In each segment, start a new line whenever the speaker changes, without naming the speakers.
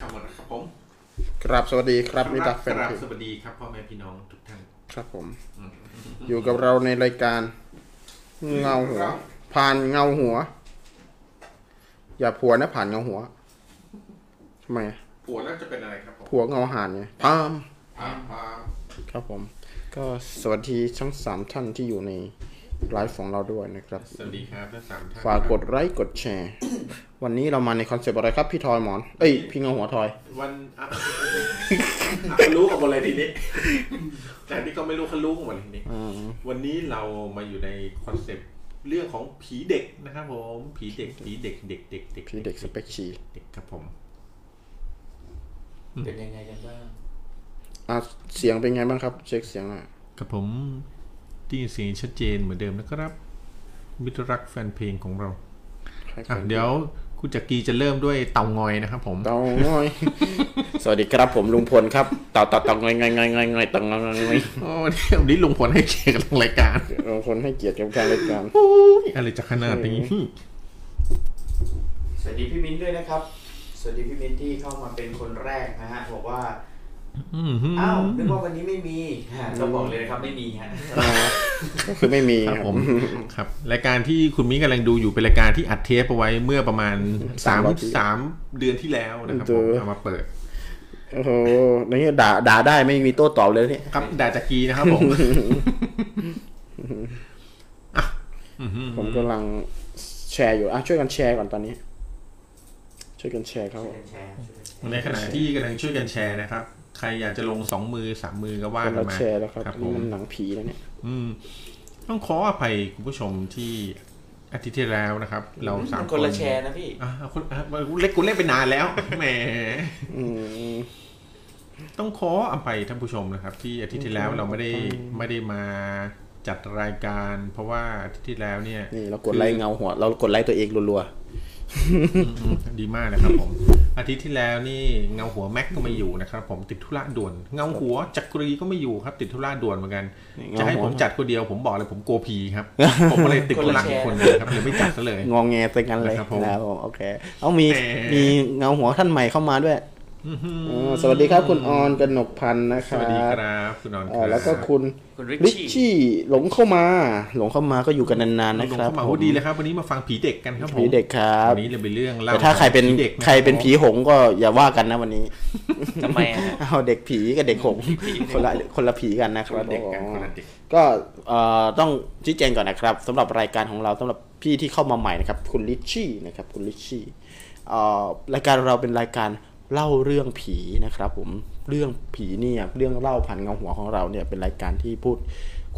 ครับผมครับผม
ครับสวัสดีครับมิตรแฟน
กราบ
เพจ
สวัสดีครับพ่อแม่พี่น้องทุกท่าน
ครับผม อยู่กับเราในรายการ เงาหัว ผ่านเงาหัว อย่าผัวนะผ่านเงาหัวทำไมอะ
ปวดแล้วจะเป็นอะไรครับผม
ผัวเงาหานไงพาม
พามพาม
ครับผม ก็สวัสดีทั้งสามท่านที่อยู่ในไลฟ์ของเราด้วยนะครับ
สวัสดีครับทั้งสามท่าน
ฝากกดไลค์กดแชร์ วันนี้เรามาในคอนเซปต์อะไรครับพี่ทอยหมอน เอ้ยพี่เงาหัวทอย
วันอ่ะอ่ะรู้กันหมดเลยทีนี้ แต่นี่ก็ไม่รู้เขารู้กันหมดเลยทีนี้
อืม
วันนี้เรามาอยู่ในคอนเซปต์เรื่องของผีเด็กนะครับผม ผีเด็ก ผีเด็ก เด็กเด็กเด็ก
พี่เด็กสเปกชี
เด็กครับผม
เป็นยังไงกันบ้าง
อ่ะเสียงเป็นไงบ้างครับ เช็คเสียงหน่อย
กับผมได้ยินเสียงชัดเจนเหมือนเดิมนะครับ มิตรรักแฟนเพลงของเราอ่ะเดี๋ยวคุณจักรีจะเริ่มด้วยเตางอยนะครับผม
เตางอย สวัสดีครับผมลุงพลครับเต่าเต่าเต่างอยงอยงอยงอยงอยเต่างอยงอยงอย
โอ้วันนี้วันนี้ลุงพลให้เกียรติกับทางรายการ
ลุงพลให้เกียรติกับการรายการ
โอ้ยอะไรจะขนาดนี้
สวัสดีพี่มิ้นท์ด้วยนะครับ สวัสดีพี่มิ้นท์ที่เข้ามาเป็นคนแรกนะฮะ บอกว่า
อื้อหือ
อ้าว นึกว่าวันนี้ไม่มีฮะเราบอกเลยนะครับไม่มีฮะ
ก็คือไม่มี
ครับ
ครับ
ผมครับ รายการที่คุณมิ้งกำลังดูอยู่เป็นรายการที่อัดเทปเอาไว้เมื่อประมาณสามสามเดือนที่แล้วนะครับผมเอามาเปิด
โอ้โหนี่ด่าด่าได้ไม่มีโต้ตอบเลยเนี่ย
ครับด่าจักรีนะครับ ผมอ่ะอื้อหือ
ผมกำลังแชร์อยู่อ่ะช่วยกันแชร์ก่อนตอนนี้ ช่วยกันแชร์ครับผม
แชร์ช่วย
ใน
กันแชร์
ขณะที่กำลังช่วยกันแชร์นะครับ ใครอยากจะลงสองมือสามมือก็ว่ากั
เรา
นมา
แชร์แล้วครับ
ครับผ
นี่
ม
มันหนังผีแล้วเนี่ย
อืมต้องขออภัยคุณผู้ชมที่อาทิตย์ที่แล้วนะครับ เราสาม
มันคนละแชร์นะพี่
อ่ะคนอ่ะเล็กกูเล่นไปนานแล้ว แหม
อืม
ต้องขออภัยท่านผู้ชมนะครับ ที่อาทิตย์ที่แล้วเราไม่ได้ไม่ได้มาจัดรายการ เพราะว่าอาทิตย์ที่แล้วเนี่ย
นี่เรากดไลค์เงาหัว เรากดไลค์ตัวเองรัว
อืมอืมดีมากนะครับผม อาทิตย์ที่แล้วนี่เงาหัวแม็กก็ไม่อยู่นะครับ ผมติดธุระด่วน เงาหัวจักรีก็ไม่อยู่ครับ ติดธุระด่วนเหมือนกัน
ๆ
จะให้ผมจัดคนเดียวผมบอกเลยผมกลัวผี ครับ ผมก็เลยติดธุระอีกคนหนึงครับเลยไม่จัดซะเลย
งองแงใส่กันเลย
นะครับผม
นะครับผมโอเค เอามี
แหม
มีเงาหัวท่านใหม่เข้ามาด้วย
อื้อหือ
อ๋อสวัสดีครับคุณออนกนกพันธ์นะ
ส
ครับ
วัสดีครับคุณนอนค
เอ่
รั
อบแล้วก็คุณ
คุณริช
ลิช
ชี่
ชี่หลงเข้ามา หลงเข้ามาก็อยู่กันนาน
ล
ๆนะ
ง
ค
เข้า
รับ
มา
ผ
โอ้
ม
ดีเลยครับ วันนี้มาฟังผีเด็กกันครับผม
ผีเด็กครับ
วันนี้เราเป็นเรื่องเล่า
แต่ถ้าใครเป็น
ผีด็กะ
ใครเป็นผีหงก็อย่าว่ากันนะวันนี้
ทำไมอะฮะ
เอาเด็กผีกับเด็กหงคนละคนละผีกันนะค
คน
รับ
ละเด็กกัน
ผม
คนละเด็ก
ก็เอ่อต้องชี้แจงก่อนนะครับสำหรับรายการของเราสำหรับพี่ที่เข้ามาใหม่นะครับคุณลิชชี่นะครับคุณลิชชี่เอ่อรายการเราเป็นรายการเล่าเรื่องผีนะครับผมเรื่องผีเนี่ยเรื่องเล่าผ่านเงาหัวของเราเนี่ยเป็นรายการที่พูด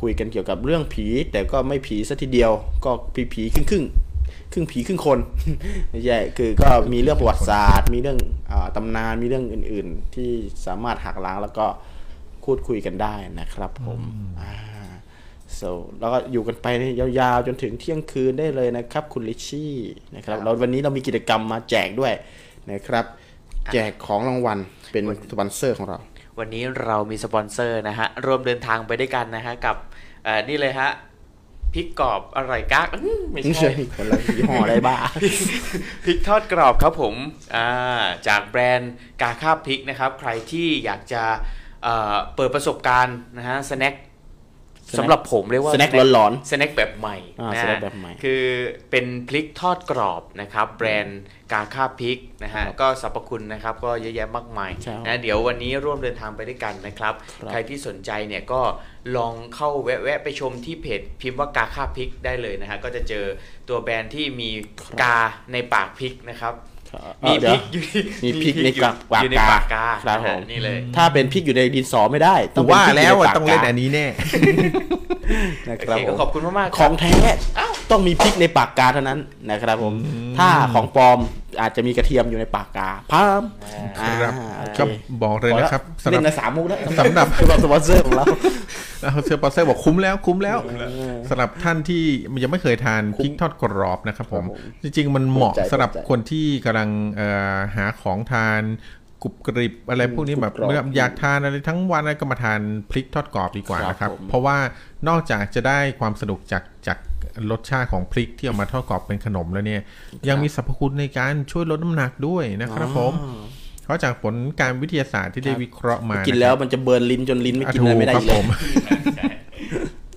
คุยกันเกี่ยวกับเรื่องผี แต่ก็ไม่ผีซะทีเดียวก็ผีผีๆครึ่งครึ่งๆครึ่งผีครึ่งคน ไม่ใช่คือก็มีเรื่องประวัติศาสตร์ มีเรื่องเอ่อตำนานมีเรื่องอื่น ๆ ที่สามารถหักล้างแล้วก็ พูดคุยกันได้นะครับผมอ่า so แล้วก็อยู่กันไปยาวๆ จนถึงเที่ยงคืนได้เลยนะครับ คุณลิชชี่นะครับแล้ววันนี้เรามีกิจกรรมมาแจกด้วยนะครับ แจกของรางวัลเป็นสปอนเซอร์ของเรา
วันนี้เรามีสปอนเซอร์นะฮะร่วมเดินทางไปด้วยกันนะฮะกับเอ่อนี่เลยฮะพริกกรอบอร่อยกักอื้อไม่
ไม่
ใช่
ใช่คนละยี่ห้ออะไรบ้า
พริกทอดกรอบครับผมอ่าจากแบรนด์กาคาบพริกนะครับ ใครที่อยากจะเอ่อเปิดประสบการณ์นะฮะสแน็ค
snack
สำหรับผมเรียกว่า
สแน็ค
snack
หลอน
สแน็คแบบใหม่
อ่า
นะ
สแน็
ฮะ
คแบบใหม่
คือเป็นพริกทอดกรอบนะครับ แบรนด์กาคาพริกนะฮะ
ครับ
ก็สรรพคุณนะครับก็เยอะแยะมากมาย
ใช่
นะเดี๋ยววันนี้ร่วมเดินทางไปด้วยกันนะครับ
ครับ
ใครที่สนใจเนี่ยก็ลองเข้าแวะๆไปชมที่เพจพิมพ์ว่ากาคาพริกได้เลยนะฮะก็จะเจอตัวแบรนด์ที่มีกาในปากพริกนะครับ
ๆ
มี
เอา
พ
เดี๋ย
ริ
ว
กอยู่
มีพริกใน
อยู่
กากปาก
อยู่ในปากกา
ครับ
นะฮะ
ผม
นี่เลย
ถ้าเป็นพริกอยู่ในดินสอไม่ได้
กู
เป็น
ว่า
พริกยู่
แล้ว
ใน
อะ
ปาก
ต้องเล่น
กา
อันนี้แน่
นะ
โอ
ครับผ
เคก็
ม
ขอบคุณมากๆ
ของแท้ต้องมีพริกในปากกาเท่านั้นนะครับผม ถ้าของปลอมอาจจะมีกระเทียมอยู่ในปากกาพาม
อ่าครับ
อ่าโอเค
ก็บอกเลยนะครับ
พอแล้ว
สำหรับ
เล่นมาสามมุกแล้ว
สำหรับ
สำหรับสปอนเซอร์ของเรา
แล้วเซอร์ปอนเซอร์บอกคุ้มแล้วคุ้มแล้วสำหรับท่านที่ยังไม่เคยทานพริกทอดกรอบนะครับผม
ครับผ
จริง ๆ มันเหมาะ
ถูกใจ
สำหรับ
ถูกใจ
คนที่กำลังเอ่อหาของทานกรุบกริบอะไรพวกนี้แบบ
กรุบกรอบ
อยากทานอะไรทั้งวันอะไรก็มาทานพริกทอดกรอบดีกว่า
ครับ
นะครับ
ผม
เพราะว่านอกจากจะได้ความสนุกจากจากรสชาติของพริกที่เอามาทอดกรอบเป็นขนมแล้วเนี่ย ยังมีสรรพคุณในการช่วยลดน้ำหนักด้วยนะครับผม เพราะจากผลการวิทยาศาสตร์ที่ได้วิเคราะห์มา
กิ
กิ
นแล้วมันจะเบิร์นลิ้นจนลิ้นไม่กินอะไรไม่ได้
ครั
อี
บ
ก
ผ
เลย
ม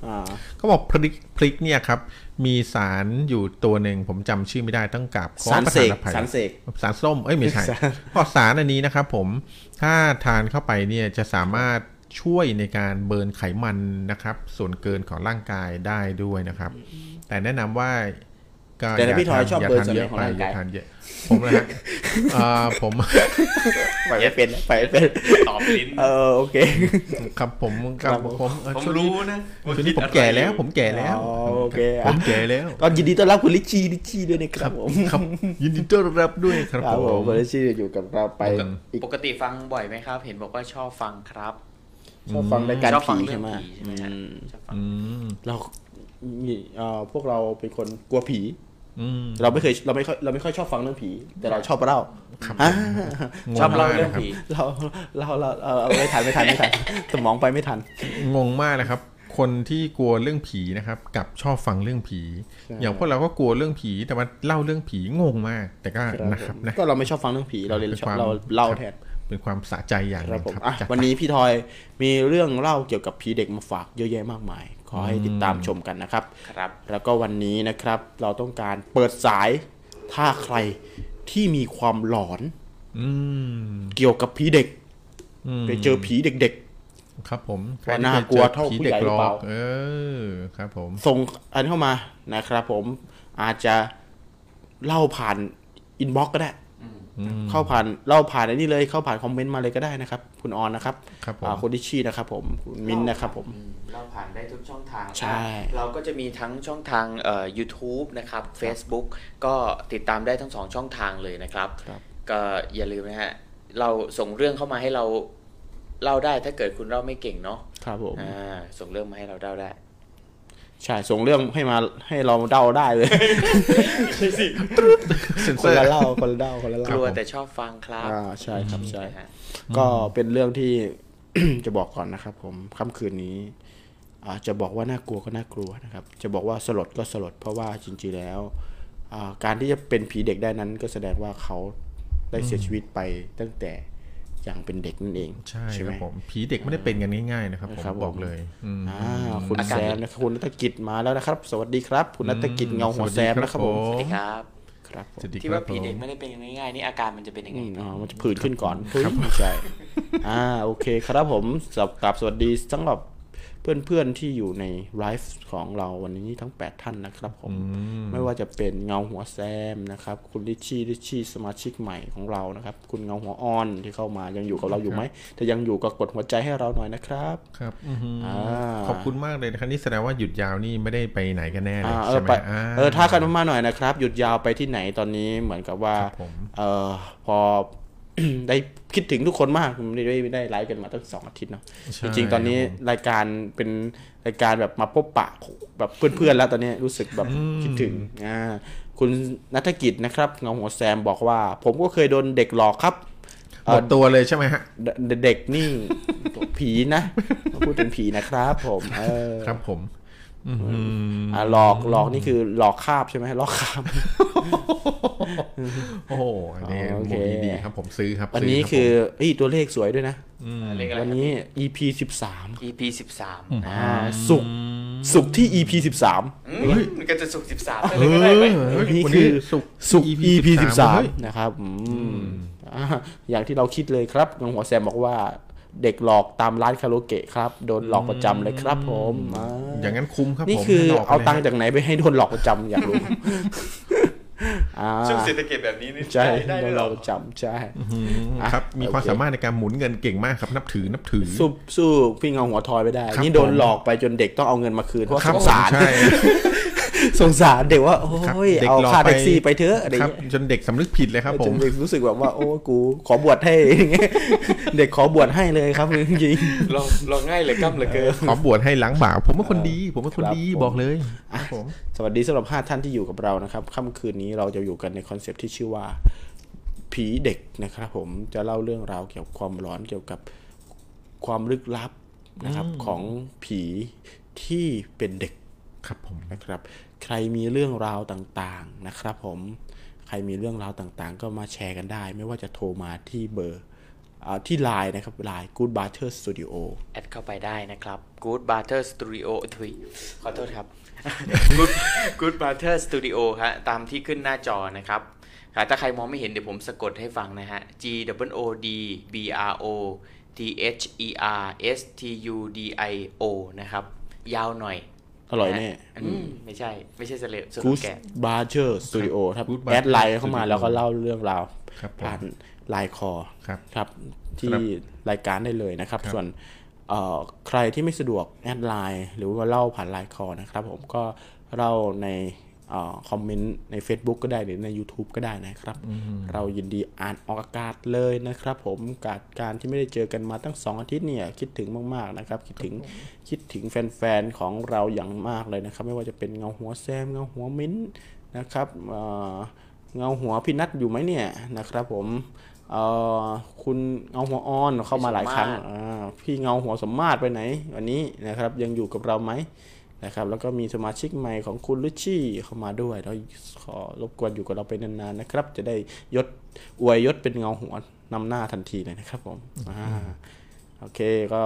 อ่า
เขาบอกพริกพริกเนี่ยครับ มีสารอยู่ตัวหนึ่งผมจำชื่อไม่ได้ต้องกราบขอ
สาร
ประ
เส
ทาน
ก
อภัย
สารเสก
สารส้มเอ้ยไม่ใช่
สาร
เพราะสารอันนี้นะครับผมถ้าทานเข้าไปเนี่ยจะสามารถช่วยในการเบิร์นไขมันนะครับ ส่วนเกินของร่างกายได้ด้วยนะครับ แต่แนะนำว่าก็
แต่นะพี่ทอย
าา
ชอบเบิร์นา ส่วน
ทา
ไหนของร่างกาย
เะไปอย่ทานเยอะผมนะฮ ะเอ่อผม
ไปไม่เป็นไปไม่เป็น
ตอบลิ้น
เออโอเค
ครับผมครับผมเอ่อ
ผม
ช่วงนี้
รู้นะ
ช่วงนี้ผมแก่แล้ว ผมแก่แล้ว
อ๋อโอเคอ่ะ
ผมแก่แล้ว
ก็ยินดีต้อนรับคุณลิชชีลิชชีด้วยนะครับผม
ครับยินดีต้อนรับด้วยครับ
ครับ
ผ
ผม
ม
คุณลิชชีอยู่กับเราไป
ครับ
อีก
ปกติฟังบ่อยไหมครับ เห็นบอกว่าชอบฟังครับ
ชอบฟังรายการ
ชอบฟั
ผี
เรื่
ใช่ไหม
ผีใช่ไหมฮะ
อืม
ชอบฟัง
อืม
เรานี่เอ่อพวกเราเป็นคนกลัวผี
อืม
เราไม่เคยเราไม่ค่อยเราไม่ค่อยชอบฟังเรื่องผี แต่เราชอบเล่า
ครับ
อ่า
ผม
ชอบเล่าเรื่องผี
เราเราเราเราเราไม่ทันไม่ทันไม่ทันสมองไปไม่ทัน
งงมากนะครับ คนที่กลัวเรื่องผีนะครับกลับชอบฟังเรื่องผี
ใช่
อย่างพวกเราก็กลัวเรื่องผีแต่ว่าเล่าเรื่องผีงงมาก แต่ก็นะครับนะ
ก็เราไม่ชอบฟังเรื่องผีเราเลย
เป็น
ชอบ
ความ
เราเล่าแทน
เป็นความสะใจอย่างห
ครั
นึ
บ
ง
ผม
ครับ
อ่ะ
จัด
วันนี้พี่ทอยมีเรื่องเล่าเกี่ยวกับผีเด็กมาฝากเยอะแยะมากมาย ขอให้ติดตามชมกันนะครับ
ครับ
แล้วก็วันนี้นะครับเราต้องการเปิดสายถ้าใครที่มีความหลอน
อืม
เกี่ยวกับผีเด็ก
อืม
ไปเจอผีเด็ก
ครับผมใคร
ว่า
ที่
น่า
เคย
กลัว
จอ
เท่า
ผี
ผู้
ด็
ใหญ่หรือเปล่า
กเออครับผม
ๆส่งอันเข้ามานะครับผมอาจจะเล่าผ่านอินบ็อกก็ได้ เข้าผ่านเล่าผ่านไอ้นี่เลยเข้าผ่านคอมเมนต์มาเลยก็ได้นะครับ คุณออนนะครับ
ครับผม
อ่าคุณดิชชี่นะครับผมคุณมินท์นะครับผม
อืมเราผ่านได้ทุกช่องทาง
ใช่
เราก็จะมีทั้งช่องทางเอ่อ YouTube นะครับ Facebook ก็ติดตามได้ทั้งสองช่องทางเลยนะครับ
ครับ
ก็อย่าลืมนะฮะ เราส่งเรื่องเข้ามาให้เราเล่าได้ถ้าเกิดคุณเล่าไม่เก่งเนาะ
ครับผม
อ่าส่งเรื่องมาให้เราเล่าได้
ใช่ ส่งเรื่องให้มาให้เราเดาได้เลย
เซน
ค
เซอน ร์
ละเล่าคนละเดาคนละ
ก
เล่า
ลัว
ผม
แต่ชอบฟังครับ
อ่าใช่ครับใช่
นะฮะ
ก็เป็นเรื่องที่ จะบอกก่อนนะครับผมค่ำคืนนี้อ่าจะบอกว่าน่ากลัวก็น่ากลัวนะครับ จะบอกว่าสลดก็สลด เพราะว่าจริงๆแล้วอ่าการที่จะเป็นผีเด็กได้นั้น ก็แสดงว่าเขาได้เสียชีวิตไปตั้งแต่ยังเป็นเด็กนั่นเอง
ใช่
ไห
ค
ม
รับผมผีเด็กไม่ได้เป็นกันง่ายๆนะครับผม
ครับผม
บอกเลยอืม
อ่าคุณแซมนะครับคุณนัฐกิจมาแล้วนะครับ สวัสดีครับ คุณนัฐกิจเงาหัวแซมนะครับผ
ส
ม
ส
วัส
วั
ดี
สดี
ค
ครับ รับ
ครับผม
สวัสดี
ที่
ครั
ว่า
บ
ผีเด็ก
ผม
ไม่ได้เป็นกันง่ายๆนี่อาการมันจะเป็นยังไง
อืมอ๋อมันจะผื่นขึ้นก่อนเฮ้ยไม่ใช่ อ่า โอเคครับผมสำหรับกราบสวัสดีสำหรับเพื่อนๆที่อยู่ในไลฟ์ของเราวันนี้ทั้ง 8 ท่านนะครับผม ไม่ว่าจะเป็นเงาหัวแซมนะครับ คุณลิชชี่ลิชชี่สมาชิกใหม่ของเรานะครับ คุณเงาหัวออนที่เข้ามายังอยู่กับเราอยู่ไหมถ้ายังอยู่ก็กดหัวใจให้เราหน่อยนะครับ
ครับอื้อหืออา ขอบคุณมากเลยนะครับนี่แสดงว่าหยุดยาวนี่ไม่ได้ไปไหนกันแน่เลย
อ่าเออ
ใช่ไหม
ไป
า
เออถ้ากันมาหน่อยนะครับ หยุดยาวไปที่ไหนตอนนี้เหมือนกับว่า
ครับผม
เออพอ ได้คิดถึงทุกคนมากไม่ได้ไม่ได้ไลฟ์กันมาตั้งสองอาทิตย์เนาะ
ใช่
จริงๆตอนนี้รายการเป็นรายการแบบมาพบปะแบบเพื่อนๆแล้วตอนนี้รู้สึกแบบคิดถึงอ่าคุณนัฐกิจนะครับเงาหัวแซมบอกว่า ผมก็เคยโดนเด็กหลอกครับ
หมดตัวเลยใช่ไหมฮะ
เอ่อเดเด็กนี่ ผีนะพูดถึงผีนะครับผมเออ
ครับผมอื้อหือ
อ่าหลอกหลอกนี่คือหลอกคาบใช่ไหมหลอกคาบ
โอ้โหอันนี้
อ๋อโอเค
มุมดีๆครับผมซื้อครับ
วันนี้คือเอ้ยตัวเลขสวยด้วยนะ
เรียกอะไร
วัน
ครับ
นี้ EP สิบสาม
EP สิบสาม
อ่าสุกร์สุกร์ที่ EP สิบสาม
มันก็จะสุกสิบสาม
ซื้อค
ก็
รับผม
ได้ไหม
เออ
วันนี้
วัน
คื
นี้
อ
สุกร์
สุก EP สิบสาม
เฮ้ย
นะครับอืมอ่าอย่างที่เราคิดเลยครับหลวงหัวแซมบอกว่าเด็กหลอกตามร้านคาราโอเกะครับ โดนหลอกประจำเลยครับผมอ่า
อย่างนั้นคุ้มครับ
นี่
ผม
คือ
ให้ดก
เอา
ลย
ตังค์
ฮะ
จากไหนไปให้โดนหลอกประจำอ ยากรู้ อ่า
ช่วงเศรษฐกิจแบบนี้นี่
ใช่
ได้
โด
ด้วนย
ห
เห
ล
ร
อ
อก
ประจำใช่
อืมครับ มี
โอเค
ความสามารถในการหมุนเงินเก่งมากครับ นับถือนับถือ
สู้สู้พี่เงาหัวทอยไม่ได้
ครับ
นี่โดน
ผม
หลอกไปจนเด็กต้องเอาเงินมาคืนเพราะ
ค
ส
รับ
งสาร
ผมใช่
สงสารเด็กว่า โอ้
ครับ
ย
เด็ก
เอา
หลอก
ค่า
ไป
แท็กซี่ไปเถอะอะไร
ครับ
เงี้ย
จนเด็กสำนึกผิดเลยครับผ
จ
ม
นเด็กรู้สึกแบบว่า โอ้กูขอบวชให้อย่างเงี้ย เด็กขอบวชให้เลยครับ จริง
ลองลองง่ายเหลยกล้ำเหลยเกิน
ขอบวชให้ล้างบาปผมเป็นคนดี ผมเป็นคนดีบอกเลยครับผม
ๆสวัสดีสำหรับ 5 ท่านที่อยู่กับเรานะครับค่ำคืนนี้เราจะอยู่กันในคอนเซปต์ที่ชื่อว่า ผีเด็กนะครับผมจะเล่าเรื่องราวเกี่ยวกับความร้อนเกี่ยวกับความลึกลับนะครับของผีที่เป็นเด็ก
ครับผม
นะครับใครมีเรื่องราวต่างๆนะครับผมใคร รมีเรื่องราวต่างๆ ก็มาแชร์กันได้ ไม่ว่าจะโทรมาที่เบอร์อ่าที่ไลน์นะครับไลน์ Good Butter Studio
แอดเข้าไปได้นะครับ Good Butter Studio ทุยขอโทษ ครับ Good Good Butter Studio ฮะตามที่ขึ้นหน้าจอนะครับค่ะถ้าใครมองไม่เห็นเดี๋ยวผมสะกดให้ฟังนะฮะ G W O D B R O T H E R S T U D I O นะครับ ยาวหน่อย
อร่อยแน่
ะอืมไม่ใช่ ไม่ใช่สเลบสโล
Good
แกน
Butter Studio ครับ
Good
แอ
Butter
ดไลน์เข้ามา
Studio
แล้วก็เล่าเรื่องราว
ครับผม
ผ่านไลน์คอ
ครับ
ครับที่รายการได้เลยนะครับ
ครับ
ส่วนเอ่อใครที่ไม่สะดวกแอดไลน์หรือว่าเล่าผ่านไลน์คอนะครับ ผมก็เล่าในเอคอมเมนต์ใน Facebook ก็ได้หรือใน YouTube ก็ได้นะครับ เรายินดีอ่านออกอากาศเลยนะครับ ผมการการที่ไม่ได้เจอกันมาตั้ง 2 อาทิตย์เนี่ยคิดถึงมากๆนะครับ คิดถึงคิดถึงแฟนๆของเราอย่างมากเลยนะครับ ไม่ว่าจะเป็นเงาหัวแซมเงาหัวมิ้นท์นะครับเอ่อ เงาหัวพี่นัทอยู่ไหมเนี่ยนะครับผมเออคุณเงาหัวอ้อนเข้ามาหลายครั้ง
สมมาตร
อ่าพี่เงาหัวสมมาตรไปไหน วันนี้นะครับยังอยู่กับเราไหมนะครับแล้วก็มีสมาชิกใหม่ของคุณลุชชี่เข้ามาด้วยแล้วขอรบกวนอยู่กับเราไปนานๆนะครับ จะได้ยศอวยยศเป็นเงาหัวนำหน้าทันทีเลยนะครับผมอ่าโอเคก็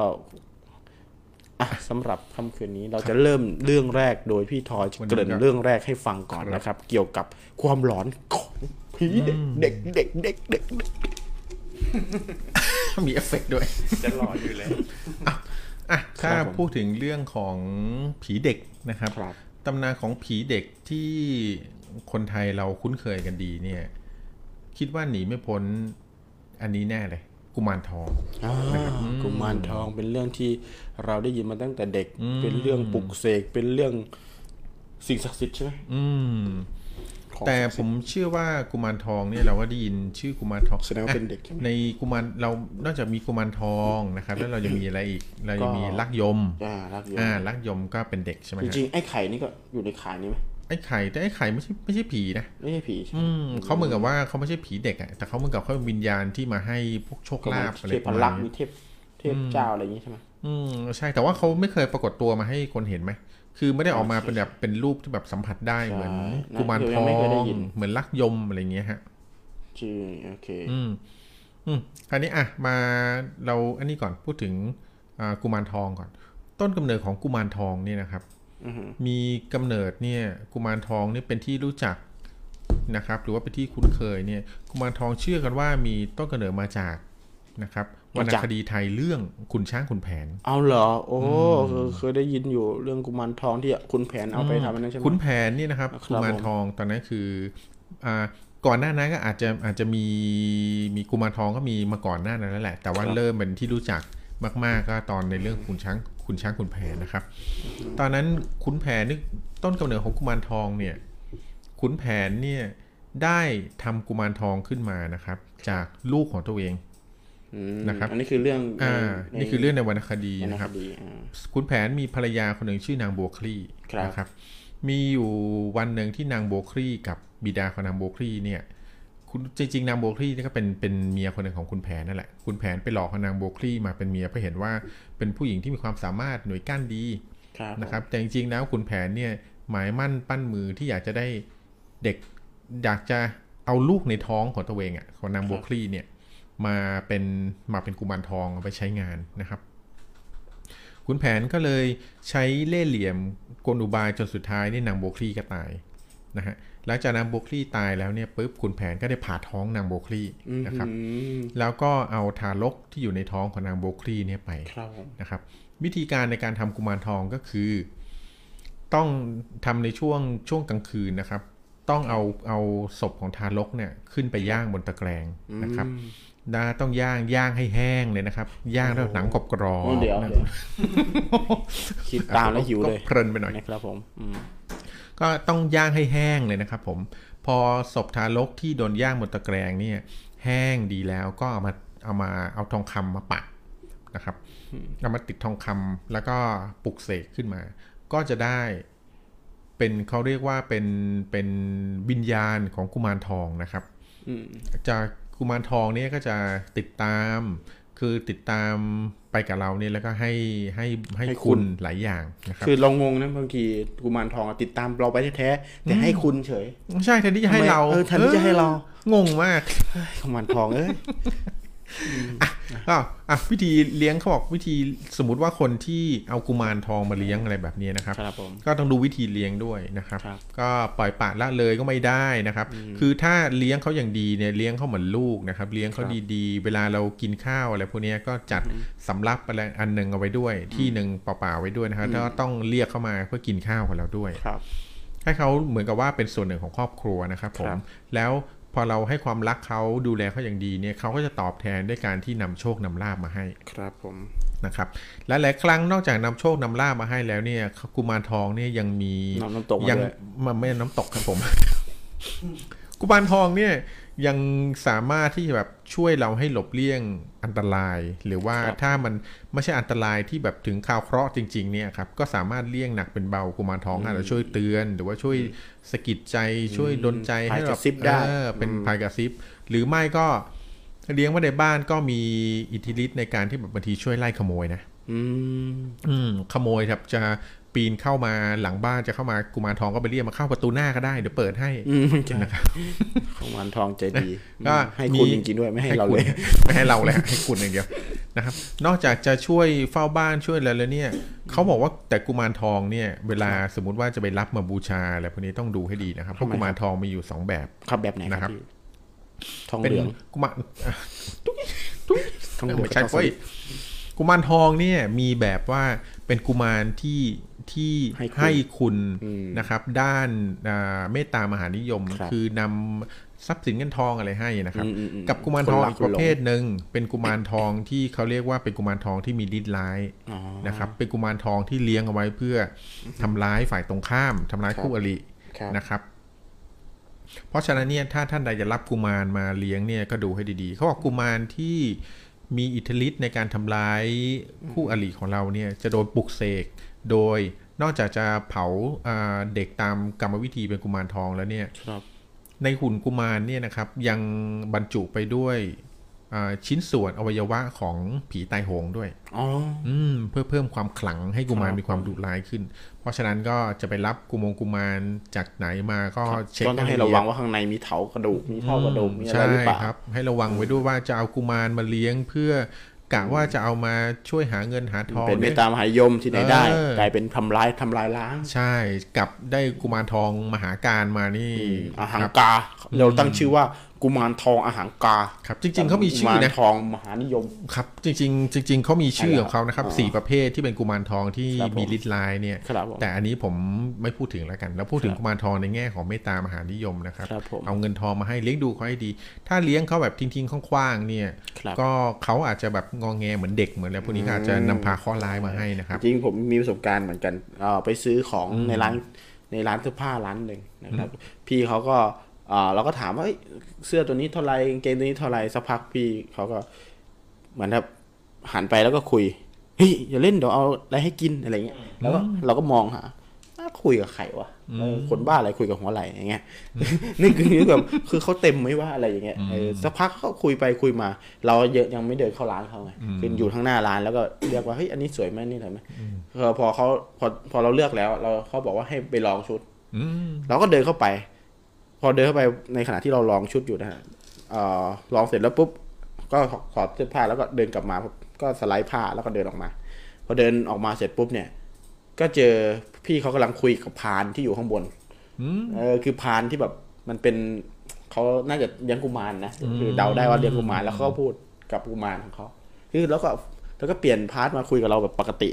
อ่ะสำหรับค่ำคืนนี้เราจะเริ่มเรื่องแรกโดยพี่ทอย
วันนี้
เกริ่น
ครับ
เรื่องแรกให้ฟังก่อนนะครับ เกี่ยวกับความหลอนของผีเด็กเด็กเด็กเด็กเด็กเด็ก
มีเอฟเฟกต์ด้วย
จะหลออยู่เลย
อ่ะถ้าพูดถึงเรื่องของผีเด็กนะครับ
ครับ
ตำนานของผีเด็กที่คนไทยเราคุ้นเคยกันดีเนี่ย คิดว่าหนีไม่พ้นอันนี้แน่เลย กุมารทอง
อ่ากุมารทองเป็นเรื่องที่เราได้ยินมาตั้งแต่เด็ก เป็นเรื่องปลุกเสกเป็นเรื่องสิ่งศักดิ์สิทธิ์ใช่ไหม
อืม
ของ
แต่
ศัก
ผ
ดิ์สิท
ม
ธิ์
เชื่อว่ากุมารทองเนี่ยเราก็ได้ยินชื่อกุมารทอง
แสดงว่าเป็นเด็กใช่ไหม
ในกุมารเรานอกจากมีกุมารทองนะครับ แล้วเราจะมีอะไรอีก เราจะมี
ก็
ลักยม
อ่ารักโยม
อ่าลักยมก็เป็นเด็กใช่ไหม
จ
ฮะ
ริงๆไอ้ไข่นี่ก็อยู่ในขายนี่ไหม
ไอ้ไข่แต่ไอ้ไข่ไม่ใช่ไม่ใช่ผีนะ
ไม่ใช่ผีใช่ไหม
อืมเขาเหมือนกับว่าเขาไม่ใช่ผีเด็กอะแต่เขาเหมือนกับเขาเป็นวิญญาณที่มาให้พวกโชคลาภอะไร
เท
ป
พ
ระ
ลั
มาก ณ
ษณ์มี
นี้
เทพเทพเจ้าอะไรอย่างนี้ใช่ไหม
อืมใช่แต่ว่าเขาไม่เคยปรากฏตัวมาให้คนเห็นไหมคือไม่ได้ออกมาเป็นแบบเป็นรูปที่แบบสัมผัสได้
ใช่
เหมือน
นะ
กุมารท
เดี๋ยวยั
อง
ไม่เคยได้
ง
ยิน
เหมือนลักยมอะไรอย่างเงี้ยฮะ
ชื่อโอเค
อืมอืมคราวนี้อ่ะมาเราอันนี้ก่อนพูดถึงอ่ากุมารทองก่อน ต้นกำเนิดของกุมารทองเนี่ยนะครับ
อือฮึ
มีกำเนิดเนี่ยกุมารทองเนี่ยเป็นที่รู้จักนะครับ หรือว่าเป็นที่คุ้นเคยเนี่ยกุมารทองเชื่อกันว่ามีต้นกำเนิดมาจากนะครับวรรณคดีไทยเรื่องขุนช้างขุนแผน
เอาเหรอ โอ้เคยเคยได้ยินอยู่เรื่องกุมารทองที่คุณแผนเอาไปทำอันนั้นใช่ไหม
ขุนแผนนี่นะครับ
ครับ
กุมารทองตอนนั้นคืออ่าก่อนหน้านั้นก็อาจจะอาจจะมีมีกุมารทองก็มีมาก่อนหน้านั้นแล้วแหละ แต่ว่า
ครับ
เริ่มเป็นที่รู้จักมาก ๆ ก็ตอนในเรื่องขุนช้างขุนช้างขุนแผนนะครับ ตอนนั้นขุนแผนนี่ต้นกำเนิดของกุมารทองเนี่ยขุนแผนเนี่ยได้ทำกุมารทองขึ้นมานะครับ จากลูกของตัวเอง
อืม
นะครับ
อันนี้คือเรื่อง
อ่า
ใ
นี่คือเรื่องในวรรณคดี
ใน
นะครับ
ดีอ่า
ขุนแผนมีภรรยาคนหนึ่งชื่อนางบัวคลี่
ครับ
นะครับ มีอยู่วันหนึ่งที่นางบัวคลี่กับบิดาของนางบัวคลี่เนี่ยคุณจริงๆนางบัวคลี่นี่ก็เป็นเป็นเมียคนหนึ่งของคุณแผนนั่นแหละคุณแผนไปหลอกเอานางบัวคลี่มาเป็นเมียเพราะเห็นว่าเป็นผู้หญิงที่มีความสามารถหน่วยก้านดี
ครับ
นะครับ แต่จริงๆแล้วคุณแผนเนี่ยหมายมั่นปั้นมือที่อยากจะได้เด็กอยากจะเอาลูกในท้องของตัวเองอะ่ะของนางบัวคลี่เนี่ยมาเป็นมาเป็นกุมารทองเอาไปใช้งานนะครับ ขุนแผนก็เลยใช้เล่ห์เหลี่ยมกลอุบายจนสุดท้ายเนี่ยนางโบวคลี่ก็ตายนะฮะหลังจากนางโบวคลี่ตายแล้วเนี่ยปุ๊บขุนแผนก็ได้ผ่าท้องนางโบวคลี่นะครับ
อืม
แล้วก็เอาทารกที่อยู่ในท้องของนางโบวคลี่เนี่ยไป
ครับผม
นะครับ วิธีการในการทำกุมารทองก็คือ ต้องทำในช่วงช่วงกลางคืนนะครับ ต้องเอาเอาศพของทารกเนี่ยขึ้นไปย่างบนตะแกรงนะครับ
อืม
นะต้องย่างย่างให้แห้งเลยนะครับ ย่างแล้วหนังกรอบกรอ
โอ้
บ
เดี๋ยวเดี๋ยวคิดตามแล้วหิวเลย
เพลินไปหน่อย
นะครับผมอืม
ก็ต้องย่างให้แห้งเลยนะครับผมพอศพทารกที่โดนย่างบนตะแกรงเนี่ยแห้งดีแล้วก็เอามาเอามาเอาทองคำมาปักนะครับเอามาติดทองคำแล้วก็ปลุกเสกขึ้นมา ก็จะได้เป็นเขาเรียกว่าเป็นเป็นวิญญาณของกุมารทองนะครับ
อืม
จากกุมารทองเนี่ยก็จะติดตาม คือติดตามไปกับเราเนี่ยแล้วก็ให้ให้ให้
ให้คุ
คุณ ณหลายอย่างนะครับ
คือเรางงนะบางทีกุมารทองอะติดตามเราไปแท้ๆแต่ให้คุณเฉย
ใช่แทนที่จะให้
ทำไม
เรา
เออแทนที่จะให้เรา
งงมาก
เฮ้ยกุมารทองเอ้ย
อ้าวอ่ะวิธีเลี้ยงเขาบอกวิธีสมมติว่าคนที่เอากุมารทองมาเลี้ยงอะไรแบบนี้นะครับ
ครับผม
ก็ต้องดูวิธีเลี้ยงด้วยนะครับ
ครับ
ก็ปล่อยปละละเลยก็ไม่ได้นะครับ คือถ้าเลี้ยงเขาอย่างดีเนี่ยเลี้ยงเขาเหมือนลูกนะครับ เลี้ยงเขา
ครับ
ดีๆ เวลาเรากินข้าวอะไรพวกเนี้ยก็จัดสำรับอะไรอันหนึ่งเอาไว้ด้วย ที่หนึ่งเปล่าๆไว้ด้วยนะครับแล้วก็ต้องเรียกเข้ามาเพื่อกินข้าวของเราด้วย
ครับ
ให้เขาเหมือนกับว่าเป็นส่วนหนึ่งของครอบครัวนะครับผ
ค
ม
รับ
แล้วพอเราให้ความรักเขาดูแลเขาอย่างดีเนี่ยเขาก็จะตอบแทนด้วยการที่นำโชคนำลาบมาให้
ครับผม
นะครับและหลายครั้งนอกจากนำโชคนำลาบมาให้แล้วเนี่ยกุมารทองเนี่ยยังมี
นำน้ำตกมา
ยั
ด้วย
มันไม่น้ำตกครับผม กุมารทองเนี่ยยังสามารถที่จะแบบช่วยเราให้หลบเลี่ยงอันตราย หรือว่าถ้ามันไม่ใช่อันตรายที่แบบถึงข่าวเคราะห์จริงๆเนี่ยครับก็สามารถเลี่ยงหนักเป็นเบากุมารทองอาจจะช่วยเตือน หรือว่าช่วยสะกิดใจช่วยดลใจให้
พาย
แบบ
กระซิบได้
เออเป็นพายกระซิบหรือไม่ก็เลี้ยงไว้ในบ้านก็มีอิทธิฤทธิ์ในการที่แบบบางทีช่วยไล่ขโมยนะ
อืม
อืมขโมยครับจะปีนเข้ามาหลังบ้านจะเข้ามากุมารทองก็ไปเรียกมาเข้าประตูหน้าก็ได้เดี๋ยวเปิดให้
อืมใช่กุมารทองใจดี
ก็
ให้คุณ
มี
จริงๆด้วยไม่ให้เราเลย
คุณไม่ให้เราเลย ให้คุณอย่างเดียวนะครับ นอกจากจะช่วยเฝ้าบ้านช่วยอะไรแล้วเนี่ยเขาบอกว่าแต่กุมารทองเนี่ยเวลาสมมติว่าจะไปรับมาบูชาอะไรพวกนี้ต้องดูให้ดีนะครับเพราะ
ทำไม
กุมารทองมีอยู่สองแบบ
ครับแบบไหนค
นะครั
รับบ พี่ทอง
เป็น
เหลือง
กุมารอ่ะตุ๊ย
ทอ
ตุ๊
ง
ย
เหลือง
ไม่ใช่
กับทอง
เว้ย
สลิด
กุมารทองเนี่ยมีแบบว่าเป็นกุมารที่ที่
ให้คุณ
ให้คุณ
อืม
นะครับ ด้านอ่าเมตตามหานิยม
ครับ
อนำทรัพย์สินเงินทองอะไรให้นะครับ
อืมอืมอืม
กับกุมารทอง
คนรัก
อีก
คนหลง
ประเภทหนึ่งเป็นกุมารทองที่เขาเรียกว่าเป็นกุมารทองที่มีฤทธิ์ร้าย
อ๋อ
นะครับเป็นกุมารทองที่เลี้ยงเอาไว้เพื่อทำร้ายฝ่ายตรงข้ามทำร้าย
ครับ
คู่อริ
ครับ
นะครับ เพราะฉะนั้นเนี่ยถ้าท่านใดจะรับกุมารมาเลี้ยงเนี่ยก็ดูให้ดีๆเขาบอกกุมารที่มีอิทธิฤทธิ์ในการทำร้ายคู่อริของเราเนี่ยจะโดนปลุกเสกโดยนอกจากจะเผาอ่าเด็กตามกรรมวิธีเป็นกุมารทองแล้วเนี่ย
ครับ
ในหุ่นกุมารเนี่ยนะครับ ยังบรรจุไปด้วยอ่าชิ้นส่วนอวัยวะของผีตายโหงด้วย
อ๋อ
อืมเพื่อเพิ่มความขลังให้กุมาร
ครับ
มีความดุร้ายขึ้น เพราะฉะนั้นก็จะไปรับกุมงกุมารจากไหนมาก็
ครับ
เช็ค
ก็ต้องให้ระวังว่าข้างในมีเถากระดูกมีเท่ากระดูกมีอะไร
ใช่
หรือเปล่า
ครับ ให้ระวังไว้ด้วยว่าจะเอากุมารมาเลี้ยงเพื่อกะว่าจะเอามาช่วยหาเงินหาทอง
เป็นเมตตามหายมที่ไหนได้
เออ
กลายเป็นทำร้ายทำลายล้าง
ใช่กลับได้กุมารทองมหาการมานี่
อา
ค
หัง
รับ
กา เราตั้งชื่อว่ากุมารทองอาหังกา
ครับ จริง ๆเขามีชื่อ
กุ
นะ
รทองมหานิยม
ครับ จริง ๆ จริง ๆเขามีชื่อของเขานะครับ
อ๋อ
สี่ประเภทที่เป็นกุมารทองที่
ครับผม
มีฤทธิ์ร้ายเนี่ย
ครับผม
แต่อันนี้ผมไม่พูดถึงแล้วกัน แล้วพูดถึง
ครับ
กุมารทองในแง่ของเมตตามหานิยมนะครับ
ครับผม
เอาเงินทองมาให้เลี้ยงดูเขาให้ดี ถ้าเลี้ยงเขาแบบทิ้งๆคว้างๆเนี่ย
ครับ
ก็เขาอาจจะแบบงองแงเหมือนเด็กเหมือนอะไรพวกนี้ก็อาจจะ
อืม
นำพาข้อร้ายมาให้นะครับ
จริงผมมีประสบการณ์เหมือนกันเอ่อไปซื้อของในร้านในร้านเสื้อผ้าร้านหนึ่งนะครับ พี่เขาก็เอ่อเราก็ถามว่าเอ้ยเสื้อตัวนี้เท่าไหรกางเกงตัวนี้เท่าไหรสักพักพี่เขาก็เหมือนแบบหันไปแล้วก็คุยเฮ้ยอย่าเล่นเดี๋ยวเอาอะไรให้กินอะไรเงี้ยแล้วก็เราก็มองหาอ้าวคุยกับใครวะเออคนบ้าอะไรคุยกับหัวไหลอย่างเงี้ย นี่คือนี่แบบคือเขาเต็มไหมว่าอะไรอย่างเงี้ยเออสักพักเขาคุยไปคุยมา เรายังไม่เดินเข้าร้านเขาไงคืออยู่ข้างหน้าร้านแล้วก็เรียกว่าเฮ้ยอันนี้สวยไหมนี่สวยไหมเออพอเขาพอพอเราเลือกแล้ว เราเขาบอกว่าให้ไปลองชุด
อืม
เราก็เดินเข้าไป พอเดินเข้าไปในขณะที่เราลองชุดอยู่นะฮะเอ่อลองเสร็จแล้วปุ๊บ ก็ขอดเสื้อผ้าแล้วก็เดินกลับมา ก็สไลด์ผ้าแล้วก็เดินออกมา พอเดินออกมาเสร็จปุ๊บเนี่ย ก็เจอพี่เขากำลังคุยกับพานที่อยู่ข้างบน
อืม
เออคือพานที่แบบมันเป็นเขาน่าจะเลี้ยงกุมารนะคือเดาได้ว่าเลี้ยงกุมารแล้วเขาก็พูดกับกุมารของเขาคือแล้วก็แล้วก็เปลี่ยนพาร์ทมาคุยกับเราแบบปกติ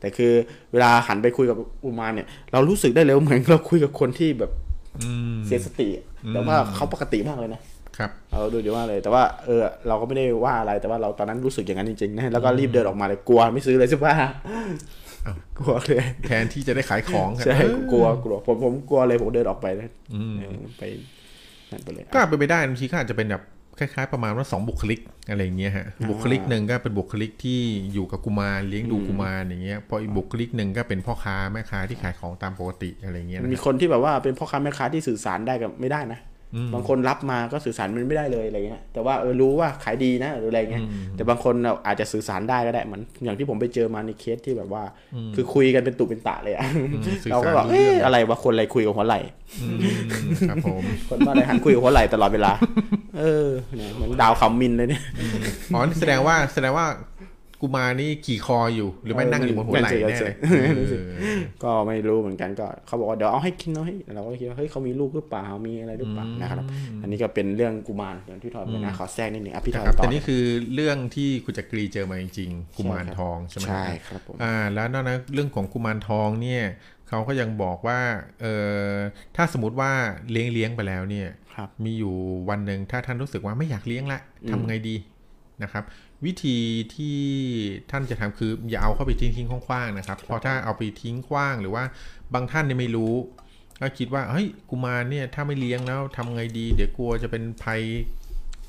แต่คือเวลาหันไปคุยกับกุมารเนี่ย เรารู้สึกได้เลยว่าเหมือนเราคุยกับคนที่แบบ
อืม
เสียสติอะแต่ว่าเขาปกติมากเลยนะครับ เออดูดีมากเลย แต่ว่าเออเราก็ไม่ได้ว่าอะไร แต่ว่าเราตอนนั้นรู้สึกอย่างนั้นจริงๆนะแล้วก็รีบเดินออกมาเลยกลัวไม่ซื้อเลยใช่ปะ
อ้าว
กลัวเลย
แทนที่จะได้ขายของครับ
ใช่
เออก
ลัวกลัวผมผมกลัวเลยผมเดินออกไปนะเออไปนั่นไปเลย
ก็เป็นไปได้บางทีก็อาจจะเป็นแบบคล้ายๆ ประมาณว่าสองบุคลิกอะไรอย่างเงี้ยฮะบุคลิกหนึ่งก็เป็นบุคลิกที่อยู่กับกุมารเลี้ยงดูกุมารอย่างเงี้ยพออีกบุคลิกหนึ่งก็เป็นพ่อค้าแม่ค้าที่ขายของตามปกติอะไรอย่างเงี้ยนะ
มี
ฮะ
คนที่แบบว่าเป็นพ่อค้าแม่ค้าที่สื่อสารได้กับไม่ได้นะ
อืม
บางคนรับมาก็สื่อสารมันไม่ได้เลยอะไรเงี้ยแต่ว่าเออรู้ว่าขายดีนะหรืออะไรเงี้ย
อืม
แต่บางคนน่ะอาจจะสื่อสารได้ก็ได้เหมือนอย่างที่ผมไปเจอมาในเคสที่แบบว่า
อืม
คือคุยกันเป็นตุเป็นตะเลยอะ
สื่อ
เรา
สาร
ก็แบบ
รู้เรื่
เอ๊ะ
อง
อะไรวะคนอะไรคุยกับหัวไหล่
อืมครับผม
คนบ้าอะไรหันคุยกับหัวไหล่ตลอดเวลา เออเนี่ยเหมือนดาวขำมินเล ยเนี่ย
อ๋อนี่แสดงว่าแสดงว่ากุมารนี่ขี่คออยู่ หรือไม่
เออ
นั่งอยู่บนหัวไหล่แน่เลย
นั่นสิ ก็ไม่รู้เหมือนกันก็เขาบอกว่าเดี๋ยวเอาให้กินเอาให้เราก็คิดว่าเฮ้ยเขามีลูกหรือเปล่ามีอะไรหรือเปล่านะครับ อันนี้ก็เป็นเรื่องกุมารอย่างที่ทอยไปนะขอแทรกนิดหนึ่งอ่ะพี่ท
นะ
อย
ครับ
ต่
แต่
อ
นี่คือเรื่องที่คุณจักรีเจอมาจริงๆกุมารท
ใช่ครับ
องใช่ไหม
ใช่ครับผม
อ่า แล้วนอกนั้นเรื่องของกุมารทองเนี่ยเขาก็ยังบอกว่าเออถ้าสมมติว่าเลี้ยงเลี้ยงๆไปแล้วเนี่ย
ครับ
มีอยู่วันหนึ่งถ้าท่านรู้สึกว่าไม่อยากเลี้ยงละ
อืม
ทำไงดีนะครับ วิธีที่ท่านจะทำคืออย่าเอาเข้าไปทิ้งทิ้งๆคว้างๆนะครับเพราะถ้าเอาไปทิ้งคว้างหรือว่าบางท่านเนี่ยไม่รู้ ก็คิดว่าเฮ้ยกุมารเนี่ยถ้าไม่เลี้ยงแล้วทำไงดี เดี๋ยวกลัวจะเป็นภัย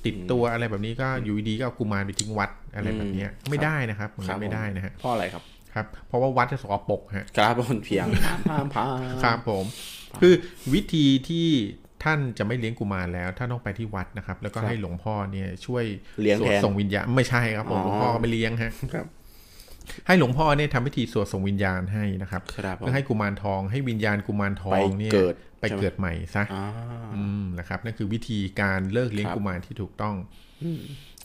ติดตัวอะไรแบบนี้ก็อยู่ดีๆก็เอากุมารไปทิ้งวัดอะไรแบบเนี้ยไม่ได้นะครับเหมือนกันไม่ได้นะฮะ
เพราะอะไรครับ
ครับเพราะว่าวัดจะสกปรกฮะ
กราบนเพียงห้ามพา
ครับผม คือวิธีที่ท่านจะไม่เลี้ยงกุมารแล้วท่านต้องไปที่วัดนะครับ แล้วก็ให้หลวงพ่อเนี่ยช่วย
เลี้ยง
สว
แท
ด
น
ส่งวิญญาณไม่ใช่ครับผมห
อ๋อ
ลวงพ่อก็ไม่เลี้ยงฮะ
ครับ
ให้หลวงพ่อเนี่ยทำพิธีสวดส่งวิญญาณให้นะครับ
ครับผม
เพื่อให้กุมารทองให้วิญญาณกุมารทอ
ไป
งเนี่ย
เกิด
ไป
ใช่ไหม
เกิดใหม่ซะ
อ่า
อืมนะครับนั่นคือวิธีการเลิกเลี้ยง
ครับ
กุมารที่ถูกต้อง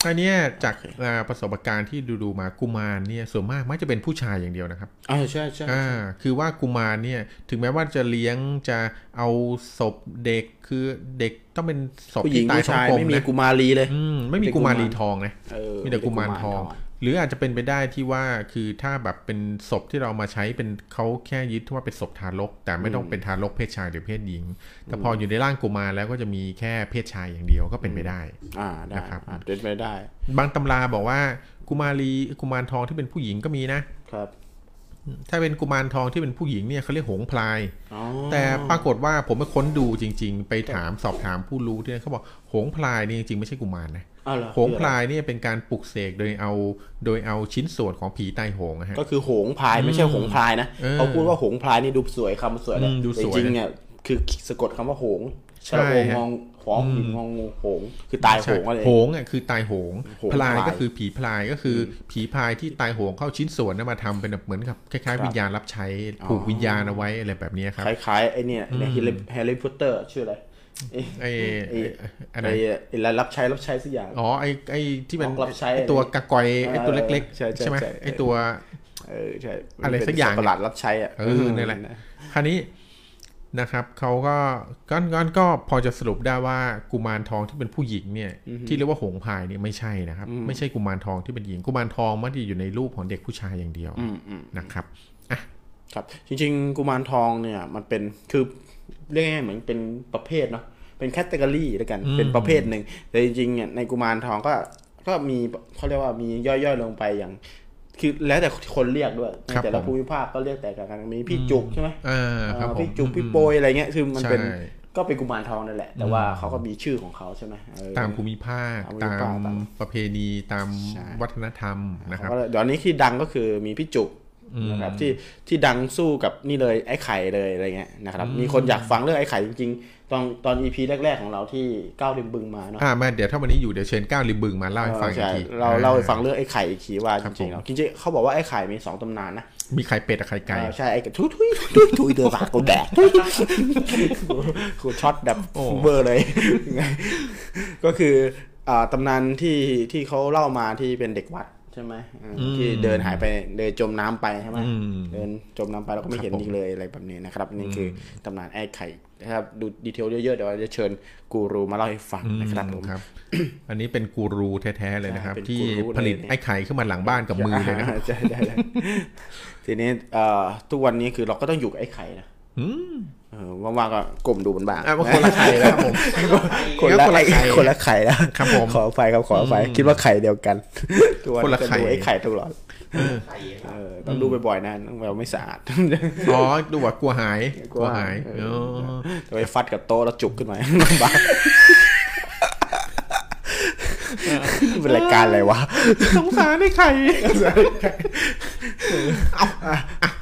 อันเนี้ยจาก
โอเค
อ่าประสบการณ์ที่ดูๆมากุมารเนี่ยส่วนมากมักจะเป็นผู้ชายอย่างเดียวนะครับ
อ่าใช่ใช่
อ่าคือว่ากุมารเนี่ย ถึงแม้ว่าจะเลี้ยงจะเอาศพเด็กคือเด็กต้องเป็นศพ
ผู้หญิ
ที่
ง
ตายท้
ผู้
อง
ชาย
กลม
ไม่มี
นะ
กุมารีเลย
อืมไม่มี
เป็นกุมาม
กุาร รรีทองนะ
เออ
มีแต่กุมารทอง หรืออาจจะเป็นไปได้ที่ว่าคือถ้าแบบเป็นศพที่เรามาใช้เป็นเขาแค่ยึดว่าเป็นศพทารก แต่ไม่ต้องเป็นทารกเพศชายหรือเพศหญิง แต่พออยู่ในร่างกุมารแล้วก็จะมีแค่เพศชายอย่างเดียวก็เป็นไปได้
อ่าได้
นะครับ
อ่าเป็นไปได้
บางตำราบอกว่ากุมารีกุมารทองที่เป็นผู้หญิงก็มีนะ
ครับ
ถ้าเป็นกุมารทองที่เป็นผู้หญิงเนี่ยเขาเรียกหงส์พลาย
อ๋อ
แต่ปรากฏว่าผมไปค้นดูจริง ๆ ไปถามสอบถามผู้รู้ที่นั่นเขาบอกโหงพลายนี่จริงๆไม่ใช่กุมารนะ
อ้าวเหรอ
โหงพลายเนี่ยเป็นการปลุกเสกโดยเอาโดยเอาชิ้นส่วนของผีตายโหงนะฮะ
ก็คือโหงพลายไม่ใช่โหงพลายนะ
เออ
เขาพูดว่าโหงพลายนี่ดูสวยคำสวยแหละ
อืมดู
แต่
สวย
จริงๆเนี่ยคือสะกดคำว่าโหง
ใช่
ชะโง
ฮะ
งองหอมหินงองงูโหง คือตายโหงอะไร
โหงอ่ะคือตายโหง
โหง
พลาย
พลาย
ก็คือผีพลายก็คืออผีพลายที่ตายโหงเข้าชิ้นส่วนนั้นมาทำเป็นแบบเหมือนกับคล้ายๆวิญญาณรับใช้
อ๋อ
ผูกวิญญาณเอาไว้อะไรแบบเนี้ยครับ
คล้ายๆไอ้เนี่ยในแฮร์รี่พอตเตอร์ชื่ออะไรไอ้
ไอ้ไอ้อะไร
ไอ้ไอ้อะไรรับใช้รับใช้สักอย่าง
อ๋อไอ้ไอ้ที่มัน
ออกรับใช้
ไอ้ตัวกากอยไอ้ตัวเล็กๆ
เออใช่ใช่
ไหม
ใช่
ไอ้ตัว
เออใช่มัน
อะไร
เป็น
สักอย่าง
ตว์ประหลาดรับใช้อ่ะ
เออนั่นแหละ คราวนี้นะครับเขาก็ก้อนก้อนก็พอจะสรุปได้ว่ากุมารทองที่เป็นผู้หญิงเนี่ยที่เรียกว่าหงพายเนี่ยไม่ใช่นะครับ ไม่ใช่กุมารทองที่เป็นหญิงกุมารทองมันจะอยู่ในรูปของเด็กผู้ชายอย่างเดียว
อืมอืม
นะครับ
ครับจริงๆ กุมารทองเนี่ยมันเป็นคือเรียกง่ายๆเหมือนเป็นประเภทเนาะเป็นแคตตาล็อแล้วกันเป็นประเภทหนึ่งแต่จริงๆเนี่ยในกุมารทองก็ก็มีเขาเรียกว่ามีย่อยๆลงไปอย่าง คือแล้วแต่คนเรียกด้วยใน
ครับ
แต่
ผ
ละ
ม
ภูมิภาคก็เรียกแตกต่างกันมีพี่จุกใช่ไหม
อ่าครับ
อ่า
ผม
พี่จุกพี่โปยอะไรเงี้ยคือมันเป็น
ใช่
ก็เป็นกุมารทองนั่นแหละ แต่ว่าเขาก็มีชื่อของเขาใช่ไหมเออ
ตามภูมิภาค
ตา
ตาม ม
ภูมิภาคตาม
ประเพณีตาม
ใช่
วัฒนธรรมนะครับ
เขาก็เลยเดี๋ยวนี้ที่ดังก็คือมีพี่จุกนะครับที่ที่ดังสู้กับนี่เลยไอ้ไข่เลยอะไรเงี้ยนะครับมีคนอยากฟังเรื่องไอ้ไข่จริงๆ ตอนตอนอีพีแรก ๆ ของเราที่ก้าวริมบึงมาเนาะ
อ่ามาเดี๋ยวถ้าวันนี้อยู่เดี๋ยวเชิญก้าวริมบึงมาเล่าให้ฟังอีก
ใช่
ที
เราเล่าให้ฟังเรื่องไอ้ไข่อีกทีว่าจ
ครับ
ริ
ผม
งๆแล้วจริงๆเขาบอกว่าไอ้ไข่มีสองตำนานนะ
มีไข่เป็ดกับไข่ไก่
เออใช่ไอ้ทุยทุยทุยทุยเดือดปากกู แดกทุยกูช็อตแบบ
โอ้
เบอร์เลย ยังไงก็คืออ่าตำนานที่ที่เขาเล่ามาที่เป็นเด็กวัดใช่ไหมอ่าที่เดินหายไปเดินจมน้ำไปใช่ไหม
อืม
เดินจมน้ำไปแล้วก็ไม่เห็น
ครับผม
อีกเลยอะไรแบบนี้นะครับนี่คือตำนานไอ้ไข่นะครับดูดีเทลเยอะๆเดี๋ยวเราจะเชิญกูรูมาเล่าให้ฟัง
อืม
นะครับผม
ครับ อันนี้เป็นกูรูแท้ๆเลยนะครับ
ใช่เป็น
ที่
กูรูเลย
ผลิต
เนี่ย
ไอ้ไข่ขึ้นมาหลังบ้านกับมือเลยนะครับ
ใช่ใช่ใช่ทีนี้เอ่อทุกวันนี้คือเราก็ต้องอยู่กับไอ้ไข่นะ
อืม
เออว่างๆก็กลมดูมันบ้าง
อ่ะมันคนละไข่แล้วครับผม
คนละ
คนละไข่
คนละไข่แล้ว
ครับผม
ขอไฟครับขอไฟคิดว่าไข่เดียวกันทุกวั
คนละ
ก็
ไข่
ดูไอ้ไข่ตลอด
ไข่อะครับ
เออต้องดูบ่อยๆนะเราไม่สะอาด
อ๋อ ดูว่ากลัวหาย
กลัวหาย
เออ
เออ จะไปฟัดกับโต๊ะแล้วจุกขึ้นมา ลำ บากเป็นรายการอะไรวะ
สงสารไอ้ไข่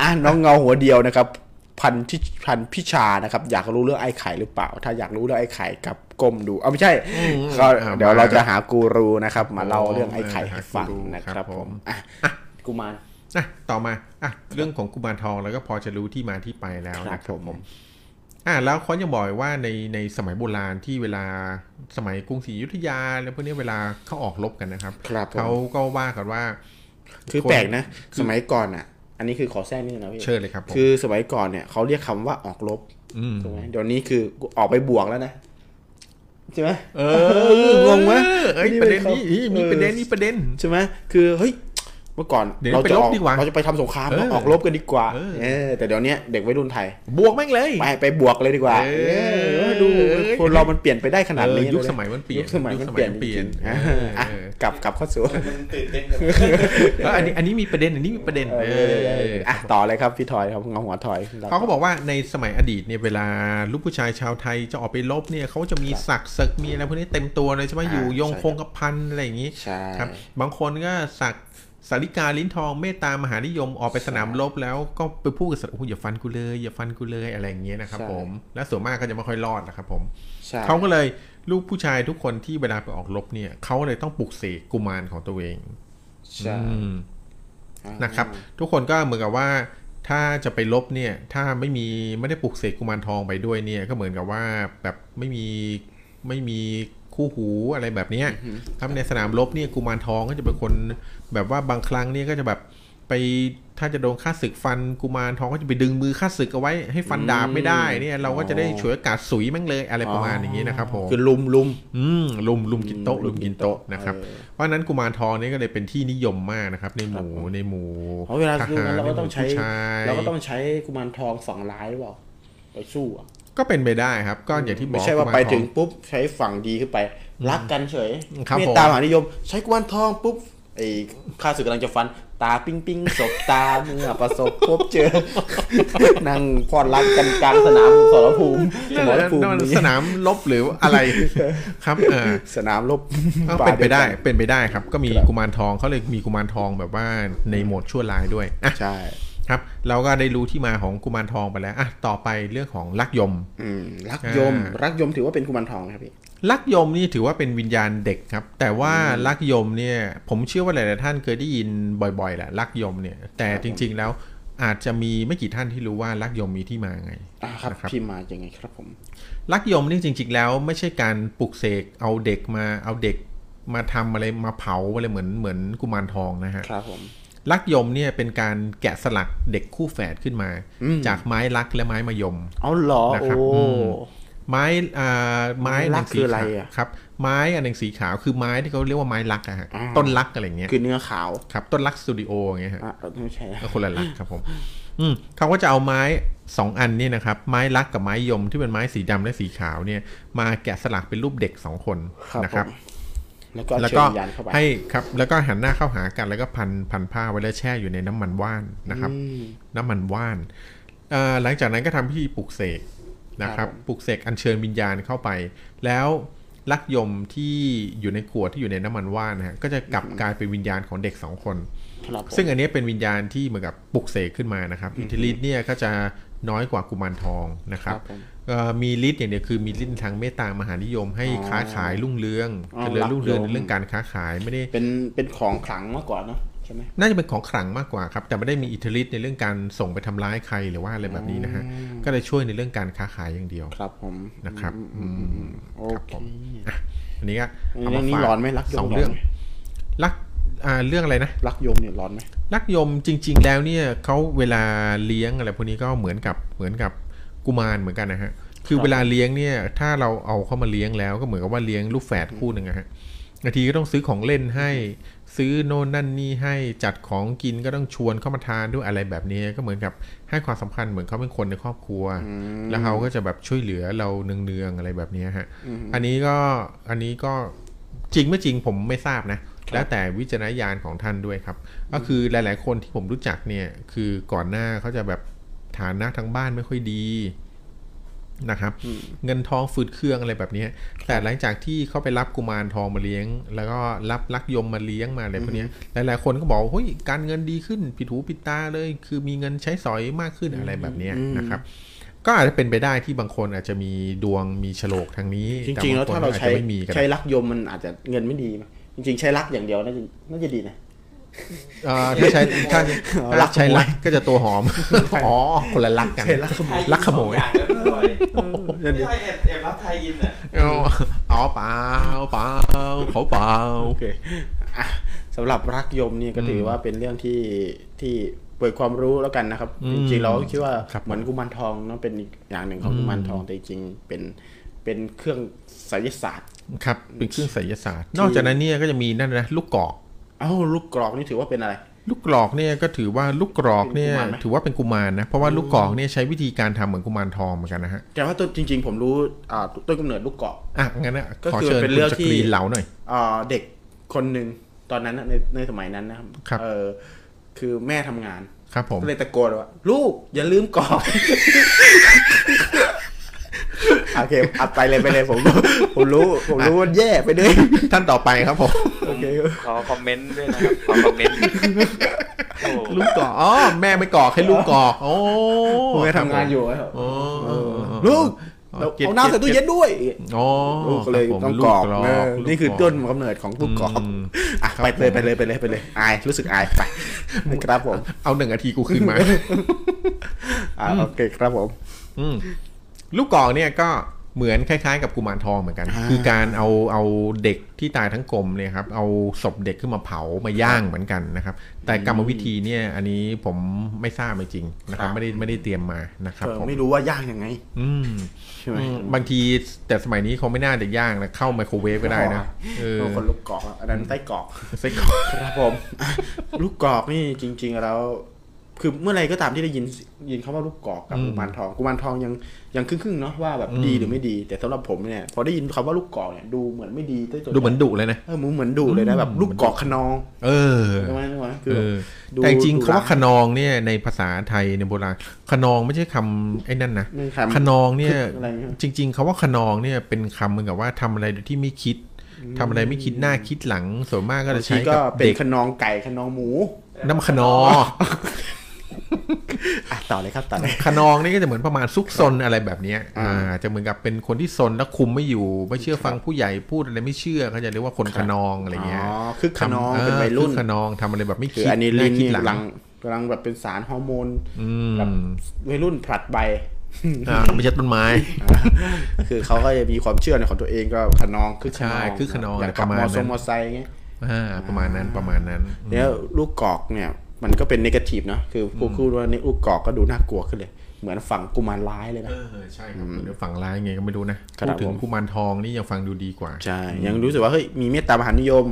อ่ะน้องเงาหัวเดียวนะครับ พันที่พันพิชานะครับ อยากรู้เรื่องไอ้ไข่หรือเปล่า ถ้าอยากรู้เรื่องไอ้ไข่กับก้มดูเอาไม่ใช่ก็
อ่า
เดี๋ยวเรา
มา
จะหากูรูนะครับ มาเล่าเรื่องไอ้ไข่ให้ฟัง
หากูรู
นะครับ
ครับ
ผ
ผม ม
อ่ะกูมาร
อ่ะต่อมาอ่ะเรื่องของกุมารทองแล้วก็พอจะรู้ที่มาที่ไปแล้ว
ครับ
นะครับผม
ผม
อ่ะแล้วเขายังบอกอีกว่าในในสมัยโบราณที่เวลาสมัยกรุงศรีอยุธยาแล้วพวกเนี้ยเวลาเขาออกรบกันนะครับ
ครับผม
เขาก็ว่ากันว่า
คือ
คน
แปลกนะ สมัยก่อนอ่ะ อันนี้คือขอแทรกนิดนึงนะพี่
เชิญเลยครับผม
คือสมัยก่อนเนี่ยเขาเรียกคำว่าออกรบ
ม
ถูกไหมเดี๋ยวนี้คือออกไปบวกแล้วนะใช่ไหม
เอ
องงไหม
เอ้ยประเด็นนี้อี้มีประเด็นนี้ประเด็น
ใช่ไหมคือเฮ้ยเมื่อก่อน
เดี๋ยว
เรา
ไป
จะ
ร
อบ อก
ดีกว่า
เราจะไปทำสงคราม
เออ
เราออกรบกันดีกว่า
เออ
เออแต่เดี๋ยวเนี้ยเด็กวัยรุ่นไทย
บวกแม่งเลย
ไปไปบวกเลยดีกว่า
เอ
เอ
อ
อดู
เออ
คนเรามันเปลี่ยนไปได้ขนาด
เออ
นี้
ยุค
เล
สมัยมันเปลี่ยน
คสมัยมันเป
ค
ลี่ยน
เปลี่ยน
จริงๆ
เอ
อ่ะ
อ
อ่ะ
เออก
ลับกลับเข้าสู่
มันตื่นเต้นกัน
เอออันนี้อันนี้มีประเด็นอันนี้มีประเด็น
เอ
เอ
อ
อ
อ่ะต่อเลยครับพี่ทอยครับเงาหัวทอย
เขาก็บอกว่าในสมัยอดีตเนี่ยเวลาลูกผู้ชายชาวไทยจะออกไปรบเนี่ยเขาจะมีสักศึกมีอะไรพวกนี้เต็มตัวเลยใช่ไหมอยู่ยงคงกระพันอะไรอย่างนี้
ใช่
ครับ บางคนก็สักสาริกาลิ้นทองเมตตามหานิยมออกไปสนามรบแล้วก็ไปพูดกับศัตรูโอ้โหอย่าฟันกูเลยอย่าฟันกูเลยอะไรอย่างเงี้ยนะครับผมและส่วนมากก็จะไม่ค่อยรอดนะครับผม
ใช่
เขาก็เลยลูกผู้ชายทุกคนที่เวลาไปออกรบเนี่ยเขาเลยต้องปลุกเสกกุมารของตัวเอง
ใช่
อืม
อ่า
นะครับทุกคนก็เหมือนกับว่าถ้าจะไปลบเนี่ยถ้าไม่มีไม่ได้ปลุกเสกกุมารทองไปด้วยเนี่ยก็เหมือนกับว่าแบบไม่มีไม่มีคู่หูอะไรแบบเนี้ยถ้าในสนามรบเนี่ยกุมารทองก็จะเป็นคนแบบว่าบางครั้งเนี่ยก็จะแบบไปถ้าจะโดนฆ่าศึกฟันกุมารทองก็จะไปดึงมือฆ่าศึกเอาไว้ ให้ฟันดาบไม่ได้เนี่ยเราก็จะได้ฉวยโอกาสสุยแม่งเลยอะไรประมาณอย่างนี้นะครับผม
คือลุมลุม
อืมลุมลุมกินโต๊ะ
อืม
ลุมกินโต๊ะนะครับ
เออ
เพราะฉะนั้นกุมารทองนี่ก็เลยเป็นที่นิยมมากนะครับ ในหมู่ในหมู่
เพราะเวลาดูนั้นเราก็ต้องใช้
ในหมู่ผู้ชาย
เราก็ต้องใช้กุมารทองฝั่งร้ายหรือเปล่าไปสู้อะ
ก็เป็นไปได้ครับ ก็อย่างที่บอก
ไม่ใช่ว่าไปถึง
กุมารท
ปุ๊บใช้ฝั่งดีขึ้นไป รักกันเฉย
ครับ
เมตตามหานิยม ใช้กวนทองปุ๊บไอ้ข้าศึกกำลังจะฟัน ตาปิ้งปิ้งสบตาเมื่อประสบพบเจอ นั่งพอดรักกันกลางสนามสรภูมิ
อง
สมรภูมิ
นั่นมัน
นี้
สนามลบหรืออะไร ครับเออ
สนามรบ
ก็เป็นไปได้
ป่ายวกั
เป็นไปได้ครับ ก็มีกุมารทองเขาเลยมีกุมารทองแบบว่าในโหมดชั่วร้ายด้วยอ่ะ
นใช่
ครับเราก็ได้รู้ที่มาของกุมารทองไปแล้วอ่ะต่อไปเรื่องของลักยม
อืมรักยม
อ่า
รักยมถือว่าเป็นกุมารทองไหมครับพี่
ลักยมนี่ถือว่าเป็นวิญญาณเด็กครับ แต่ว่าลักยมเนี่ยผมเชื่อว่าหลาย ๆ ท่านเคยได้ยินบ่อย ๆ แหละลักยมเนี่ย แต่จริง ๆ แล้วอาจจะมีไม่กี่ท่านที่รู้ว่าลักยมมีที่มาไง
อ่าครับ
นะ
พี่มายังไงครับผม
ลักยมนี่จริง ๆ แล้วไม่ใช่การปลุกเสกเอาเด็กมาเอาเด็กมาทำอะไรมาเผาอะไรเหมือนเหมือนกุมารทองนะฮะ
ครับผม
ลักยมเนี่ยเป็นการแกะสลักเด็กคู่แฝดขึ้นมา
อืม
จากไม้ลักและไม้มะยม
เอาเหรอ
นะ
โอ้
ครับอืม ไม้อ่าไม้
ไม้ลั
ห
ก
นึ่งสี
คืออะไร
ขาว
อะ
ครับ ไม้อันหนึ่งสีขาวคือไม้ที่เขาเรียกว่าไม้ลักอะฮะ
อ่า
ต้นลักอะไรอย่างเงี้ย
คือเนื้อขาว
ครับต้นลักสตูดิโออย่างเงี้ยฮะ
อ่ะไม่ใช่นะ
ก็คนละลักครับผมอืมเขาก็จะเอาไม้สองอันเนี่ยนะครับไม้ลักกับไม้ยมที่เป็นไม้สีดำและสีขาวเนี่ยมาแกะสลักเป็นรูปเด็กสองคน
ครับ
นะ
ผ
ครับ
มแล้วก็
แล้ว
เชิ
ก็
ญวิญญาณเข้าไป
ให้ครับแล้วก็หันหน้าเข้าหากันแล้วก็พันพันผ้าไว้แล้วแช่อยู่ในน้ำมันว่านนะครับ
อืม
น้ำมันว่านเอ่อหลังจากนั้นก็ทำพิธีปลุกเสกนะค
ครั
รั
บบ ผม
ปลุกเสกอัญเชิญวิญญาณเข้าไป แล้วลักยมที่อยู่ในขวดที่อยู่ในน้ำมันว่านนะฮะ ก็จะกลับกลายเป็นวิญญาณของเด็กสองคน
ครับผม
ซึ่งอันเนี้ยเป็นวิญญาณที่เหมือนกับปลุกเสกขึ้นมานะครับอิทธิฤทธิ์เนี่ยก็จะน้อยกว่ากุมารทองนะครับ
ครับผม
เอ่อมีฤทธิ์อย่างเดียวคือมีฤทธิ์ทางเมตตามหานิยมให้ค้าขายรุ่งเรือง
อ๋อ
เจริญรุ่งเรือง
ลักยม
ในเรื่องการค้าขายไม่ได้
เป็นเป็นของขลังมากกว่าเนอะใช่ไหม
น่าจะเป็นของขลังมากกว่าครับ แต่ไม่ได้มีอิทธิฤทธิ์ในเรื่องการส่งไปทำร้ายใครหรือว่าอะไรแบบนี้นะฮะ
อืม
ก็เลยช่วยในเรื่องการค้าขายอย่างเดียว
ครับผม
นะครับ
อืมอืมอืมโอ
ครับ
เค
ผม อันนี้ก็
เรื่องนี้
ฝ
ร้อนไหมรักยม
สองเรื่อง
ร้นไหม
รักอ่าเรื่องอะไรนะ
รักยมเนี่ยร้อนไหม
รักยมจริง ๆ แล้วเนี่ยเขาเวลาเลี้ยงอะไรพวกนี้ก็เหมือนกับเหมือนกับกุมารเหมือนกันนะฮะคือเวลาเลี้ยงเนี่ยถ้าเราเอาเข้ามาเลี้ยงแล้วก็เหมือนกับว่าเลี้ยงลูกแฝดคู่หนึ่งนะฮะบางทีก็ต้องซื้อของเล่นให้ ซื้อโน่นนั่นนี่ให้จัดของกินก็ต้องชวนเข้ามาทานด้วยอะไรแบบนี้ก็เหมือนกับให้ความสำคัญเหมือนเขาเป็นคนในครอบครัว แล้วเขาก็จะแบบช่วยเหลือเราเนืองๆอะไรแบบนี้ฮะ อันนี้ก็อันนี้ก็จริงไม่จริงผมไม่ทราบนะ แล้วแต่วิจารณญาณของท่านด้วยครับ ก็คือหลาย ๆ คนที่ผมรู้จักเนี่ย คือก่อนหน้าเขาจะแบบฐานะทางบ้านไม่ค่อยดี นะครับ เงินทองฝืดเครื่องอะไรแบบเนี้ยแต่หลังจากที่เขาไปรับกุมารทองมาเลี้ยง แล้วก็รับลักยมมาเลี้ยงมาอะไรพวกเนี้ยหลายๆคนก็บอกว่าเฮ้ยการเงินดีขึ้นผิดหูผิดตาเลย คือมีเงินใช้สอยมากขึ้นอะไรแบบเนี้ยนะครับ ก็อาจจะเป็นไปได้ที่บางคนอาจจะมีดวงมีโฉลกทางนี้
จริงๆ แล้ว
บคน
ถ้าเรา
อจ
ใช้
จะไม่มีก็
ใช้
ได้
รักยมมันอาจจะเงินไม่ดีไหมจริง ๆ ใช้รักอย่างเดียวน่าจะน่าจะดีนะ
เอ่อถ้าใช้ถ้า
เอารักขโมย
ใช้รักก็จะตัวหอ มอ๋อคนละรักกัน ลักขโมย
แอบแอบรับไทยอินอ่ะ
เอ๋อาเปล่าเปล่าเขาเปล่า
โอเคอ่ะสำหรับรักยมเนี่ยก็ถือว่าเป็นเรื่องที่ที่เปิดความรู้แล้วกันนะครับ
อืม
จริงๆเราก็คิดว่า
ครับ
เหมือนกุมารทองเนอะเป็นอีกอย่างหนึ่งของ
อืม
กุมารทองแต่จริงๆเป็นเป็นเครื่องไสยศาสตร์
ครับเป็นเครื่องไสยศาสตร์ นอกจากนั้นเนี่ยก็จะมีนั่นนะลูกกรอก
เอ้าลูกกรอกนี่ถือว่าเป็นอะไร
ลูกกรอกเนี่ยก็ถือว่าลูกกรอกเนี่ย
เป็นกุมารไหม
ถือว่าเป็นกุมารนะเพราะว่าลูกกรอกเนี่ยใช้วิธีการทำเหมือนกุมารทองเหมือนกันนะฮะ
แต่ว่าต้นจริง ๆ ผมรู้อ่าต้นกำเนิดลูกกรอก
อ่ะงั้นนะ
ก็
ขอ
คือ
เชิญ
เป็น
คุณ
เรื่อง
จั
ที่
กรีเหลาหน่อย
เอ่อเด็กคนหนึ่งตอนนั้นน่ะในในสมัยนั้นนะครับ
ครับ
เออคือแม่ทำงาน
ครับผม
ก็เลยตะโกนว่าลูกอย่าลืมกรอกโอเคอัดไปเลยไปเลยผมผมรู้ ผมรู้ว่าแย่ไปเลย
ท่านต่อไปครับผม
โอเค
ขอคอมเมนต์ด้วยนะครับ ขอคอมเมนต์ โอ้
ลูกกรอกอ๋อแม่ไม่กรอกให้ลูกกรอกโอ้
ผมก็ทำงานอยู่
โอ้
เออลูกเราเอาน้ำใส่ตู้เย็นด้วย
โอ้
ลูกก็เลย
ครับผม
ต้องกรอก
ลูก
เออ
กรก
นี่คือต้นกำเนิดของลูกกรอก
อืม
อ่ะ
ครับ
ไปเลย
ผม
ไปเลยไปเลยไปเลยอายรู้สึกอายไปนะครับผม
เอาหนึ่งนาทีกูขึ้นมา
อ่าโอเคครับผม
อืมลูกกรอกเนี่ยก็เหมือนคล้ายๆ กับกุมารทองเหมือนกัน คือการเอาเอาเด็กที่ตายทั้งกลมเนี่ยครับเอาศพเด็กขึ้นมาเผามาย่างเหมือนกันนะครับ แต่กรรมวิธีเนี่ยอันนี้ผมไม่ทราบจริงๆนะครั
ครับ บ
ไม่ได้ไม่ได้เตรียมมานะครับ
เออ
ผม
ไม่รู้ว่าย่างยังไง
อืม
ใช่ไหม
อืมบางทีแต่สมัยนี้เขาไม่น่าจะย่างนะเข้าไมโครเวฟก็ได้นะเออ
โอ้คนลูกกรอกอะอันนั้นไส้กรอก
ไส้กรอก
ครับผม ลูกกรอกนี่จริง ๆ แล้ว คือเมื่อไรก็ตามที่ได้ยินยินคำว่าลูกกรอกกับกุมารทองกุมารทองยังยังครึ่งๆเนาะว่าแบบดีหรือไม่ดี แต่สำหรับผมเนี่ยพอได้ยินคำว่าลูกกรอกเนี่ยดูเหมือนไม่ดีด้วยตัว
ดูเหมือนดุเลยนะ
เออเหมือนดูเลยนะแบบลูกกรอกขนอง
เออ
ใช่ไหมใช่ไหมคื
เอ
อ
อ
ดู
แต่จริง
ดู
ๆคำว่า
ร้าย
ขนองเนี่ยในภาษาไทยในโบราณขนองไม่ใช่คำไอ้นั่นนะ
ไม่ใช่คำ
ขนองเนี่ย
อะไรนะ
จริง ๆคำว่าขนองเนี่ยเป็นคำเหมือนกับว่าทำอะไรโดยที่ไม่คิดทำอะไรไม่คิดหน้าคิดหลังส่วนมากก็
บา
จะ
งที
ใช้
ก็
กับ
เป็น
เด็ก
ขนองไก่ขนองหมู
น้ำขนอง
อ่ะต่อเลยครับต่อเลย
ขนองนี่ก็จะเหมือนประมาณซุกซนอะไรแบบเนี้ย
อ่า
อ่าจะเหมือนกับเป็นคนที่ซนแล้วคุมไม่อยู่ ไม่เชื่อฟังผู้ใหญ่พูดอะไรไม่เชื่อเขาจะเรียกว่าคนขนองอะไรเงี้ย
อ๋อคือขนอง
ทำ
เป็นวัยรุ่น
ออคือขนองทำอะไรแบบไม่
คือ
คิด
อันนี้
ห
ลิ
น้านคิด
นี่
หลั
กำลั
ง
งกำลังแบบเป็นสารฮอร์โมน
อื
แบบ
ม
วัยรุ่นผลัดใบ
อ่าไม่ใช่ต้นไม้
คือเขาก็จะมีความเชื่อในของตัวเองก็ขนองคือขนอง
ใช่คึกขนอง
อยาก
อะไร
ขับ
ประ
ม
มา
อ
ณ
ท
นั้
รง
น
มอไซค์อย่างเงี้ย
อ่าประมาณนั้นประมาณนั้นอืม
แล้วลูกกอกเนี่ย มันก็เป็นนกาทีฟนะคือพูดคูดว่าในลูกกอกก็ดูน่ากลัวขึ้นเลย เหมือนฝั่งกุมารร้ายเลยนะ
เออใช่ครับเดี๋ยวฝั่งร้ายไงก็ไม่รู้นะครับ พูดถึ
ผ
ง
ม
กุมารทองนี่ยังฟังดูดีกว่า
ใช่ยังรู้สึกว่าเฮ้ยมีเมตตามหานิยม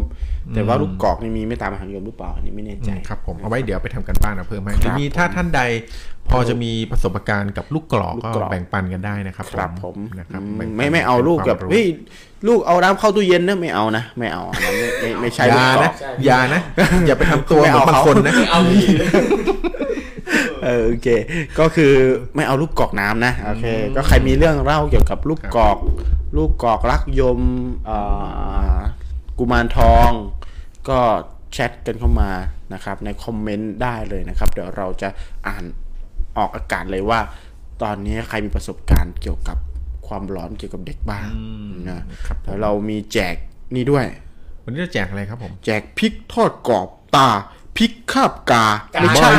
แต่ว่าลูกกอกนี่มีเมตตามหานิยมหรือเปล่าอันนี้ไม่แน่ใจ
ครับผมเอาไว้เดี๋ยวไปทำกันบ้านเอาเพิ่มให้
ครับ
ทีนี้ถ้าท่านใดพอจะมีประสบการณ์กับลูกกรอก
ลู
ก็
กกรอก
แบ่งปันกันได้นะครับ
ครับผม
นะครับ
อืม
แบ่งปัน
ไม่ไม่เอาลูกกับ
ป็นควมรู้
เฮ้ยลูกเอาน้ำเข้าตู้เย็นนะไม่เอานะไม่เอาอันนั้นไม่ไม่ไม่ใช่
อ
ลูก
ย่าก
อ
นะ
ก
อย่านะ อย่าไปทำตัว
ไม่
เหมือน
เอา
บาง
เขา
คนนะ
เอาดี
เออโอเค ก็คือไม่เอาลูกกอกน้ำนะโอเค ก็ใครมีเรื่องเล่าเกี่ยวกับลูกกอก ลูกกอกรักยมเอ่อกุมารทอง ก็แชทกันเข้ามานะครับ ในคอมเมนต์ได้เลยนะครับ เดี๋ยวเราจะอ่านออกอากาศเลยว่า ตอนนี้ใครมีประสบการณ์เกี่ยวกับความร้อนเกี่ยวกับเด็กบ้างนะแล้วเรามีแจกนี่ด้วย
วันนี้จะแจกอะไรครับผม
แจกพริกทอดกรอบตาพริกคาบกาไม่
ใบ
ใช่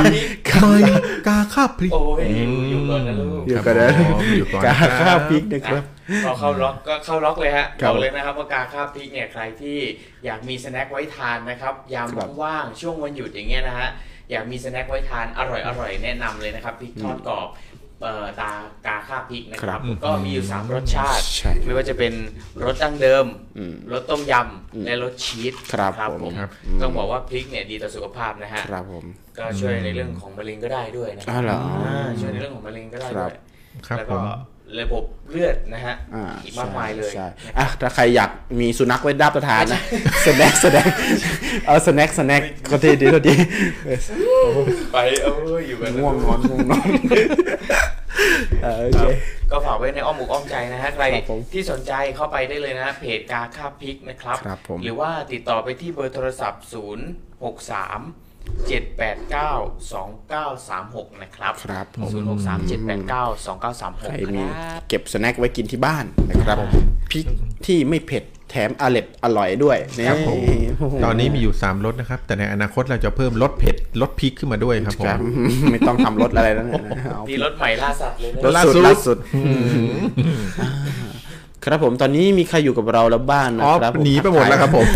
ใบกาข้าบพริก
โอ้ยอยู่อยู่ก่อนนะลูก
อยู่ก่อนนะ
ครับผมอยู่ก่อนนะ
กา
ครับ
ข้าวพริกนะครับ
พอเข้าล็อกก็เข้าล็อกเลยฮะ
ครับ บอก
เลยนะครับว่ากาคาบพริกเนี่ยใครที่อยากมีสแน็คไว้ทานนะครับยาม
ครับ
ว่างๆช่วงวันหยุดอย่างเงี้ยนะฮะอยากมีสแน็คไว้ทานอร่อยอร่อยแนะนำเลยนะครับพริกทอดกรอบเอ่อตากาคาบพริกนะค
ครั
รับบ ก็มีอยู่สามรสชาติ
ใช่
ไม่ว่าจะเป็นรสดั้งเดิม
อืม
รสต้มยำและรสชีส
ครับผม
ครับ
ต้องบอกว่าพริกเนี่ยดีต่อสุขภาพนะฮะ
ครับผม
ก็ช่วยในเรื่องของมะเร็งก็ได้ด้วยนะค
อ๋
รั
อบเหรอ
อ่าช่วยในเรื่องของมะเร็งก็ได้
ครั
ด้ว
บ
ย
ครับ
แล้ว
ผ
ก็
ม
ระบบเลือดนะฮะ
อ่า
อีกมากมายเลย
ใช่
นะ
ใช่อ่ะถ้าใครอยากมีสุนัขไว้รับประทานนะสแน็คสแน็คเอาสแน็คสแน็คก็ทีดีก็ที
ไปเอ้ยอยู่กัน
ง่วงนอนง่วงนอน เออโอเค
ก็ฝากไว้ในอ้อมอกอ้อมใจนะฮะใคร
ครับผม
ที่สนใจเข้าไปได้เลยนะฮะเพจกาคาบพริกนะครับ
ครับผม
หรือว่าติดต่อไปที่เบอร์โทรศัพท์ 0 6 3 7 8 9 2 9 3 6 นะครับ
ครับผม
0 6 3 7 8 9 2 9 3
ใคร
6
มี
ครับ
เก็บสแน็คไว้กินที่บ้านนะครับพริกที่ไม่เผ็ดแถมอร่อยอร่อยด้วยนี่
ครับผม
โโห
ตอนนี้มีอยู่ 3รสนะครับ แต่ในอนาคตเราจะเพิ่มรสเผ็ดรสพริกขึ้นมาด้วยครับผ
ค
ม
รับ ไม่ต้องทำรสอะไรแล้วนะเอา
ที่รถใหม่ล่าสัตว์เลยนะ
รถล่าสุด
ล่าสุดอ่าครับผมตอนนี้มีใครอยู่กับเราแล้วบ้างนะ
อ๋อ
ครับผม
หนีไปหมดแล้วครับผม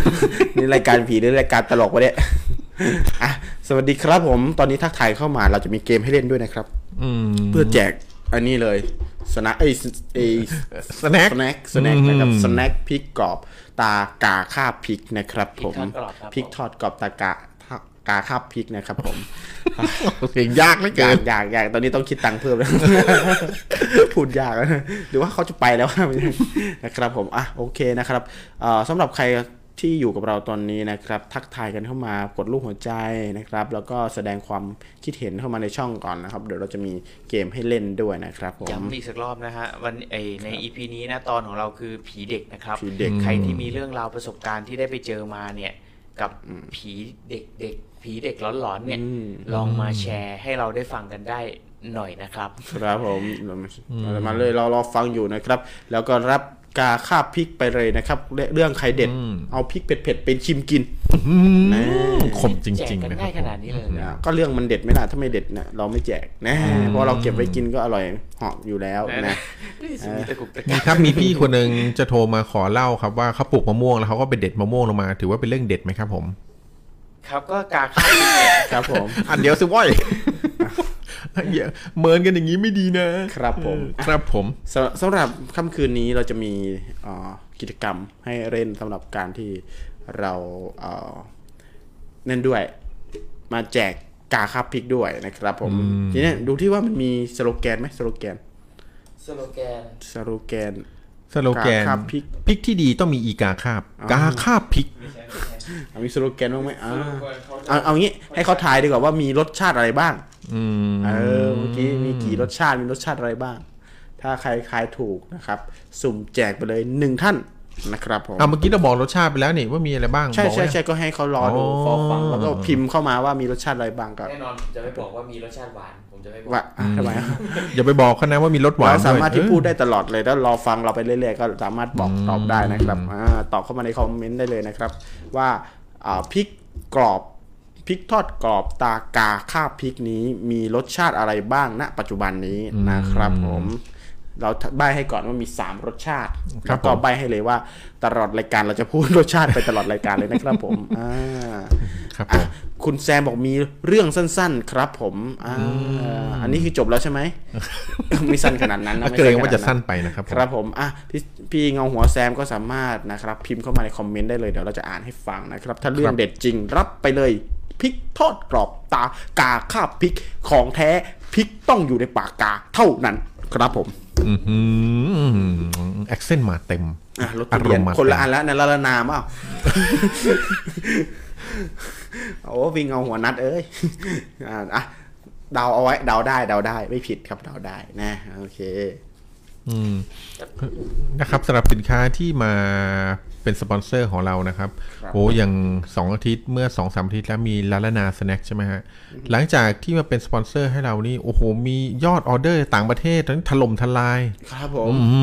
นี่รายการผีหรือรายการตลกวะเนี่ยอ่ะสวัสดีครับผมตอนนี้ทักทายเข้ามาเราจะมีเกมให้เล่นด้วยนะครับ
อืม
เพื่อแจกอันนี้เลยสแน็คเอ้ยสเอ้ย
สแน็ค
สแน็คสแน็คนะครับ
อืม
สแน็คพริกกรอบตากาข้าบพริกนะครับ ผม
พริกทอดกรอบครับ
พริกทอดกรอบตากากาข้าบพริกนะครับ ผม
เสียงยากเหลือ
อ
เกิ
ยาน กอยากอยากตอนนี้ต้องคิดตังค์เพิ่มแล้ว พูดยากแล้วนะหรือว่าเขาจะไปแล้ว นะครับ ผมอ่ะโอเคนะครับเอ่อสำหรับใครที่อยู่กับเราตอนนี้นะครับ ทักทายกันเข้ามากดรูปหัวใจนะครับ แล้วก็แสดงความคิดเห็นเข้ามาในช่องก่อนนะครับ เดี๋ยวเราจะมีเกมให้เล่นด้วยนะครับผม
ย้ำอีกสักรอบนะฮะวันไอในอีพีนี้นะตอนของเราคือผีเด็กนะครับ
ผีเด็ก
ใครที่มีเรื่องราวประสบการณ์ที่ได้ไปเจอมาเนี่ย กับผีเด็กเด็กๆผีเด็กหลอนๆเนี่ย ลองมาแชร์ให้เราได้ฟังกันได้หน่อยนะครับ
ครับผมเรามาเลยเรารอฟังอยู่นะครับ แล้วก็รับกาคาบพริกไปเลยนะครับ เรื่องใครเด็ด เอาพริกเผ็ดๆไปชิมกิน
อืม
แน่
ขมจ
แจก
ริง
กั
ๆ
น
นะครั
ง่า
บ
ยขนาดนี้เลยนะ
ก็เรื่องมันเด็ดไหม่ล่ะถ้าไม่เด็ดนะเราไม่แจกนะเพราะเราเก็บไว้กินก็อร่อยเหาะอยู่แล้วนะ
มีตะกุกตะ
มี
กัก
ครับมีพี่คนหนึ่งจะโทรมาขอเล่าครับว่าเขาปลูกมะม่วงแล้วเขาก็ไปเด็ดมะม่วงลงมา ถือว่าเป็นเรื่องเด็ดไหมครับผม
ครับก็กาข้าว
ครับผม
อันเดียวสิว้อยอย่า เหมินกันอย่างนี้ไม่ดีนะครับ
ผม
ครับผม
สำสำหรับค่ำคืนนี้เราจะมีเอ่อกิจกรรมให้เล่นสำหรับการที่เราเอ่อ นั่นด้วยมาแจกกาคาบพริกด้วยนะครับผมทีเนี้ยดูที่ว่ามันมีสโลแกนไหมสโลแกน
สโลแกน
สโลแกน
สโลแกน
กาคาบพริก
พริกที่ดีต้องมีอีกาคาบกาคาบพริก
เอามีสโลแกนบ้างไหมอ่าเอาเอางี้ให้เขาทายดีกว่าว่ามีรสชาติอะไรบ้าง
อืม
เออเมื่อกี้มีกี่รสชาติมีรสชาติอะไรบ้าง ถ้าใครคายถูกนะครับ สุ่มแจกไปเลยหนึ่งท่านนะครับผม
อ่ะเมื่อกี้เราบอกรสชาติไปแล้วนี่ว่ามีอะไรบ้าง
ใช่
บอก
ใช่
ไว้นะ
ใช่ก็ให้เขารอดู
อ๋อ
ฟอฟังแล้วก็พิมพ์เข้ามาว่ามีรสชาติอะไรบ้างก็
แน่นอนผมจะไม่บอกว่ามีรสชาติหวาน ผมจะไม่บอก
ว่าอ่ะทำไมอ่ะ
อย่าไปบอกเขานะว่ามีรสหวาน
เราสามารถที่
วย
พูดได้ตลอดเลยแล้วรอฟังเราไปเรื่อยๆก็สามารถบอกตอบได้นะครับอาตอบเข้ามาในคอมเมนต์ได้เลยนะครับ ว่าอ่าพริกกรอบพริกทอดกรอบตากาข้าวพริกนี้มีรสชาติอะไรบ้างณปัจจุบันนี้นะครับผมเราใบให้ก่อนว่ามี 3 รสชาติแล้วก็ใบให้เลยว่าตลอดรายการเราจะพูด รสชาติไปตลอดรายการเลยนะครับผมอ่า
ครับผ
อ่ะ
ม
คุณแซมบอกมีเรื่องสั้นๆ ครับผมอาอันนี้คือจบแล้วใช่ ไหม ไม่สั้นขนาดนั้นนะ
เกรงว่า
ไม่
จะสั้น
ขด
ไปนะครับผม
ครับผมอ่ะพี่พี่เงาหัวแซมก็สามารถนะครับ พิมพ์เข้ามาในคอมเมนต์ได้เลยเดี๋ยวเราจะอ่านให้ฟังนะครับ ถ้าเรื่องเด็ดจริงรับไปเลยพริกทอดกรอบตากาข้าบพริกของแท้พริกต้องอยู่ในปากกาเท่านั้นครับผม
อืมแอคเซนต์มาเต็ม
อ่ะรถทะเบีย
อารม
น
ณ์มา
คนละอั
เต็ม
นละนะละละนามอ้าว โอ้วิ่งเอาหัวนัดเอ้ย อ่าอ่ะเดาเอาไว้เดาได้เดาได้ไม่ผิดครับเดาได้นะโอเค
อืมนะครับสำหรับสินค้าที่มาเป็นสปอนเซอร์ของเรานะครับ
ครับ
โอ้อย่างสองอาทิตย์เมื่อสองสามอาทิตย์แล้วมีลาลานาสแน็คใช่ไหมฮะหลังจากที่มาเป็นสปอนเซอร์ให้เรานี่โอ้โหมียอดออเดอร์ต่างประเทศตอนนี้ถล่มทลาย
ครับผม
อื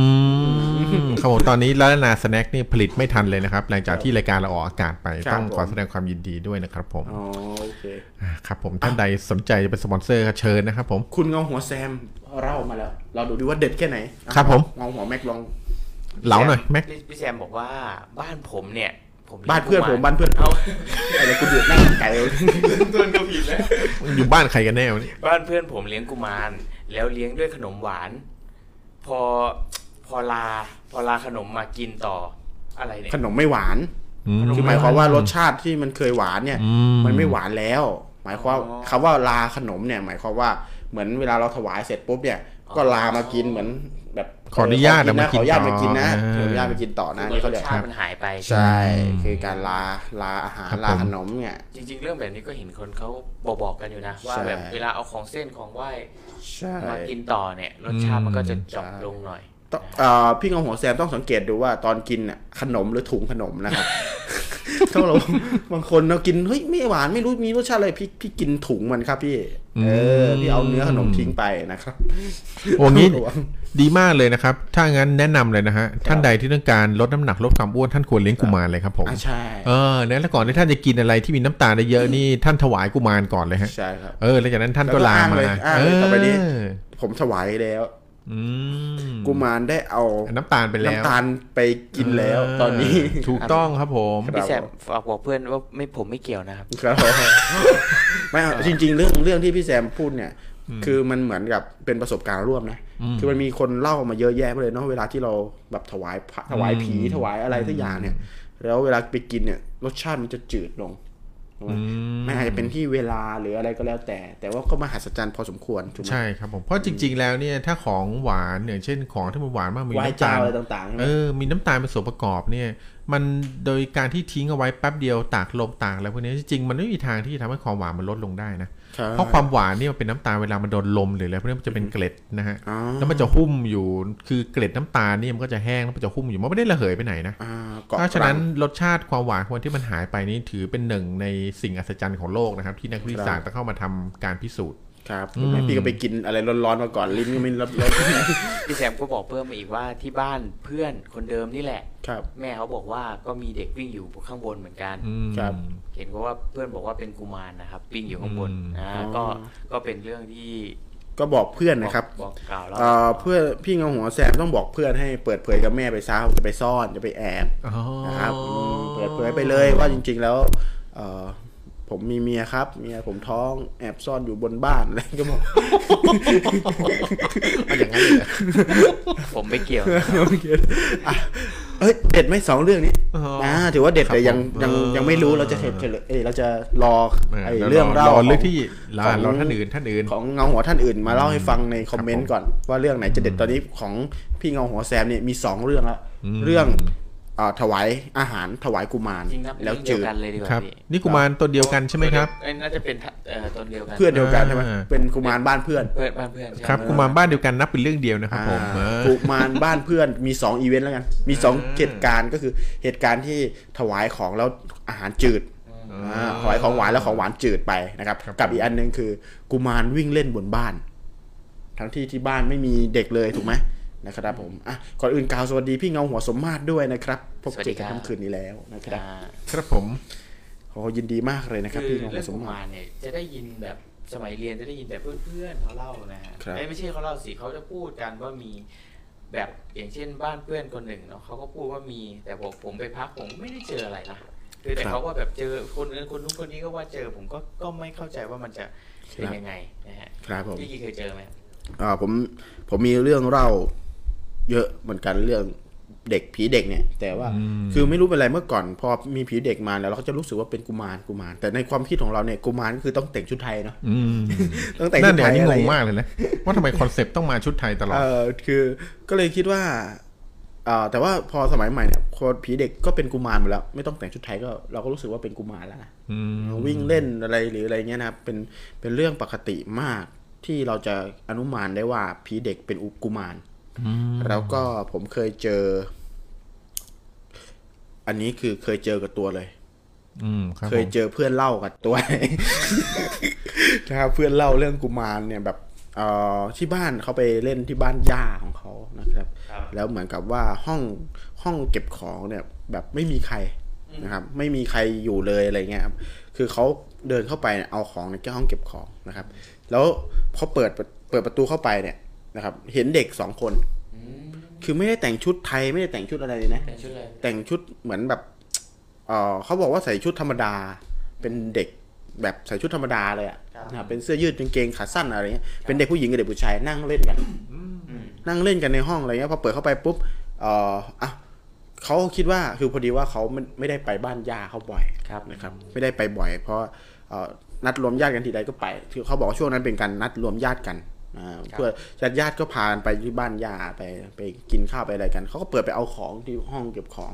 มครับผมตอนนี้ร้านนาสแน็คนี่ผลิตไม่ทันเลยนะครับ หลังจากที่รายการเราออกอากาศไป ต้องขอแสดงความยินดีด้วยนะครับผม
อ๋อโอเค
อ่าครับผมท่านใดสนใจจะเป็นสปอนเซอร์ก็เชิญนะครับผม
คุณเงาหัวแซมเล่ามาแล้ว เราดูดิว่าเด็ดแค่ไหน
ครับผม
เงาหัวแม็กลอง
เหลาหน่อยแม็ก
พี่แซมบอกว่าบ้านผมเนี่ยผมลี้ยง
บ้านเพื่อน
กุ
ผม
ร
บ้านเพื่อน
เอา
เอาอะไรกูเดือดหน้าไก่เลย
เพื่อนก็ผิดแล้ว
อยู่บ้านใครกันแน่วะเนี่ย
บ้านเพื่อนผมเลี้ยงกุมารแล้วเลี้ยงด้วยขนมหวาน พอพอลา พอลาขนมมากินต่ออะไรเนี่ย
ขนมไม่หวาน
อืม
คือหมายความว่ารสชาติที่มันเคยหวานเนี่ย
อืม
มันไม่หวานแล้ว หมายความ
อ๋อ
คำว่าลาขนมเนี่ย หมายความว่า เหมือนเวลาเราถวายเสร็จปุ๊บเนี่ย ก็ลามากินเหมือนแบบ
ขออนุญาต
เข
เอามากิน
ออนุญาตมากินนะ
ต่อ
ขออนุญาตมากินต่อนะ
เหมือน
นี่
ร
เขา
ส
เรียก
ชาติมันหายไป
ใช่
อืม
คือการลาลาอาหาร
ครับ
ลา
ผม
ขนมเนี่ย
จริง ๆ เรื่องแบบนี้ก็เห็นคนเขาบอกบอกๆกันอยู่นะ ว่า
ใช่
แบบเวลาเอาของเส้นของไหว้
ใช่
มากินต่อเนี่ยรสชาติมันก็จะจบลงหน่อย
ต้องเอ่อพี่เงาหัวแซมต้องสังเกตดูว่าตอนกินน่ะขนมหรือถุงขนม นะครับ ต้องระวังบางคนเรากินเฮ้ยไม่หวานไม่รู้มีรสชาติอะไรพี่พี่กินถุงมันครับพี่เอออ
ม
พี่เอาเนื้อขนมทิ้งไปนะครับ
โอ้งี้
ระวัง
ดีมากเลยนะครับ ถ้างั้นแนะนำเลยนะฮะ ท่านใดที่ต้องการลดน้ำหนักลดความอ้วนท่านควรเลี้ยงกุมารเลยครับผม
อ่ะใช่
เออนะแล้วก่อนที่ท่านจะกินอะไรที่มีน้ำตาลเยอะๆนี่ท่านถวายกุมารก่อนเลยฮะ
ใช่ครับ
เออแล้วจากนั้นท่านก็ลามา
แล้วก็อ้างเลยอ้างเลยต่อไปนี้
เออ
ผมถวายแล้ว
อืม
กุมารได้เอา
น้ำตาลไปแล้ว
น้ำตาลไปกินแล้วตอนนี้
เออถูกต้องครับผม
ครับ
พี่แซมฝากบอกเพื่อนว่าไม่ผมไม่เกี่ยวนะครับ
ครับไม่เอาจริง ๆ เรื่องเรื่องที่พี่แซมพูดเนี่ย คือมันเหมือนกับเป็นประสบการณ์ร่วมนะ
อืม
คือมันมีคนเล่ามาเยอะแยะเลยเนาะเวลาที่เราแบบถวายพระถวายผี
อืม
ถวายอะไรสักอย่างเนี่ย แล้วเวลาไปกินเนี่ยรสชาติมันจะจืดลง
อืม
ไม่อาจจะเป็นที่เวลาหรืออะไรก็แล้วแต่ แต่ว่าก็มหัศจรรย์พอสมควรถูกไหม
ใช่ครับผมเพราะจริง ๆ แล้วเนี่ยถ้าของหวานอย่างเช่นของที่มันหวานมากมี
ไหว้
น้ำตาล
เจ้าอะไรต่างๆใช่ไหม
เออมีน้ำตาลเป็นส่วนประกอบเนี่ย มันโดยการที่ทิ้งเอาไว้แป๊บเดียวตากลมตากอะไรพวกนี้จริงๆมันไม่มีทางที่จะทำให้ความหวานมันลดลงได้นะเพราะความหวานเนี่ยมันเป็นน้ำตาลเวลามันโดนลมหรืออะไรพวกนี้มันจะเป็นเกล็ดนะฮะ
อ๋อ
แล้วมันจะหุ้มอยู่คือเกล็ดน้ำตาลเนี่ยมันก็จะแห้งแล้วมันจะหุ้มอยู่มันไม่ได้ระเหยไปไหนนะ
อ่เก
เพราะ
ก
ฉะ
รั
นั้น
ง
รสชาติความหวานของมันที่มันหายไปนี้ถือเป็นหนึ่งในสิ่งอัศจรรย์ของโลกนะครับ ที่นักวิทยาศาสตร์ต้องเข้ามาทำการพิสูจน์
ครับ
อืม
พี่ก็ไปกินอะไรร้อนๆมาก่อนลิ้นก็ไม่รับ รส
พี่แซมก็บอกเพิ่มมาอีกว่าที่บ้านเพื่อนคนเดิมนี่แหละ
ครับ
แม่เขาบอกว่าก็มีเด็กวิ่งอยู่ข้างบนเหมือนกัน
อืม
ครับ
เห็นก็ว่าเพื่อนบอกว่าเป็นกุมารนะครับวิ่งอยู่ข้างบน
อืม
อ่าก็ก็เป็นเรื่องที่
ก็บอกเพื่อนนะครับ
อกบอกกล่าวแล้ว
เอ่อเพื่อนพี่เงาหัวแสบต้องบอกเพื่อนให้เปิดเผยกับแม่ไปซะจะไปซ่อนจะไปแอบ
อ๋อ
นะครับมเปิดเผยไปเลยว่าจริง ๆ แล้วเอ่อผมมีเมียครับเมียผมท้องแอบซ่อนอยู่บนบ้านอะไรก็บอก
เอาอย่างนั้นเลยเหรอ
ผมไม่เกี่ยว
อ่ะ เอ้ยเด็ดไหมสองเรื่องนี้
อ๋ออ
่าถือว่าเด็ดแต่ยัง
ครับผม
ยัง
เออ
ยังไม่รู้เราจะเฉลยเฉลยเอ้ยเราจะรอไอ้
ดี๋ยว
เรื่องเล่า
อ
ของ
เรื่องที่ร้าน
ของ
เราท่านอื่นท่านอื่น
ของเงาหัวท่านอื่นมาเล่าให้ฟังในคอมเมนต์ก่อนว่าเรื่องไหนจะเด็ดตอนนี้ของพี่เงาหัวแซมเนี่ยมีสองเรื่องละ
อืม
เรื่องเอ่อถวายอาหารถวายกุมาร
จริงนะเป็น
แล้ว
เรื่อง
จืด
เดียวกันเลยดีกว่า
ครับ
พี่
นี่กุมารตัวเดียวกันใช่ไหมครับ
เอ้ยน่าจะเป็นท่าเอ่อตนเดียวกัน
เพื่อนเดียวกันใช่ไหม
อ่า
เป็นกุมารบ้านเพื่อน
เพื่อนบ้านเพื่อนใช่ไหม
ครับกุมารบ้านเดียวกันนับเป็นเรื่องเดียวนะครับผมเอ
อ่า
อ
กุมารบ้านเพื่อนมีสองอีเวนต์แล้วกันมีสอง
อ่า
เหตุการณ์ก็คือเหตุการณ์ที่ถวายของแล้วอาหารจืดอ่าถวายของหวานแล้วของหวานจืดไปนะครับกับอีกอันหนึ่งคือกุมารวิ่งเล่นบนบ้าน ทั้งที่ที่บ้านไม่มีเด็กเลยถูกไหมนะครับผมอ่ะก่อนอื่นกล่าวสวัสดีพี่เงาหัวสมมาตรด้วยนะครับพบเจอกันค่ำคืนนี้แล้วนะครับ
อ่า
ครับผม
โอ้ยินดีมากเลยนะครับ
คือ
พี่เงาหั
เรื่
ว
อง
สม
กุ
มาตร
มารเนี่ยจะได้ยินแบบสมัยเรียนจะได้ยินแต่เพื่อนๆเขาเล่านะฮะ
ครับ
เอ้ยไม่ใช่เขาเล่าสิเขาจะพูดกันว่ามีแบบอย่างเช่นบ้านเพื่อนคนหนึ่งเนาะเขาก็พูดว่ามีแต่ผมผมไปพักผมไม่ได้เจออะไรนะคือแต่เขาว่าแบบเจอคนนั้นคนนู้นคนนี้ก็ว่าเจอผมก็ก็ไม่เข้าใจว่ามันจะเป็นยังไงนะฮะ
ครับผม
พี่กี้เคยเจอไหม
อ่าผมผมมีเรื่องเล่าเยอะเหมือนกันเรื่องเด็กผีเด็กเนี่ย แต่ว่าคือไม่รู้เป็นไรเมื่อก่อน พอมีผีเด็กมาแล้วเราก็จะรู้สึกว่าเป็นกุมารกุมารแต่ในความคิดของเราเนี่ยกุมารก็คือต้องแต่งชุดไทยเนาะ
อืม
ต้องแต่ง
นั่น
ชุด
เนี่ย
ไท
อัน
ย
นี้
อะ
ง
ไรง
มากเลยนะว่าทำไมคอนเซปต์ต้องมาชุดไทยตลอด
เออคือก็เลยคิดว่าอ่าแต่ว่าพอสมัยใหม่เนี่ยคนผีเด็กก็เป็นกุมารหมดแล้ว ไม่ต้องแต่งชุดไทยก็เราก็รู้สึกว่าเป็นกุมารแล้วนะ
ม
วิ่งเล่นอะไรหรืออะไรเงี้ยนะครับเป็นเป็นเรื่องปกติมากที่เราจะอนุมานได้ว่าผีเด็กเป็นอุกุมาร
อืม
แล้วก็ผมเคยเจอ อันนี้คือเคยเจอกับตัวเลย
อืมครับ
เค
ผ
ย
ม
เจอเพื่อนเล่ากับตัว นะครับเพื่อนเล่าเรื่องกุมารเนี่ยแบบเอ่อที่บ้านเขาไปเล่นที่บ้านย่าของเขานะครับ
ครับ
แล้วเหมือนกับว่าห้องห้องเก็บของเนี่ย แบบไม่มีใครนะครับ ไม่มีใครอยู่เลยอะไรเงี้ยครับคือเขาเดินเข้าไปเนี่ยเอาของในแก้ห้องเก็บของนะครับ แล้วพอเปิดเปิดประตูเข้าไปเนี่ยนะครับ เห็นเด็กสองคน
อืม
คือไม่ได้แต่งชุดไทยไม่ได้แต่งชุดอะไรเลยนะ
เป็นชุดอะไร
แต่งชุดเหมือนแบบเออเขาบอกว่าใส่ชุดธรรมดา เป็นเด็กแบบใส่ชุดธรรมดาเลยอะ
ครับ
นะครับเป็นเสื้อยืดกางเกงขาสั้นอะไรเงี้ย เป็นเด็กผู้หญิงกับเด็กผู้ชายนั่งเล่นกัน นั่งเล่นกันในห้องอะไรเงี้ยพอเปิดเข้าไปปุ๊บเอออ่ะเขาคิดว่าคือพอดีว่าเขาไม่ไม่ได้ไปบ้านย่าเขาบ่อย
ครับ
นะครับ ไม่ได้ไปบ่อย เพราะเอ่อ นัดรวมญาติกันทีไรก็ไปคือเขาบอกว่าช่วงนั้นเป็นการนัดรวมญาติกันอ่าเพื่อญาติญาติๆก็พากันไปที่บ้านย่าไปไปกินข้าวไปอะไรกันเขาก็เปิดไปเอาของที่ห้องเก็บของ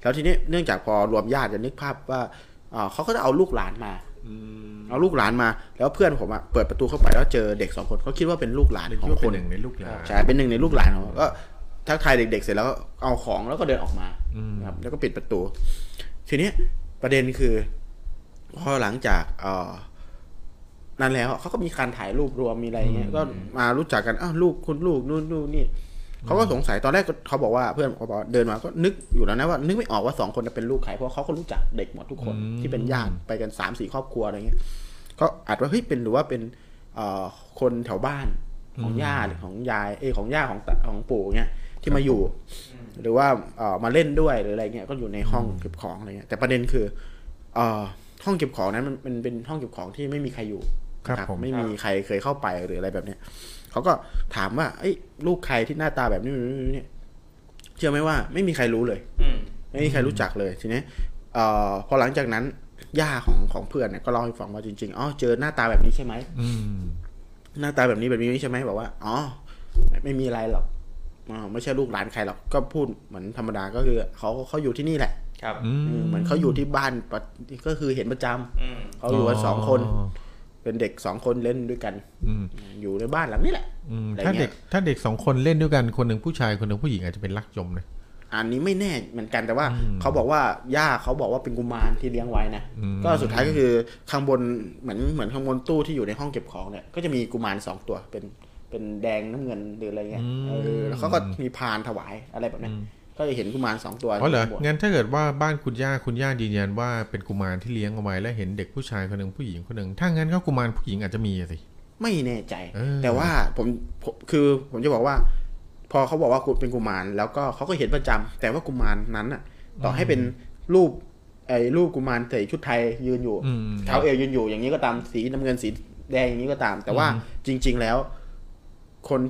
แล้วทีนี้เนื่องจากพอรวมญาติจะนึกภาพว่าอ่าเขาก็จะเอาลูกหลานมา เอาลูกหลานมา แล้วเพื่อนผมอะเปิดประตูเข้าไปแล้วเจอเด็กสองคนเขาคิดว่าเป็นลูกหลาน
เป็น
ของ
ชื่อ
ค
เป็น
น
หนึ่งในลูกหลาน
ใช่เป็นหนึ่งในลูกหลานของก็ทักทายเด็กๆ เสร็จแล้วก็เอาของแล้วก็เดินออกมานะครับแล้วก็ปิดประตู ทีเนี้ยประเด็นคือพอหลังจากเอ่อนั้นแล้วเขาก็มีการถ่ายรูปรวมมีอะไรเงี้ยก็มารู้จักกันอ้าวลูกคุณลูกนู่นนู่นนี่เขาก็สงสัยตอนแรกก็เขาบอกว่าเพื่อนเขาบอกเดินมาก็นึกอยู่แล้วนะว่า นึกไม่ออกว่าสองคนจะเป็นลูกใครเพราะเขาก็รู้จักเด็กหมดทุกคนที่เป็นญาติไปกันสามสี่ครอบครัวอะไรเงี้ย ก็อาจว่าเฮ้ยเป็นหรือว่าเป็นเอ่อคนแถวบ้านของย่าหรือของยายเอยของย่าของตาของปู่เงี้ยที่มาอยู่ หรือว่าเอ่อมาเล่นด้วยหรืออะไรเงี้ยก็อยู่ในห้องเก็บของอะไรเงี้ยแต่ประเด็นคือเอ่อห้องเก็บของนั้นมันมันเป็นห้องเก็บของที่ไม่มีใครอยู่
ครับ
นะ
ผม
ไม่มีใครเคยเข้าไปหรืออะไรแบบเนี้ยเขาก็ถามว่าเอ้ยลูกใครที่หน้าตาแบบนี้เนี่ยเชื่อไหมว่าไม่มีใครรู้เลย
อืม
ไม่มีใครรู้จักเลยทีนี้เอ่อพอหลังจากนั้นย่าของของเพื่อนเนี่ยก็เล่าให้ฟังว่าจริงๆอ๋อเจอหน้าตาแบบนี้ใช่ไหม
อืม
หน้าตาแบบนี้แบบนี้ใช่ไหมบอกว่าอ๋อไม่ไม่มีอะไรหรอกอ๋อไม่ใช่ลูกหลานใครหรอกก็พูดเหมือนธรรมดาก็คือเขาเขาอยู่ที่นี่แหละ
ครับ
อื
อืม
ม
เหมือนเขาอยู่ที่บ้านปะก็คือเห็นประจำ
อืม
เขาอยู่กันสองคน เป็นเด็กสองคนเล่นด้วยกัน
อืม
อยู่ในบ้านหลังนี้แหละ
อืม
อะไรเงี้ย
ถ้าเด็กถ้าเด็กสองคนเล่นด้วยกันคนหนึ่งผู้ชายคนหนึ่งผู้หญิงอาจจะเป็นรักจมนะ
อันนี้ไม่แน่เหมือนกันแต่ว่า
อืม
เขาบอกว่าย่าเขาบอกว่าเป็นกุมารที่เลี้ยงไว้นะ
อืม
ก็สุดท้ายก็คือข้างบนเหมือนเหมือนข้างบนตู้ที่อยู่ในห้องเก็บของเนี่ยก็จะมีกุมารสองตัวเป็นเป็นแดงน้ำเงินหรืออะไรเงี้ยเออแล้วเขาก็มีพานถวายอะไรแบบเนี้ยก็จะเห็นกุมารสองตัว
อ๋อเหรอ
ข้างบน
งั้นถ้าเกิดว่าบ้านคุณย่าคุณย่ายืนยันว่าเป็นกุมารที่เลี้ยงเอาไว้และเห็นเด็กผู้ชายคนหนึ่งผู้หญิงคนหนึ่งถ้างั้นก็กุมารผู้หญิงอาจจะมีอะสิ
ไม่แน่ใจ
เออ
แต่ว่าผมผมคือผมจะบอกว่า พอเขาบอกว่าเป็นกุมารแล้วก็เขาก็เห็นประจำแต่ว่ากุมารนั้นอ่ะ ต่อให้เป็นรูปไอ้รูปกุมารใส่ชุดไทยยืนอยู่
อืม
เท้าเอวยืนอยู่อย่างนี้ก็ตามสีน้ำเงินสีแดงอย่างนี้ก็ตาม แต่ว่าจริง ๆแล้ว คน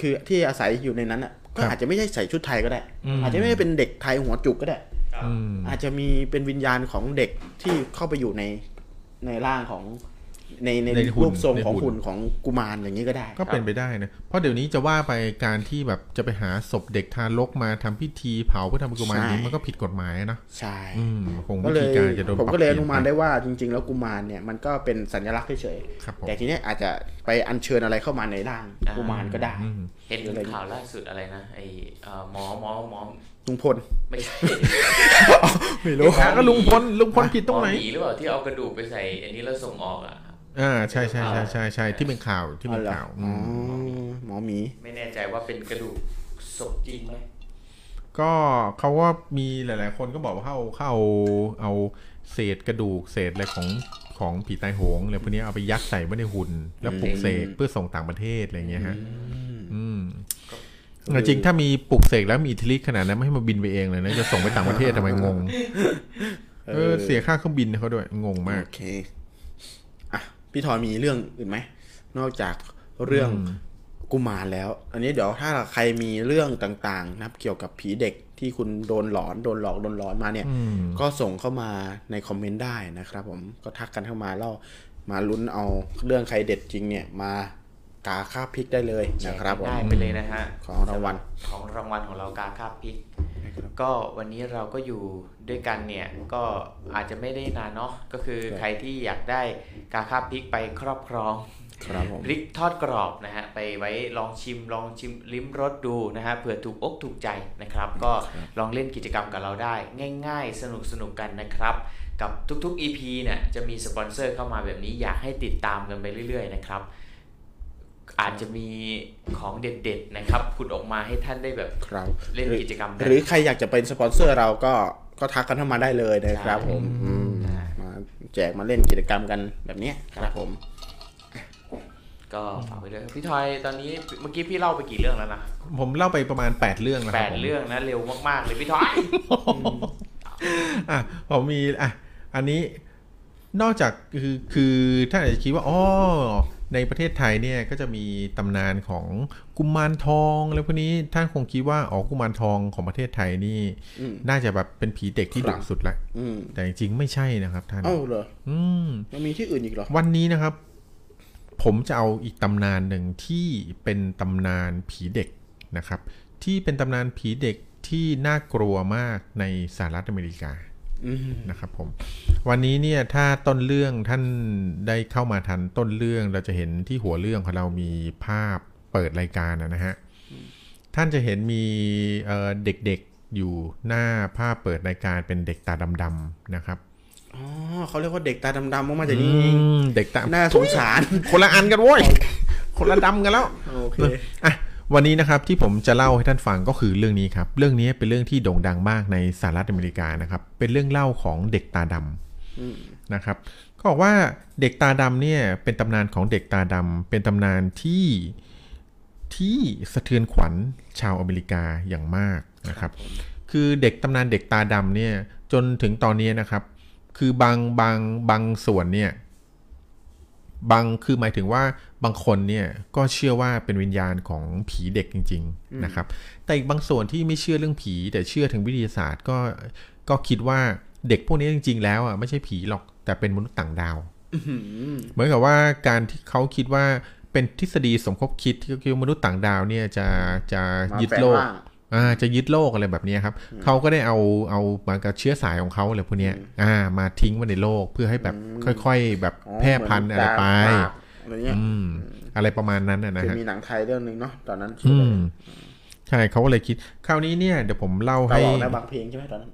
คือที่อาศัยอยู่ในนั้นอ่ะ ก็
ครับ
อาจจะไม่ใช่ใส่ชุดไทยก็ได้
อืม
อาจจะไม่ได้เป็นเด็กไทยหัวจุกก็ได้
อืม
อาจจะมีเป็นวิญญาณของเด็กที่เข้าไปอยู่ในในร่างของในในรูปทรงของหุ่นของกุมารอย่างนี้ก็ได้
ก็เป็นไปได้นะ เพราะเดี๋ยวนี้จะว่าไปการที่แบบจะไปหาศพเด็กทารกมาทำพิธีเผาเพื่อทำเป็นกุมาร
ใช่
นี้มันก็ผิดกฎหมายนะ
ใช่
อืมคง
ก็
วิ
เล
ธี
ย
การจะโดน
ผม
ปรับ
ก็เลย
ป
อ
ลี่
นุ
น
มาน
ไป
ได้ว่าจริง ๆ แล้วกุมารเนี่ยมันก็เป็นสัญลักษณ์เฉย
ครับผ
ๆ
ม
แต่ทีเนี้ยอาจจะไปอัญเชิญอะไรเข้ามาในร่างกุมารก็ได้
อืม
เห็นข่าวล่าสุดอะไรนะไอเอ่อหมอหมอหมอ
ลุงพล
ไม่ใช่
ไม่รู้
อ่ะก็ลุงพลลุงพลผิดตรงไหน
มอหมีหรือเปล่าที่เอากระดูกไปใส่อันนี้แล้วส่งออกอ่ะ
อ่าใช่ใช่ใช่ใช่ใช่ที่เป็นข่าวที่เป็นข่าว
อ๋อ
ม
เหรออ๋อหมอหมี
ไม่แน่ใจว่าเป็นกระดูกศพจริงไหม
ก็เขาว่ามีหลาย ๆ คนก็บอกว่าเขาเอาเขาเอาเอาเศษกระดูกเศษอะไรของของผีตายโหงอะไรพวกนี้เอาไปยัดใส่ไว้ในหุ่น แล้วปลูกเสก
อืม
เพื่อส่งต่างประเทศอะไรอย่างเงี้ยฮะ อืม
ก็
แต่จริงๆถ้ามีปลูกเสกแล้วมีอิทธิฤทธิ์ขนาดนั้นไม่ให้มาบินไปเองเลยนะจะส่งไปต่างประเทศทำไมงง เออเสียค่าเครื่องบินเขาด้วยงงมาก
โอเคอ่ะพี่ทอยมีเรื่องอื่นไหม นอกจากเรื่องกุมารแล้ว อันนี้เดี๋ยวถ้าใครมีเรื่องต่างๆนะครับเกี่ยวกับผีเด็กที่คุณโดนหลอนโดนหลอกโดนหลอนมาเนี่ย
อืม
ก็ส่งเข้ามาในคอมเมนต์ได้นะครับผมก็ทักกันเข้ามาเล่ามาลุ้นเอาเรื่องใครเด็ดจริงเนี่ย มากาค่าพริกได้เลยนะครับผม
ได้ไปเลยนะฮะ
ของรางวัล
ของรางวัลของเรากาคาบพริก ก็วันนี้เราก็อยู่ด้วยกันเนี่ย ก็อาจจะไม่ได้นานเนาะก็คือใครที่อยากได้กาคาบพริกไปครอบครอง
ครับผม
พริกทอดกรอบนะฮะไปไว้ลองชิมลองชิมลิ้มรสดูนะฮะเผื่อถูกอกถูกใจนะครับ ก็ลองเล่นกิจกรรมกับเราได้ ง่าย ๆ สนุกสนุกๆกันนะครับ กับทุกๆ EP เนี่ยจะมีสปอนเซอร์เข้ามาแบบนี้อยากให้ติดตามกันไปเรื่อย ๆ นะครับ อาจจะมีของเด็ดๆนะครับผุดออกมาให้ท่านได้แบบ
ครับ
เล่นกิจกรรมกั
หรือใครอยากจะเป็นสปอนเซอร์เราก็ก็ทักกันเข้ามาได้เลยนะครับ
ใช่
ผมอืม
ใช่
มาแจกมาเล่นกิจกรรมกันแบบเนี้ยครับผม
ก็ฝากไปด้วยพี่ทอยตอนนี้เมื่อกี้พี่เล่าไปกี่เรื่องแล้วนะ
ผมเล่าไปประมาณ 8 เรื่องแล้วค
แป
รับ
ด
ผม
เรื่องนะเร็วมากๆเลยพี่ท อย
อ่ะผมมีอ่ะอันนี้นอกจากคือคือท่านอาจจะคิดว่าอ๋อ ในประเทศไทยเนี่ยก็จะมีตำนานของกุมารทองแล้วพวกนี้ท่านคงคิดว่าอ๋อกุมารทองของประเทศไทยนี่
อืม
น่าจะแบบเป็นผีเด็กที่
ครับ
ดุสุดละ
อืม
แต่จริงๆไม่ใช่นะครับท่าน
เอ้าเหรอ
อืม
มันมีที่อื่นอีกเหรอ
วันนี้นะครับ ผมจะเอาอีกตำนานหนึ่งที่เป็นตำนานผีเด็กนะครับ ที่เป็นตำนานผีเด็กที่น่ากลัวมากในสหรัฐอเมริกา
อืม
นะครับผมวันนี้เนี่ยถ้าต้นเรื่องท่านได้เข้ามาทันต้นเรื่องเราจะเห็นที่หัวเรื่องของเรามีภาพเปิดรายการนะนะฮะท่านจะเห็นมีเอ่อเด็กๆอยู่หน้าภาพเปิดรายการเป็นเด็กตาดำๆนะครับ
อ๋อเขาเรียกว่าเด็กตาดำๆออกมาจากนี้เอ
อื
ง
มเด็กตา
น่าสงสาร
คนละอันกันโว้ย คนละดำกันแล้ว
โอเค
อ่ะวันนี้นะครับที่ผมจะเล่าให้ท่านฟังก็คือเรื่องนี้ครับ เรื่องนี้เป็นเรื่องที่โด่งดังมากในสหรัฐอเมริกานะครับ เป็นเรื่องเล่าของเด็กตาดำ
อืม
นะครับก็บอกว่าเด็กตาดำเนี่ยเป็นตำนานของเด็กตาดำเป็นตำนานที่ที่สะเทือนขวัญชาวอเมริกาอย่างมากนะครับ คือเด็กตำนานเด็กตาดำเนี่ยจนถึงตอนนี้นะครับ คือบางบางบางส่วนเนี่ย บางคือหมายถึงว่าบางคนเนี่ยก็เชื่อว่าเป็นวิญญาณของผีเด็กจริง ๆนะครับ แต่อีกบางส่วนที่ไม่เชื่อเรื่องผี แต่เชื่อถึงวิทยาศาสตร์ก็ก็คิดว่าเด็กพวกนี้จริง ๆ แล้วอ่ะไม่ใช่ผีหรอกแต่เป็นมนุษย์ต่างดาว
อื้อหือ
เหมือนกับว่าการที่เขาคิดว่าเป็นทฤษฎีสมคบคิดที่คือมนุษย์ต่างดาวเนี่ยจะจะ
มา
ยึด
แปล
โลก
ว่า
อ่าจะยึดโลกอะไรแบบเนี้ยครับเขาก็ได้เอาเอาเหมือนกับเชื้อสายของเขาอะไรพวกเนี้ยอ่า มาทิ้งไว้ในโลกเพื่อให้แบบค่อย ๆ แบบ
อ๋อ
แพร่พันธุ์อะไรไป
เหมืนดาบอะไรเงี้ย
อืม อะไรประมาณนั้นน่ะนะ
จะ
ฮะ
มีหนังไทยเรื่องหนึ่งเนาะตอนนั้น
อืมใช่เขาก็เลยคิด คราวนี้เนี่ยเดี๋ยวผมเล่า
ต
ให้
ลอดนะบางเพลงใช่ไหมตอนนั้น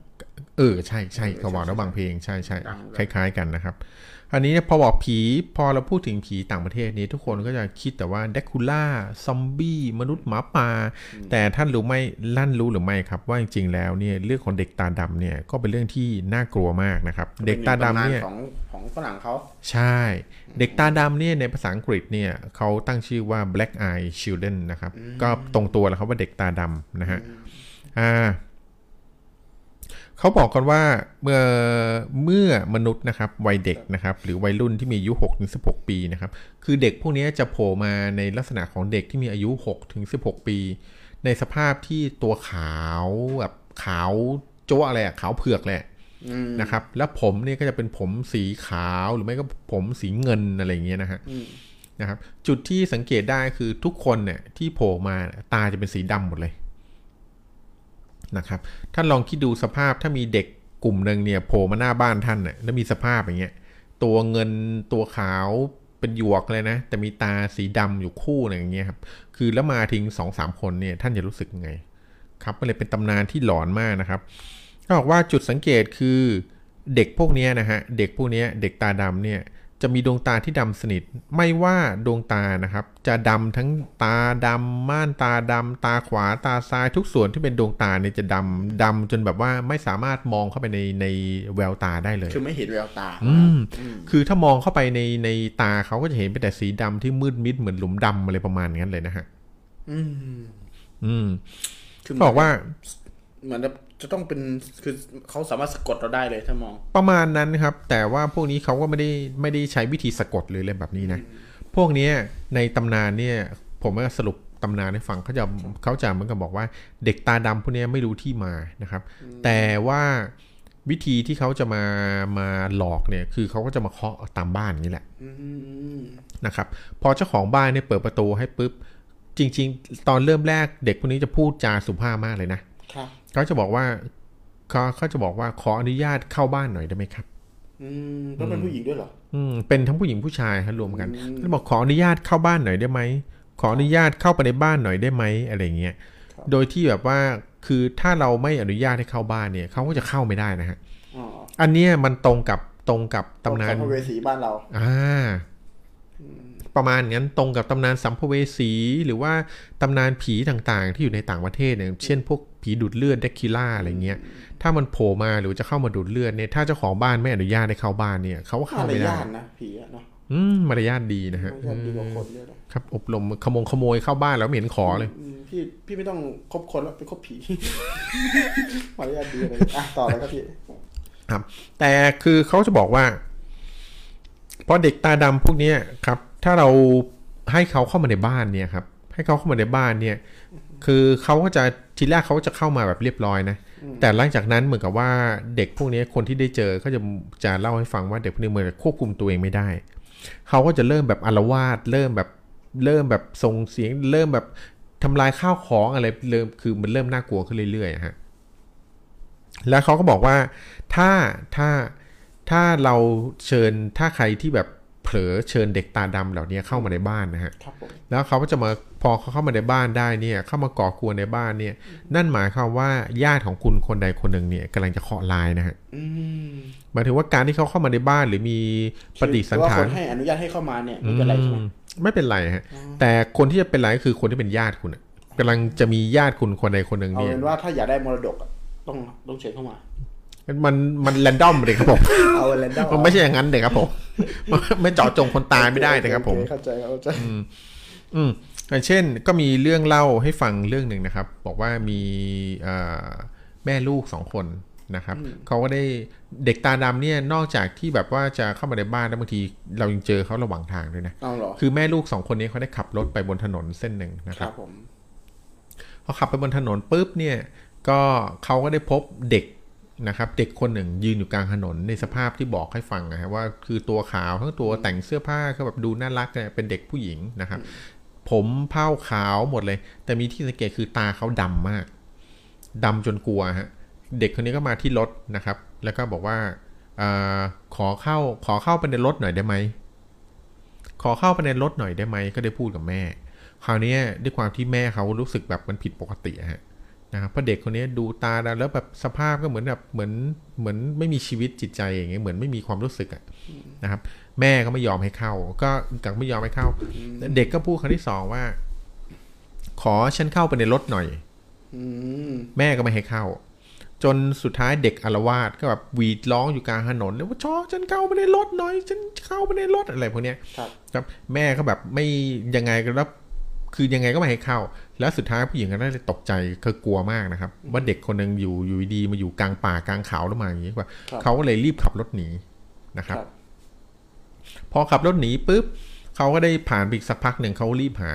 เออใช่ใช่เขาบอกแล้วบางเพลงใช่ใช่
ดัง
คล้าย ๆ กันนะครับอันนี้เนี่ยพอบอกผีพอเราพูดถึงผีต่างประเทศนี้ทุกคนก็จะคิดแต่ว่าเดคูล่าซอมบี้มนุษย์หมาป่าแต่ท่านรู้ไหมลั่นรู้หรือไม่ครับ ว่าจริงๆแล้วเนี่ยเรื่องของเด็กตาดำเนี่ยก็เป็นเรื่องที่น่ากลัวมากนะครับ เด็กตาดำเนี่ย
ป็ของของฝรั่งเขา
ใช่ เด็กตาดำเนี่ยในภาษาอังกฤษเนี่ยเขาตั้งชื่อว่า black eye children นะครับ ก็ตรงตัวแล้วครับว่าเด็กตาดำนะฮะอ่าเขาบอกกันว่าเมื่อเมื่อมนุษย์นะครับวัยเด็กนะครับ หรือวัยรุ่นที่มีอายุ6ถึง16 ปีนะครับ คือเด็กพวกนี้จะโผล่มาในลักษณะของเด็กที่มีอายุ6ถึง16 ปี ในสภาพที่ตัวขาวแบบขาวโจ้อะไรอะขาวเผือกแหละ
อืม
นะครับแล้วผมเนี่ยก็จะเป็นผมสีขาวหรือไม่ก็ผมสีเงินอะไรอย่างเงี้ยนะฮะ
อืม
นะครับจุดที่สังเกตได้คือทุกคนเนี่ยที่โผล่มาตาจะเป็นสีดำหมดเลยนะครับท่านลองคิดดูสภาพถ้ามีเด็กกลุ่มหนึ่งเนี่ยโผล่มาหน้าบ้านท่านน่ะแล้วมีสภาพอย่างเงี้ยตัวเงินตัวขาวเป็นหยวกเลยนะ แต่มีตาสีดำอยู่คู่หนึ่งอย่างเงี้ยครับคือแล้วมาทิ้งสองสามคนเนี่ยท่านจะรู้สึกไง ครับมันเลยเป็นตำนานที่หลอนมากนะครับก็บอกว่าจุดสังเกตคือเด็กพวกเนี้ยนะฮะเด็กพวกเนี้ยเด็กตาดำเนี่ยจะมีดวงตาที่ดำสนิท ไม่ว่าดวงตานะครับ จะดำทั้งตาดำม่านตาดำตาขวาตาซ้ายทุกส่วนที่เป็นดวงตาเนี่ยจะดำดำจนแบบว่าไม่สามารถมองเข้าไปในในแววตาได้เลย
คือไม่เห็นแววตา
อืม คือถ้ามองเข้าไปในในตาเขาก็จะเห็นเป็นแต่สีดำที่มืดมิดเหมือนหลุมดำอะไรประมาณนั้นเลยนะฮะ
อืม
อืม
คือ
เขาบอกว่า
เหมือนจะต้องเป็นคือเขาสามารถสะกดเราได้เลยถ้ามอง
ประมาณนั้นครับ แต่ว่าพวกนี้เขาก็ไม่ได้ไม่ได้ใช้วิธีสะกดหรืออะไรแบบนี้นะ พวกเนี้ยในตำนานเนี่ย ผมก็สรุปตำนานให้ฟังเขาจะเขาจะเหมือนกับบอกว่าเด็กตาดำพวกเนี้ยไม่รู้ที่มานะครับ แต่ว่าวิธีที่เขาจะมามาหลอกเนี่ยคือเขาก็จะมาเคาะตามบ้านอย่างนี้แหละ
อืม
นะครับพอเจ้าของบ้านเนี่ยเปิดประตูให้ปุ๊บ จริง ๆ ตอนเริ่มแรกเด็กพวกนี้จะพูดจาสุภาพมากเลยนะครับ เขาจะบอกว่าเขาเขาจะบอกว่าขออนุญาตเข้าบ้านหน่อยได้ไหมครับ
อืมแล้วเป็นผู้หญิงด้วยเหรอ
อืมเป็นทั้งผู้หญิงผู้ชายฮะรวมกัน
อืม
ท่านบอกขออนุญาตเข้าบ้านหน่อยได้ไหม ขออนุญาตเข้าไปในบ้านหน่อยได้ไหมอะไรอย่างเงี้ย โดยที่แบบว่าคือถ้าเราไม่อนุญาตให้เข้าบ้านเนี่ยเขาก็จะเข้าไม่ได้นะฮะ
อ๋อ
อันเนี้ยมันตรงกับตรงกับตำนาน
สัมภเวสีบ้านเรา
อ่าประมาณงั้นตรงกับตำนานสัมภเวสีหรือว่าตำนานผีต่างๆ ที่อยู่ในต่างประเทศเนี่ยเช่นพวกผีดูดเลือดเดคิล่าอะไรเงี้ยถ้ามันโผล่มาหรือจะเข้ามาดูดเลือดเนี่ยถ้าเจ้าของบ้านไม่อนุญาตให้เข้าบ้านเนี่ยเขาก็
มา
เข้าร ไม่
ยา
ได้
ทนะผีอะเนาะ
อืมมารยาทดีนะ
มาร
ฮะ
ยาทดีกว่าคนด้วยนะครับ
อบรมขโมงขโมยเข้าบ้านแล้วไม่เห็นขอเลย
อืมพี่พี่ไม่ต้องคบคนแล้วไปคบ ผี มารยาทดีเลยอ่ะต่อเลยครับพี่
ครับแต่คือเขาจะบอกว่า พอเด็กตาดำพวกเนี้ยครับ ถ้าเราให้เขาเข้ามาในบ้านเนี่ยครับให้เขาเข้ามาในบ้านเนี่ย คือเขาก็จะทีแรกเขาจะเข้ามาแบบเรียบร้อยนะ แต่หลังจากนั้นเหมือนกับว่าเด็กพวกนี้คนที่ได้เจอก็จะจะเล่าให้ฟังว่าเด็กพวกนี้เหมือนกับควบคุมตัวเองไม่ได้ เขาก็จะเริ่มแบบอารวาสเริ่มแบบเริ่มแบบส่งเสียง เริ่มแบบทำลายข้าวของอะไรเริ่มคือมันเริ่มน่ากลัวขึ้นเรื่อยๆอะฮะแล้วเขาก็บอกว่าถ้าถ้าถ้าเราเชิญถ้าใครที่แบบเผลอเชิญเด็กตาดำเหล่านี้เข้ามาในบ้านนะฮะ
ครับผม
แล้วเขาก็จะมาพอเขาเข้ามาในบ้านได้เนี่ยเข้ามาก่อกวนในบ้านเนี่ย นั่นหมายความว่าญาติของคุณคนใดคนหนึ่งเนี่ยกำลังจะเคาะลายนะฮะ
อืม
หมายถึงว่าการที่เขาเข้ามาในบ้านหรือมีปฏิสัง
ว่า
ขา
ค
ร
นให้อนุญาตให้เข้ามาเนี่ยไม่เป็นไรใช่ไหม
อืมไม่เป็นไรฮะแต่คนที่จะเป็นไรก็คือคนที่เป็นญาติคุณอะกำลังจะมีญาติคุณคนใดคนหนึ่ง
เอา
เนี่ย
เป็นว่าถ้าอยากได้มรดกอะต้องต้องเชิญเข้ามา
มันมันแรนดอมเลยครับผม
เอาแรนดอม
มันไม่ใช่อย่างนั้นเลยครับผม มันไม่เจาะจงคนตายไม่ได้นะครับผม
เข้าใจเข้าใจ
อืมอย่างเช่นก็มีเรื่องเล่าให้ฟังเรื่องหนึ่งนะครับ บอกว่ามีเอ่อแม่ลูกสองคนนะครับเขาก็ได้เด็กตาดำเนี่ยนอกจากที่แบบว่าจะเข้ามาในบ้านแล้วบางทีเรายังเจอเขาระหว่างทางด้วยนะ
เอาเหรอ
คือแม่ลูกสองคนนี้เขาได้ขับรถไปบนถนนเส้นหนึ่งนะค
ครับ รับผม
พอขับไปบนถนนปุ๊บเนี่ยก็เขาก็ได้พบเด็กนะครับ เด็กคนหนึ่งยืนอยู่กลางถนนในสภาพที่บอกให้ฟังนะฮะว่าคือตัวขาวทั้งตัวแต่งเสื้อผ้าก็แบบดูน่ารักเนี่ยเป็นเด็กผู้หญิงนะครับ ผมเผ้าขาวหมดเลย แต่มีที่สังเกตคือตาเขาดำมากดำจนกลัวฮะเด็กคนนี้ก็มาที่รถนะครับ แล้วก็บอกว่าเออขอเข้าขอเข้าไปในรถหน่อยได้ไหมขอเข้าไปในรถหน่อยได้ไหมก็ได้พูดกับแม่ คราวเนี้ยด้วยความที่แม่เขารู้สึกแบบมันผิดปกติอะฮะนะครับเพราะเด็กคนเนี้ยดูตาดำแล้วแบบสภาพก็เหมือนแบบเหมือนเหมือนไม่มีชีวิตจิตใจอย่างเงี้ยเหมือนไม่มีความรู้สึกอะนะครับ แม่ก็ไม่ยอมให้เข้า ก็กังไม่ยอมให้เข้า เด็กก็พูดครั้งที่สองว่า ขอฉันเข้าไปในรถหน่อย
อืม
แม่ก็ไม่ให้เข้า จนสุดท้ายเด็กอารวาสก็แบบหวีดร้องอยู่กลางถนนเลยว่าชอฉันเข้าไปในรถหน่อย ฉันเข้าไปในรถอะไรพวกเนี้ย
ครับ
ครับแม่ก็แบบไม่ยังไงก็รับคือยังไงก็ไม่ให้เข้า แล้วสุดท้ายผู้หญิงก็ได้ตกใจคือกลัวมากนะครับ ว่าเด็กคนหนึงอยู่อยู่ดีๆมาอยู่กลางป่ากลางเขาแล้วมาอย่างนี้ว่า
ครับ
เขาก็เลยรีบขับรถหนีนะค
ครับ รับ
พอขับรถหนีปุ๊บเขาก็ได้ผ่านไปอีกสักพักหนึ่งเขารีบหา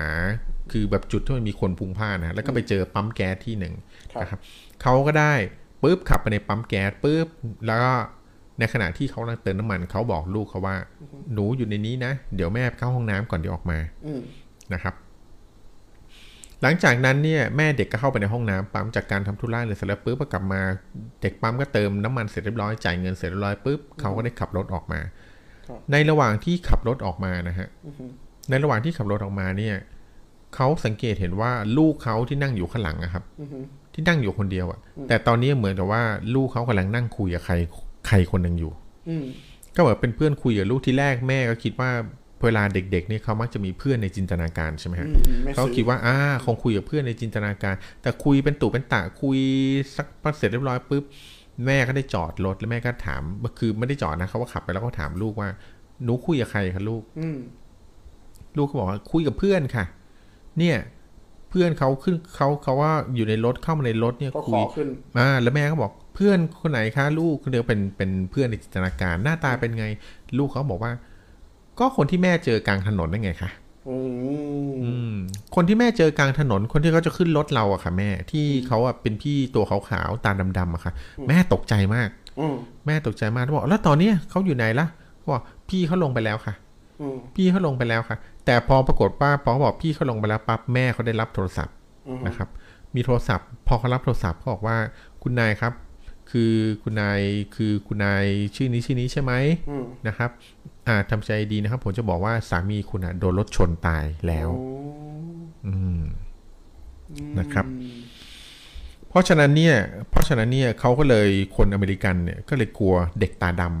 คือแบบจุดที่มันมีคนพลุงพล่านนะฮะแล้วก็ไปเจอปั๊มแก๊สที่หนึ่ง
ครับ
นะครับเขาก็ได้ปุ๊บขับไปในปั๊มแก๊สปุ๊บแล้วก็ในขณะที่เขากำลังเติมน้ำมันเขาบอกลูกเขาว่า หนูอยู่ในนี้นะ เดี๋ยวแม่ไปเข้าห้องน้ำก่อนเดี๋ยวออกมา
อืม
นะครับ หลังจากนั้นเนี่ยแม่เด็กก็เข้าไปในห้องน้ำปั๊มจากการทำธุระเลยเสร็จแล้วปุ๊บก็กลับมาเด็กปั๊มก็เติมน้ำมันเสร็จเรียบร้อยจ่ายเงินเสร็จเรียบร้อยปุ๊บเขาก็ได้ขับรถออกมา ในระหว่างที่ขับรถออกมานะฮะ
อืม
ในระหว่างที่ขับรถออกมาเนี่ยเขาสังเกตเห็นว่าลูกเขาที่นั่งอยู่ข้างหลังนะครับ
อืม
ที่นั่งอยู่คนเดียวอะแต่ตอนนี้เหมือนกับว่าลูกเขากำลังนั่งคุยกับใครใครคนหนึ่งอยู่
อืม
ก็เหมือนเป็นเพื่อนคุยกับลูกที่แรกแม่ก็คิดว่าเวลาเด็กๆเนี่ยเขามักจะมีเพื่อนในจินตนาการใช่ไหมฮะ
อืมไม่
เขา
ซื้อ
คิดว่าอ่าคงคุยกับเพื่อนในจินตนาการ แต่คุยเป็นตู่เป็นตะคุยสักพอเสร็จเรียบร้อยปุ๊บแม่ก็ได้จอดรถแล้วแม่ก็ถามคือไม่ได้จอดนะเขาว่าขับไปแล้วก็ถามลูกว่าหนูคุยกับใครคะลูก
อืม
ลูกก็บอกว่าคุยกับเพื่อนค่ะ เนี่ย เพื่อนเขาขึ้นเขาเขาว่าอยู่ในรถเข้ามาในรถเนี่ย
ก็ข
คุ
อย ขึ้น
อ่าแล้วแม่ก็บอกเพื่อนคนไหนคะลูกเดียวเป็นเป็นเพื่อนในจินตนาการ หน้าตาเป็นไง ลูกเขาบอกว่า ก็คนที่แม่เจอกลางถนนนั่นไงคะ
อืม
อืมคนที่แม่เจอกลางถนนคนที่เขาจะขึ้นรถเราอะค่ะแม่ที่เขาอะเป็นพี่ตัวขาวๆตาดำๆอะค่ะ แม่ตกใจมาก
อืม
แม่ตกใจมากแล้วบอกแล้วตอนเนี้ยเขาอยู่ไหนล่ะเขาบอกพี่เขาลงไปแล้วค่ะ
อืม
พี่เขาลงไปแล้วค่ะ แต่พอปรากฏว่าพอเขาบอกพี่เขาลงไปแล้วปั๊บแม่เขาได้รับโทรศัพท์
อืม
นะครับ มีโทรศัพท์ พอเขารับโทรศัพท์เขาบอกว่าคุณนายครับ คือคุณนายคือคุณนายชื่อนี้ชื่อนี้ใช่ไหม
อืม
นะครับ อ่าทำใจดีนะครับ ผมจะบอกว่าสามีคุณอะโดนรถชนตายแล้ว
โอ้
อืม
อืม
นะครับ เพราะฉะนั้นเนี่ย เพราะฉะนั้นเนี่ยเขาก็เลยคนอเมริกันเนี่ยก็เลยกลัวเด็กตาดำ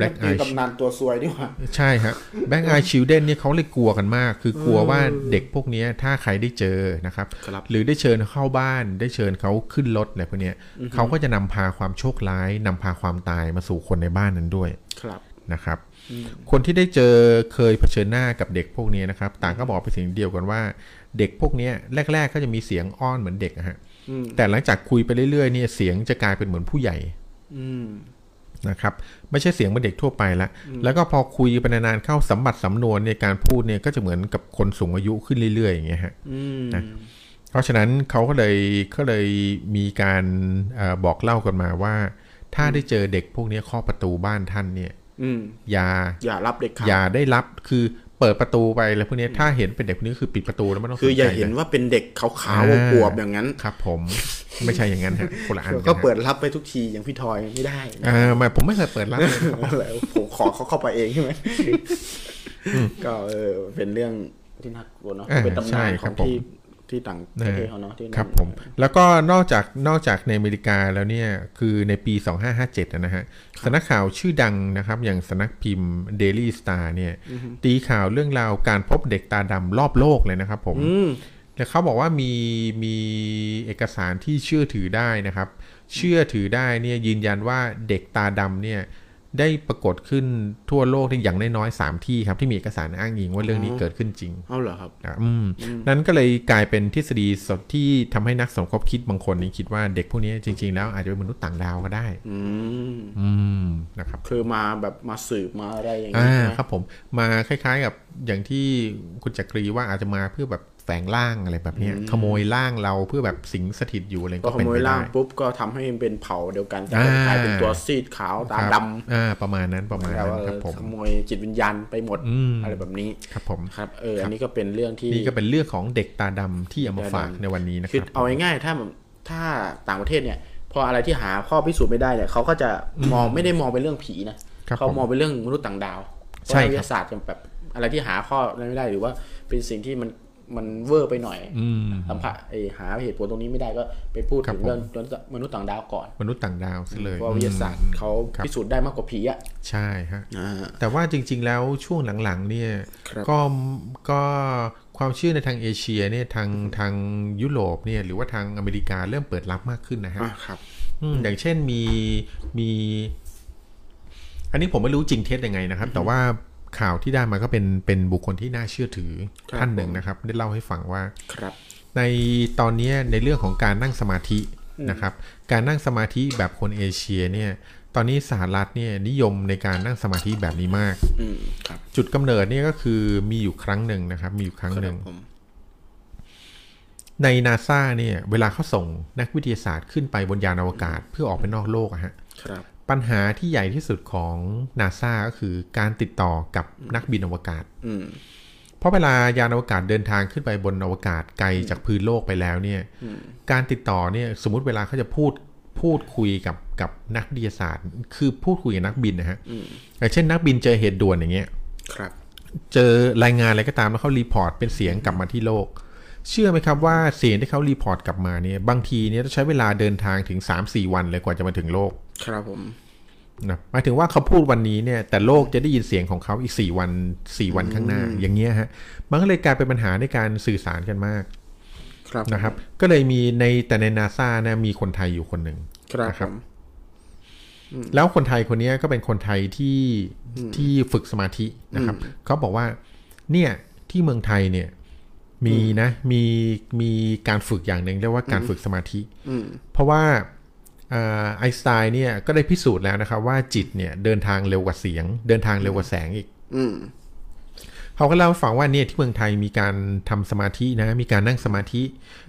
นี่มั
black
นเป็น
eye
ตำนานตัวซวยดีกว่า
ใช่ฮะ black eye children เนี่ยเขาเลยกลัวกันมาก คือกลัวว่าเด็กพวกเนี้ยถ้าใครได้เจอนะครับ
ครับ
หรือได้เชิญเข้าบ้านได้เชิญเขาขึ้นรถอะไรพวกเนี้ยเขาก็จะนำพาความโชคร้ายนำพาความตายมาสู่คนในบ้านนั้นด้วย
ครับ
นะครับ
อืม
คนที่ได้เจอเคยเผชิญหน้ากับเด็กพวกนี้นะครับ ต่างก็บอกไปนเสียงเดียวกันว่า เด็กพวกเนี้ยแรก ๆ ก็จะมีเสียงอ้อนเหมือนเด็กอะฮะ
อืม
แต่หลังจากคุยไปเรื่อยๆเนี่ยเสียงจะกลายเป็นเหมือนผู้ใหญ่
อืม
นะครับไม่ใช่เสียงเหมือนเด็กทั่วไปละแล้วก็พอคุยไปนานๆเข้าสัมบัติสำนวนในยการพูดเนี่ยก็จะเหมือนกับคนสูงอายุขึ้นเรื่อยๆอย่างเงี้ยฮะ
อืม
เพราะฉะนั้นเขาก็เลยก็เลยมีการเออบอกเล่ากันมาว่า ถ้าได้เจอเด็กพวกเนี้ยเคาะประตูบ้านท่านเนี่ย
อืม
อย่า
อย่ารับเด็ดขาด
อย่าได้รับคือเปิดประตูไปอะไรพวกเนี้ยถ้าเห็นเป็นเด็กพวกนี้คือปิดประตูแล้วไม่ต้องส
คืออย่า
ใจ
เห็น
ล
ว่าเป็นเด็กขาวๆอวบๆอย่างนั้น
ครับ ผมไม่ใช่อย่างนั้นฮะคนละอันน
ก็
ฮะ
เปิดรับไปทุกทีอย่างพี่ทอยไม่ได้นะ
เออไมาผมไม่เคยเปิด รับเลย
แล้วผมขอเขาเข้าไปเองใช่ไหมก็เออเป็นเรื่องที่น่ากลัวเนาะ
า
เป็นตำ
ใช่
นาน
ค
ข
รั
อบ ง
ผม
ที่ที่ต่างประเท
เอ
ศ
อ
เขาเนาะที่นั่น
ครับผมแล้วก็นอกจากนอกจากในอเมริกาแล้วเนี่ยคือในปี 2557อะนะฮะสำนักข่าวชื่อดังนะครับ อย่างสำนักพิมพ์ Daily Star เนี่ยตีข่าวเรื่องราวการพบเด็กตาดำรอบโลกเลยนะครับผม
อืม
แล้วเขาบอกว่ามีมีเอกสารที่เชื่อถือได้นะครับ เชื่อถือได้เนี่ยยืนยันว่าเด็กตาดำเนี่ยได้ปรากฏขึ้นทั่วโลกที่อย่างน้อยๆสามที่ครับที่มีเอกสารอ้างอิงว่าเรื่องนี้เกิดขึ้นจริง
เอาเหรอครับ
อ่ะอืมนั่นก็เลยกลายเป็นทฤษฎีสดที่ทำให้นักสมคบคิดบางคนนี้คิดว่าเด็กพวกนี้จริง ๆ แล้วอาจจะเป็นมนุษย์ต่างดาวก็ได้
อืม
อืมนะครับ
คือมาแบบมาสืบมาอะไรอย่าง
อ่า
เงี้ย
ครับผมมาคล้ายๆกับอย่างที่คุณจักรีว่าอาจจะมาเพื่อแบบแฝงร่างอะไรแบบเนี้ยขโมยร่างเราเพื่อแบบสิงสถิตอยู่อะไร
ก็
ก็
ข
เป็น
โม
ไป
ย
ได้
ร่างปุ๊บก็ทำให้มันเป็นเผาเดียวกันแต่
อ่า
กลายเป็นตัวซีดขาวตา
ครับ
ดำ
อ่าประมาณนั้นประมาณ
แปล
นั้น
ว่า
ครับผม
ขโมยจิตวิญญาณไปหมด
อืม
อะไรแบบนี้
ครับผม
ครับเอออันนี้ก็เป็นเรื่องที่
นี่ก็เป็นเรื่องของเด็กตาดำที่เอามาฝากในวันนี้นะค
คือ
รับ
เอาง่ายๆถ้าแบบถ้าต่างประเทศเนี่ย พออะไรที่หาข้อพิสูจน์ไม่ได้เนี่ยเขาก็จะมองไม่ได้มองเป็นเรื่องผีนะครับ เขามองเป็นเรื่องมนุษย์ต่างดาว
ใช่ครับ
เพราะวิทยาศาสตร์จะแบบอะไรที่หาข้อนั้นไม่ได้หรือว่าเป็นสิ่งที่มันมันเวอร์ไปหน่อย
อืม
สัมผัสไอหาเหตุผลตรงนี้ไม่ได้ก็ไปพูด
ครับ
ถึงเรื่อง
ผม
มนุษย์ต่างดาวก่อน
มนุษย์ต่างดาวซะเลย
เพราะวิทยาศาสตร์เขา
ครับ
พิสูจน์ได้มากกว่าผีอ่ะ
ใช่ฮะ แต่ว่าจริงๆ แล้วช่วงหลังๆ เนี่ย
ครับ
ก็ก็ความเชื่อในทางเอเชียเนี่ยทางทางยุโรปเนี่ยหรือว่าทางอเมริกาเริ่มเปิดรับมากขึ้นนะฮะ
อ่าครับ
อืมอย่างเช่นมีมี อันนี้ผมไม่รู้จริงเท็จยังไงนะครับ แต่ว่าข่าวที่ได้มาก็เป็นเป็นบุคคลที่น่าเชื่อถือ
ครับ
ท่านหนึ่งนะครับ ได้เล่าให้ฟังว่า
ครับ
ในตอนเนี้ยในเรื่องของการนั่งสมาธินะครับ การนั่งสมาธิแบบคนเอเชียเนี่ย ตอนนี้สหรัฐเนี่ยนิยมในการนั่งสมาธิแบบนี้มาก
อืมครับ
จุดกำเนิดเนี่ยก็คือมีอยู่ครั้งหนึ่งนะครับ มีอยู่ครั้งหนึ่ง
ครับผม
ในนาซาเนี่ยเวลาเขาส่งนักวิทยาศาสตร์ขึ้นไปบนยานอวกาศเพื่อออกไปนอกโลกอะฮะ
ครับ
ปัญหาที่ใหญ่ที่สุดของนาซาก็คือการติดต่อกับนักบินอวกาศ
อืม
เพราะเวลายานอวกาศเดินทางขึ้นไปบนอวกาศไกลจากพื้นโลกไปแล้วเนี่ยการติดต่อเนี่ยสมมติเวลาเขาจะพูดพูดคุยกับกับนักวิทยาศาสตร์ คือพูดคุยกับนักบินนะฮะอย่างเช่นนักบินเจอเหตุด่วนอย่างเงี้ย
ครับ
เจอรายงานอะไรก็ตามแล้วเขารีพอร์ตเป็นเสียงกลับมาที่โลก เชื่อไหมครับว่าเสียงที่เขารีพอร์ตกลับมาเนี่ยบางทีเนี่ยต้องใช้เวลาเดินทางถึง 3-4 วันเลยกว่าจะมาถึงโลก
ครับผม
นะหมายถึงว่าเขาพูดวันนี้เนี่ยแต่โลกจะได้ยินเสียงของเขาอีก 4 วัน 4 วันข้างหน้าอย่างเงี้ยฮะมันก็เลยกลายเป็นปัญหาในการสื่อสารกันมาก
ครับ
นะครับก็เลยมีในแต่ในนาซานะมีคนไทยอยู่คนหนึ่ง
ครับ
นะค
ผ
รับ
ม
แล้วคนไทยคนเนี้ยก็เป็นคนไทยที่ที่ฝึกสมาธินะครับเขาบอกว่าเนี่ยที่เมืองไทยเนี่ยมีนะมีมีการฝึกอย่างหนึ่งเรียกว่าการฝึกสมาธิ
อืม
เพราะว่าอ่าไอน์สไตน์เนี่ยก็ได้พิสูจน์แล้วนะครับว่าจิตเนี่ยเดินทางเร็วกว่าเสียง เดินทางเร็วกว่าแสงอีก
อืม
เขาก็เล่าให้ฟังว่าเนี่ยที่เมืองไทยมีการทำสมาธินะ มีการนั่งสมาธิ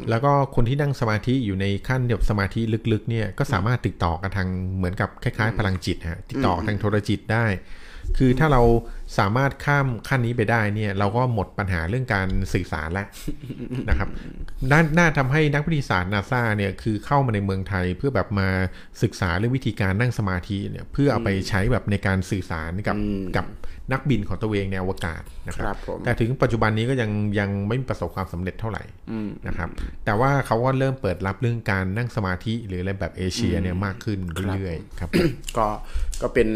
แล้วก็คนที่นั่งสมาธิอยู่ในขั้นแบบสมาธิลึกๆเนี่ยก็สามารถติดต่อกันทางเหมือนกับคล้ายๆ พลังจิตฮะติดต่อทางโทรจิตได้ คือถ้าเราสามารถข้ามขั้นนี้ไปได้เนี่ยเราก็หมดปัญหาเรื่องการสื่อสารแล้ว นะครับน่าน่าทำให้นักวิทยาศาสตร์นาซาเนี่ยคือเข้ามาในเมืองไทยเพื่อแบบมาศึกษาเรื่องวิธีการนั่งสมาธิเนี่ยเพื่อเอาไปใช้แบบในการสื่อสารกับ
อืม
กับนักบินของตัวเองในอวกาศนะค
ครั
รับบ
ผม
แต่ถึงปัจจุบันนี้ก็ยังยังไม่ประสบความสำเร็จเท่าไหร่
อืม
นะครับ แต่ว่าเขาก็เริ่มเปิดรับเรื่องการนั่งสมาธิหรืออะไรแบบเอเชียเนี่ยมากขึ้นเรื่อยๆครับ
ก็ก็เป็น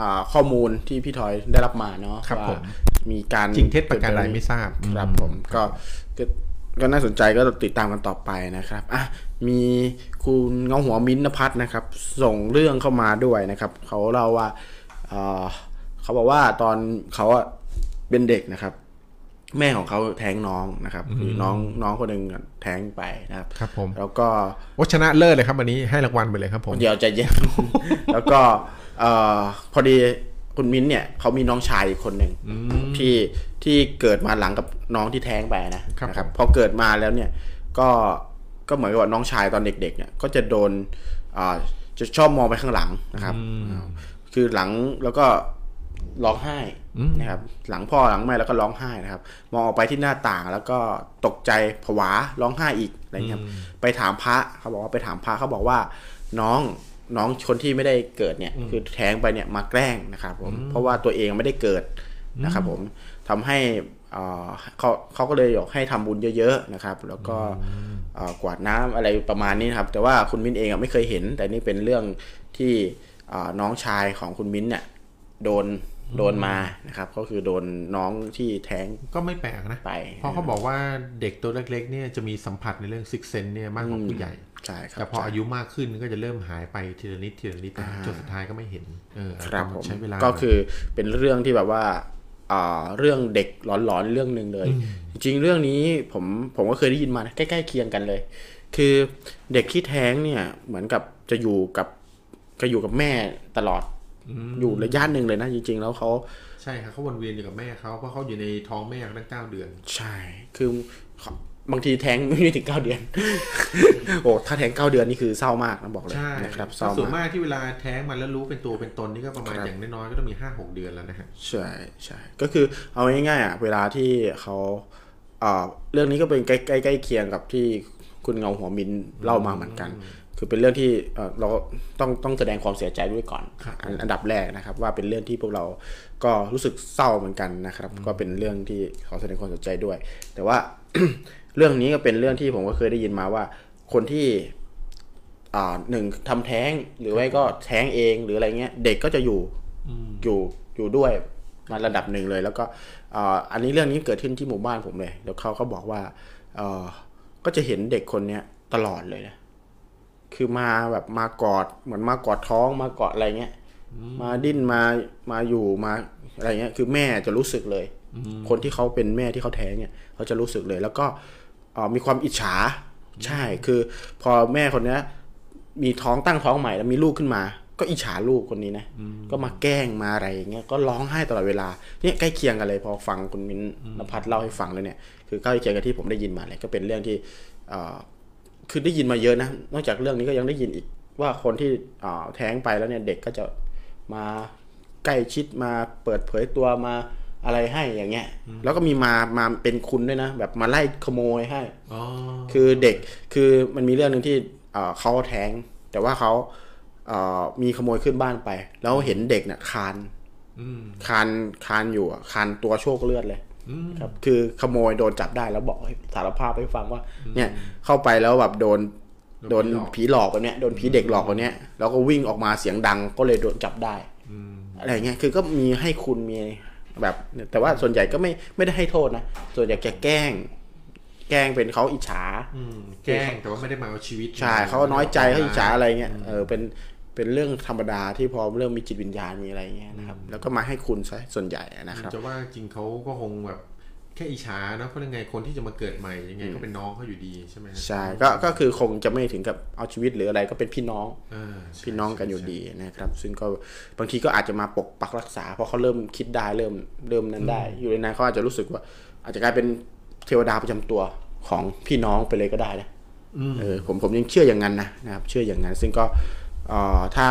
อ่าข้อมูลที่พี่ทอยได้รับมาเนาะ
ครับ
ว่า
ผม
มีการ
จริงเท็จประการใดไม่ทราบ
ครับผมก็ก็ก็น่าสนใจก็ติดตามกันต่อไปนะครับอ่ะมีคุณเงาหัวมิ้นท์นภัสนะครับ ส่งเรื่องเข้ามาด้วยนะครับ เขาเล่าว่าอ่าเขาบอกว่าตอนเขาอะเป็นเด็กนะครับ แม่ของเขาแท้งน้องนะครับคือน้องน้องคนหนึ่งอะแท้งไปนะครับ
ครับผม
แล้วก็
โอชนะเลิศเลยครับวันนี้ให้รางวัลไปเลยครับผม
เดี๋ยวใจะเย็น แล้วก็ เอ่อพอดีคุณมิ้นท์เนี่ยเขามีน้องชายอีกคนหนึ่งที่ที่เกิดมาหลังกับน้องที่แท้งไปนะครับ นะพอเกิดมาแล้วเนี่ยก็ก็เหมือนกับว่าน้องชายตอนเด็กๆเนี่ยก็จะโดนเอ่อจะชอบมองไปข้างหลังนะครับอ่าคือหลังแล้วก็ร้องไห้นะครับหลังพ่อหลังแม่แล้วก็ร้องไห้นะครับ มองออกไปที่หน้าต่างแล้วก็ตกใจผวาร้องไห้อีกอะไรเงี้ยครับไปถามพระเขาบอกว่าไปถามพระเขาบอกว่าน้องน้องคนที่ไม่ได้เกิดเนี่ยคือแท้งไปเนี่ยมาแกล้งนะครับผมเพราะว่าตัวเองไม่ได้เกิดนะครับผมทำให้เอ่อเขาเขาก็เลยบอกให้ทำบุญเยอะๆนะครับ แล้วก็เอ่อกวาดน้ำอะไรประมาณนี้นะครับแต่ว่าคุณมิ้นเองอะไม่เคยเห็น แต่นี่เป็นเรื่องที่เอ่อน้องชายของคุณมิ้นเนี่ยโดนโดนมานะครับก็คือโดนน้องที่แท้ง
ก็ไม่แปลกนะ
ไป
เพราะเขาบอกว่าเด็กตัวเล็กๆเนี่ยจะมีสัมผัสในเรื่องซิกเซนเนี่ยมากกว่าผู้ใหญ่
ใช่ครับ
แต่พออายุมากขึ้นก็จะเริ่มหายไปทีละนิดทีละนิดนะจนสุดท้ายก็ไม่เห็นเออ
ครับผม
ใช้เวลา
ก็คือเป็นเรื่องที่แบบว่าอ่าเรื่องเด็กหลอนๆเรื่องหนึ่งเลย จริงๆเรื่องนี้ผมผมก็เคยได้ยินมานะใกล้ๆเคียงกันเลย คือเด็กที่แท้งเนี่ยเหมือนกับจะอยู่กับก็อยู่กับแม่ตลอดอยู่ระยะหนึ่งเลยนะจริง ๆ แล้วเขา
ใช่ครับเขาวนเวียนอยู่กับแม่เขาเพราะเขาอยู่ในท้องแม่ตั้งเก้าเดือน
ใช่ คือบางทีแท้งไม่ถึงเก้าเดือน โอ้ ถ้าแท้งเก้าเดือนนี่คือเศร้ามากนะบอกเลย
ใช่
นะครับเศ
แต่
ร้า
ส่วน
มาก
มากที่เวลาแท้งมันแล้วรู้เป็นตัวเป็นตนนี่ก็ประมาณ
ครับ
อย่างน้อยๆก็ต้องมีห้าหกเดือนแล้วนะฮะ
ใช่ใช่ก็คือเอาง่ายๆอ่ะเวลาที่เขาเอ่อเรื่องนี้ก็เป็นใกล้ใกล้ใกล้เคียงกับที่คุณเงาหัวมินเล่ามาเหมือนกัน คือเป็นเรื่องที่เอ่อเราต้องต้องแสดงความเสียใจด้วยก่อน
ครับ
อันอันดับแรกนะครับ ว่าเป็นเรื่องที่พวกเราก็รู้สึกเศร้าเหมือนกันนะครับ ก็เป็นเรื่องที่ขอแสดงความเสียใจด้วย แต่ว่า เรื่องนี้ก็เป็นเรื่องที่ผมก็เคยได้ยินมาว่า คนที่ อ่าหนึ่งทำแท้งหรือไม่ก็แท้งเองหรืออะไรเงี้ย เด็กก็จะอยู่อยู่อยู่ด้วยมาระดับหนึ่งเลย แล้วก็อ่าอันนี้เรื่องนี้เกิดขึ้นที่หมู่บ้านผมเลย แล้วเขาก็บอกว่าเออก็จะเห็นเด็กคนเนี้ยตลอดเลยนะคือมาแบบมากอดเหมือนมากอดท้องมากอดอะไรเงี้ย มาดิ้นมามาอยู่มาอะไรเงี้ย คือแม่จะรู้สึกเลย คนที่เขาเป็นแม่ที่เขาแท้งเนี่ยเขาจะรู้สึกเลย แล้วก็เอ่อมีความอิจฉาใช่คือ พอแม่คนเนี้ย มีท้องตั้งท้องใหม่แล้วมีลูกขึ้นมา ก็อิจฉาลูกคนนี้นะ ก็มาแกล้งมาอะไรอย่างเงี้ยก็ร้องไห้ตลอดเวลาเนี่ยใกล้เคียงกันเลยพอฟังคุณมิ้นท์นภัทรเล่าให้ฟังแล้วเนี่ยคือใกล้เคียงกับที่ผมได้ยินมาเลยก็เป็นเรื่องที่เอ่อคือได้ยินมาเยอะนะนอกจากเรื่องนี้ก็ยังได้ยินอีกว่าคนที่เอ่อแท้งไปแล้วเนี่ยเด็กก็จะมาใกล้ชิดมาเปิดเผยตัวมาอะไรให้อย่างเงี้ยแล้วก็มีมามาเป็นคุณด้วยนะแบบมาไล่ขโมยให้
อ๋อ
คือเด็กคือมันมีเรื่องหนึ่งที่เอ่อเขาแท้ง แต่ว่าเขาเอ่อมีขโมยขึ้นบ้านไป แล้วเห็นเด็กเนี่ยคานคานคานอยู่อะคานตัวโชคเลือดเลยครับ คือขโมยโดนจับได้แล้วบอกให้สารภาพให้ฟังว่า เนี่ยเข้าไปแล้วแบบโดน
โด
โด
น
น
ผีหลอก
ผีหลอกคนเนี้ยโดนผีเด็กหลอกคนเนี้ยแล้วก็วิ่งออกมาเสียงดังก็เลยโดนจับได้ อะไรเงี้ย คือก็มีให้คุณมีแบบ แต่ว่าส่วนใหญ่ก็ไม่ไม่ได้ให้โทษนะ ส่วนใหญ่จะแกล้ง แกล้งเป็นเขาอิจฉา
อืมแกล้งแต่ว่าไม่ได้มาเอาชีวิต
ใช่เขาน้อยใจเขาอิจฉาอะไรเงี้ยเออเป็นเป็นเรื่องธรรมดาที่พอเริ่มมีจิตวิญญาณมีอะไรเงี้ยนะครับแล้วก็มาให้คุณซะส่วนใหญ่นะครับ
จะว่าจริงเขาก็คงแบบแค่อิจฉาเนอะเพราะยังไงคนที่จะมาเกิดใหม่ยังไงก็เป็นน้องเขาอยู่ดีใช่ไหมฮะ
ใช่ก็ก็คือคงจะไม่ถึงกับเอาชีวิตหรืออะไรก็เป็นพี่น้อง
อ่าใช่
พี่น้องกันอยู่ดีนะครับ ซึ่งก็บางทีก็อาจจะมาปกปักรักษาเพราะเขาเริ่มคิดได้เริ่มเริ่มนั้นได้ อยู่ในนั้นเขาอาจจะรู้สึกว่า อาจจะกลายเป็นเทวดาประจำตัวของพี่น้องไปเลยก็ได้นะ เออผมผมยังเชื่ออย่างนั้นนะนะครับ เชื่ออย่างนั้น ซึ่งก็เอ่อถ้า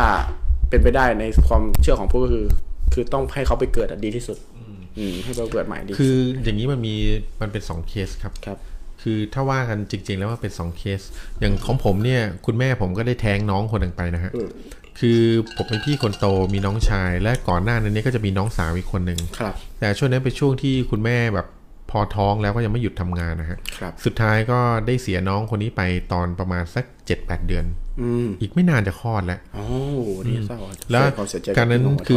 เป็นไปได้ในความเชื่อของพวกก็คือ คือต้องให้เขาไปเกิดอะดีที่สุด อืมให้เขาเกิดใหม่ดี
คืออย่างนี้มันมีมันเป็นสองเคสครับ
ครับ
คือถ้าว่ากันจริง ๆ แล้วว่าเป็นสองเคส อย่างของผมเนี่ย คุณแม่ผมก็ได้แท้งน้องคนหนึ่งไปนะฮะ
อืม
คือผมเป็นพี่คนโตมีน้องชาย และก่อนหน้านั้นเนี่ยก็จะมีน้องสาวอีกคนหนึ่ง
ครับ
แต่ช่วงนั้นเป็นช่วงที่คุณแม่แบบพอท้องแล้วก็ยังไม่หยุดทำงานนะฮะ
ครับ
สุดท้ายก็ได้เสียน้องคนนี้ไปตอนประมาณสัก 7-8 เดือน
อืม
อีกไม่นานจะคลอดแล้ว
โอ้โหนี่เศร้าอ่ะ
แล้ว
เสียความเสียใจ
การนั้น
กับพี่
คือ
น้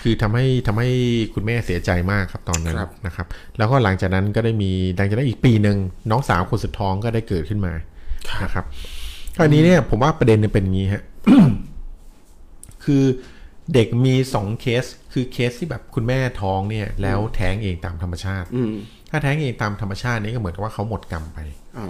ง
คือทำให้ทำให้คุณแม่เสียใจมากครับตอนนั้น
ครับ
นะครับ แล้วก็หลังจากนั้นก็ได้มีดังจากนั้นอีกปีหนึ่งน้องสาวคนสุดท้องก็ได้เกิดขึ้นมานะครับคราวนี้เนี่ยผมว่าประเด็นเนี่ยเป็นอย่างนี้ฮะ คือเด็กมีสองเคส คือเคสที่แบบคุณแม่ท้องเนี่ย แล้วแท้งเองตามธรรมชาติ
อืม
ถ้าแท้งเองตามธรรมชาตินี่ก็เหมือนกับว่าเขาหมดกรรมไป
อ๋อ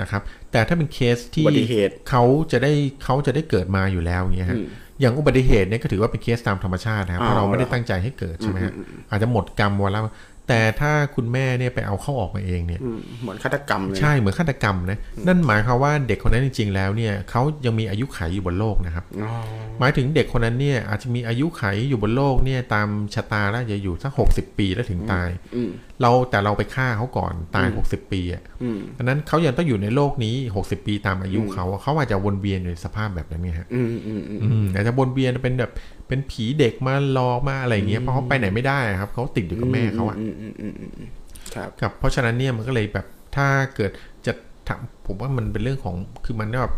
นะครับแต่ถ้าเป็นเคสที่
อุบัติเหตุ
เขาจะได้เขาจะได้เกิดมาอยู่แล้วอย่างเงี้ยฮะ อย่างอุบัติเหตุเนี่ยก็ถือว่าเป็นเคสตามธรรมชาตินะครับเพราะเราไม่ได้ตั้งใจให้เกิดใช่ไหมฮะอาจจะหมดกรรมวันละแต่ถ้าคุณแม่เนี่ยไปเอาเข้าออกมาเองเนี่ย
อืมเหมือนฆาตกรรมเลยนะ
ใช่เหมือนฆาตกรรมนะนั่นหมายความว่าเด็กคนนั้นจริงๆแล้วเนี่ยเขายังมีอายุขัยอยู่บนโลกนะครับ
อ๋อ
หมายถึงเด็กคนนั้นเนี่ยอาจจะมีอายุไขอยู่บนโลกเนี่ยตามชะตาแล้วจะอยู่สักหกสิบปีแล้วถึงตาย
อืม
เราแต่เราไปฆ่าเขาก่อนตายหกสิบปีอ่ะ
อืม
ดังนั้นเขายังต้องอยู่ในโลกนี้หกสิบปีตามอายุเขาอะเขาอาจจะวนเวียนอยู่ในสภาพแบบนั้นไงฮะ
อืมอืมอืม
อืมอาจจะวนเวียนเป็นแบบเป็นผีเด็กมาหลอกมาอะไรอย่างเงี้ยเพราะเขาไปไหนไม่ได้อะครับเขาติดอยู่กับแม่เขาอะ
อืมอืมอืมอืมอืมครับ
ครับเพราะฉะนั้นเนี่ยมันก็เลยแบบถ้าเกิดจะถามผมว่ามันเป็นเรื่องของคือมันแบบ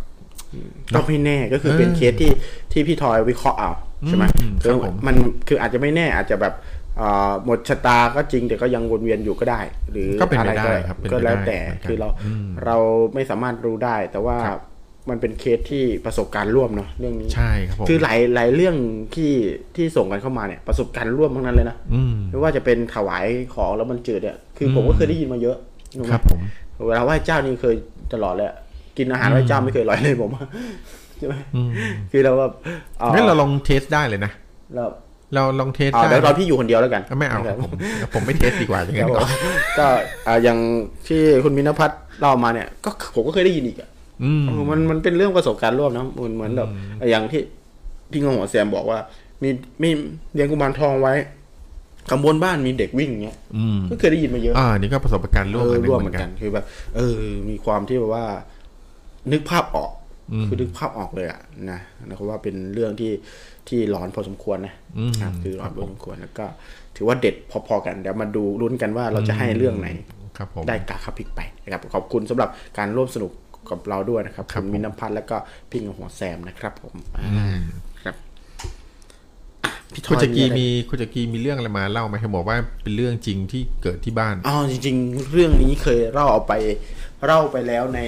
ก็ไม่แน่ก็คือเป็น
เออ
เคสที่ที่พี่ทอยวิเคราะห์เอาใช่ไหม
อืมครับผม
มันคืออาจจะไม่แน่อาจจะแบบเอ่อหมดชะตาก็จริงแต่ก็ยังวนเวียนอยู่ก็ได้ หรือ
ก็เป็น
อะ
ไป
ไร
ได้
ก็
ครับเป็น
ก็
ไปได้
แล้วแต่
เหมืนกัน
คือเรา
ม
เราไม่สามารถรู้ได้ แต่ว่า
ครับ
มันเป็นเคสที่ประสบการณ์ร่วมเนาะเรื่องนี้
ใช่ครับผม
คือหลายหลายเรื่องที่ที่ส่งกันเข้ามาเนี่ยประสบการณ์ร่วมทั้งนั้นเลยนะ
อืม
ไม่ว่าจะเป็นถวายของแล้วมันจืดเนี่ยคือผม
อืม
ก็เคยได้ยินมาเยอะถูกไหม
ครับผม
เวลาไหว้เจ้านี่เคยตลอดเลยอะกินอาหารไหว้เจ้าไม่เคยลอยเลยผมว่า ใช่ไหม
อืม
คือเราแบบอ่อ
งั้นเราลองเทสได้เลยนะ
เรา
เราลองเทส
อ่า
ได้
เดี๋ยวตอนพี่อยู่คนเดียวแล้วกัน
ไม่เอาครั
นะครั
บบ ผมผมไม่เทสดีกว่าอย่าง
ครั
นั้
บ
น
ผ
ก่อ
ม
น
ก็อ่าอย่างที่คุณมินพัฒน์เล่ามาเนี่ย ก็ผมก็เคยได้ยินอีกอ่ะ
อืม
มันมันเป็นเรื่องประสบการณ์ร่วมนะมันเหมือนแบบอย่างที่พี่งงหัวแซมบอกว่า มีมีเลี้ยงกุมารทองไว้ข้างบนบ้านมีเด็กวิ่งเงี้ย
อืม
ก็เคยได้ยินมาเยอะ
อ่านี่ก็ประสบการณ์ร่วมกัน
เออร่วม
เห
เห
มื
มื
อ
อ
กั
น นกัน นคือแบบ เออ มีความที่แบบว่า นึกภาพออก
อืม
คือนึกภาพออกเลยอ่ะนะนะครับว่าเป็นเรื่องที่ที่ร้อนพอสมควรนะ
อืม
ครับคือร้อนพอสมควรแล้วก็ ถือว่าเด็ดพอๆกันเดี๋ยวมาดูลุ้นกันว่าเราจะให้เรื่องไหน
ครับผม
ได้กาคับพลิกไปนะครับขอบคุณสำหรับการร่วมสนุกกับเราด้วยนะครับ
ครับ
ณมินท์พัฒน์แล้วก็พิงกับหัวแซมนะครับผมอ่า
อืม
ครับอ่ะพี่ท
คุณ
อย
จักรี
อะไร
มีคุณจักรีมีเรื่องอะไรมาเล่าไหมเขาบอกว่าเป็นเรื่องจริงที่เกิดที่บ้าน
อ๋อจริง ๆ เรื่องนี้เคยเล่าเอาไปเล่าไปแล้วใน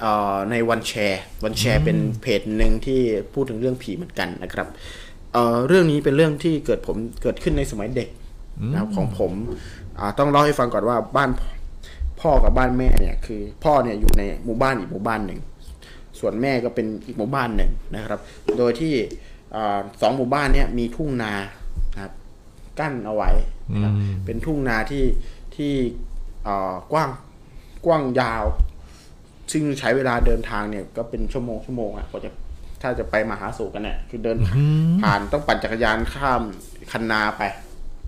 เอ่อในวันแชร์ วันแชร์เป็นเพจหนึ่งที่พูดถึงเรื่องผีเหมือนกันนะครับเอ่อเรื่องนี้เป็นเรื่องที่เกิดผมเกิดขึ้นในสมัยเด็กนะครับของผมอ่าต้องเล่าให้ฟังก่อนว่าบ้านพ่อกับบ้านแม่เนี่ยคือ พ่อเนี่ยอยู่ในหมู่บ้านอีกหมู่บ้านหนึ่ง ส่วนแม่ก็เป็นอีกหมู่บ้านหนึ่งนะครับ โดยที่อ่าสองหมู่บ้านเนี่ยมีทุ่งนานะครับกั้นเอาไว้นะครับ
อืม
เป็นทุ่งนาที่ที่อ่ากว้างกว้างยาว ซึ่งใช้เวลาเดินทางเนี่ยก็เป็นชั่วโมงชั่วโมงอะกว่าจะถ้าจะไปมาหาสู่กันเนี่ยคือเดินผ่านต้องปั่นจักรยานข้ามคันนาไป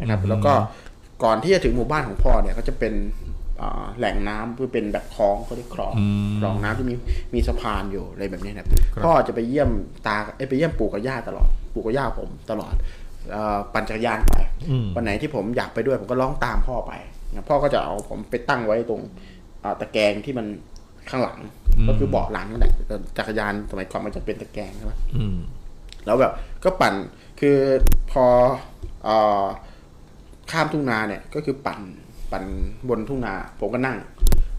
นะครับแล้วก็ก่อนที่จะถึงหมู่บ้านของพ่อเนี่ยก็จะเป็นอ่าแหล่งน้ำคือเป็นแบบคลองเขาเรียกคลอง
อืม
คลอง ของน้ำที่มีมีสะพานอยู่อะไรแบบนี้นะครับพ่อจะไปเยี่ยมตาเอ้ยไปเยี่ยมปู่กับย่าตลอด ปู่กับย่าผมตลอดเอ่อปั่นจักรยานไป
อืม
วันไหนที่ผมอยากไปด้วย ผมก็ร้องตามพ่อไปนะพ่อก็จะเอาผมไปตั้งไว้ตรงเอ่อตะแกรงที่มันข้างหลัง ก็คือเบาะหลังนั่นแหละแต่จักรยานสมัยก่อนมันจะเป็นตะแกรงใช่ไหม
อืม
แล้วแบบก็ปั่นคือพอเอ่อข้ามทุ่งนาเนี่ยก็คือปั่นปั่นบนทุ่งนา ผมก็นั่ง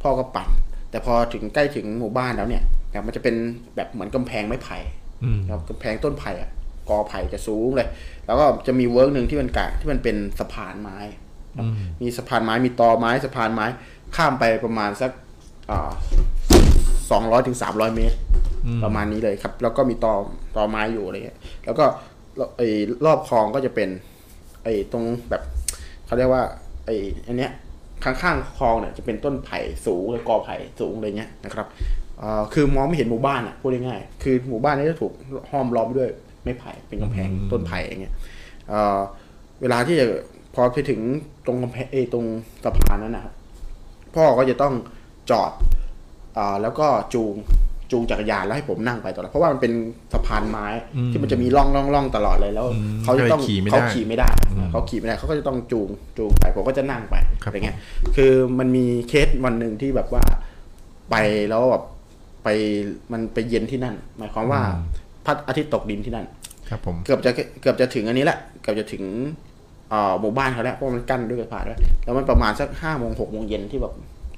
พ่อก็ปั่น แต่พอถึงใกล้ถึงหมู่บ้านแล้วเนี่ยแบบมันจะเป็นแบบเหมือนกำแพงไม้ไผ่
อืม
ครับกำแพงต้นไผ่อะกอไผ่จะสูงเลย แล้วก็จะมีเวิร์กหนึ่งที่มันกะที่มันเป็นสะพานไม้ครับมีสะพานไม้มีตอไม้สะพานไม้ข้ามไปประมาณสักสองร้อยถึงสามร้อยเมตร ประมาณนี้เลยครับ แล้วก็มีตอตอไม้อยู่อะไรเงี้ยแล้วก็ไอ้รอบคลองก็จะเป็น ไอ้ตรงแบบเขาเรียกว่า ไอ้อันเนี้ยข้างๆคลองเนี่ยจะเป็นต้นไผ่สูงเลยกอไผ่สูงอะไรเงี้ยนะครับเอ่อคือมองไม่เห็นหมู่บ้านอ่ะพูดง่ายๆคือหมู่บ้านนี้จะถูกห้อมล้อมไปด้วยไม้ไผ่เป็นกำแพงต้นไผ่อย่างเงี้ยเอ่อเวลาที่จะพอไปถึงตรงกำแพงเอยตรงสะพานนั้นนะครับ พ่อก็จะต้องจอดอาแล้วก็จูงจูงจักรยานแล้วให้ผมนั่งไปตลอดเพราะว่ามันเป็นสะพานไม้ที่มันจะมีร่องร่องร่องตลอดเลยแล้ว
อืม
เขาจะต้อง
ก็เลยขี่ไม่ได้
เขาขี่ไม่ได้เขาขี่ไม่ได้เขาก็จะต้องจูงจูงไปผมก็จะนั่งไปอะไรเงี้ย คือมันมีเคสวันหนึ่งที่แบบว่าไปแล้วแบบไปมันไปเย็นที่นั่น หมายความว่าพระอาทิตย์ตกดินที่นั่น
ครับผม
เกือบจะเกือบจะถึงอันนี้แหละเกือบจะถึงเอ่อหมู่บ้านเขาแล้วเพราะมันกั้นด้วยกระพาด้วยแล้วมันประมาณสักห้าโมงหกโมงเย็นที่แบบ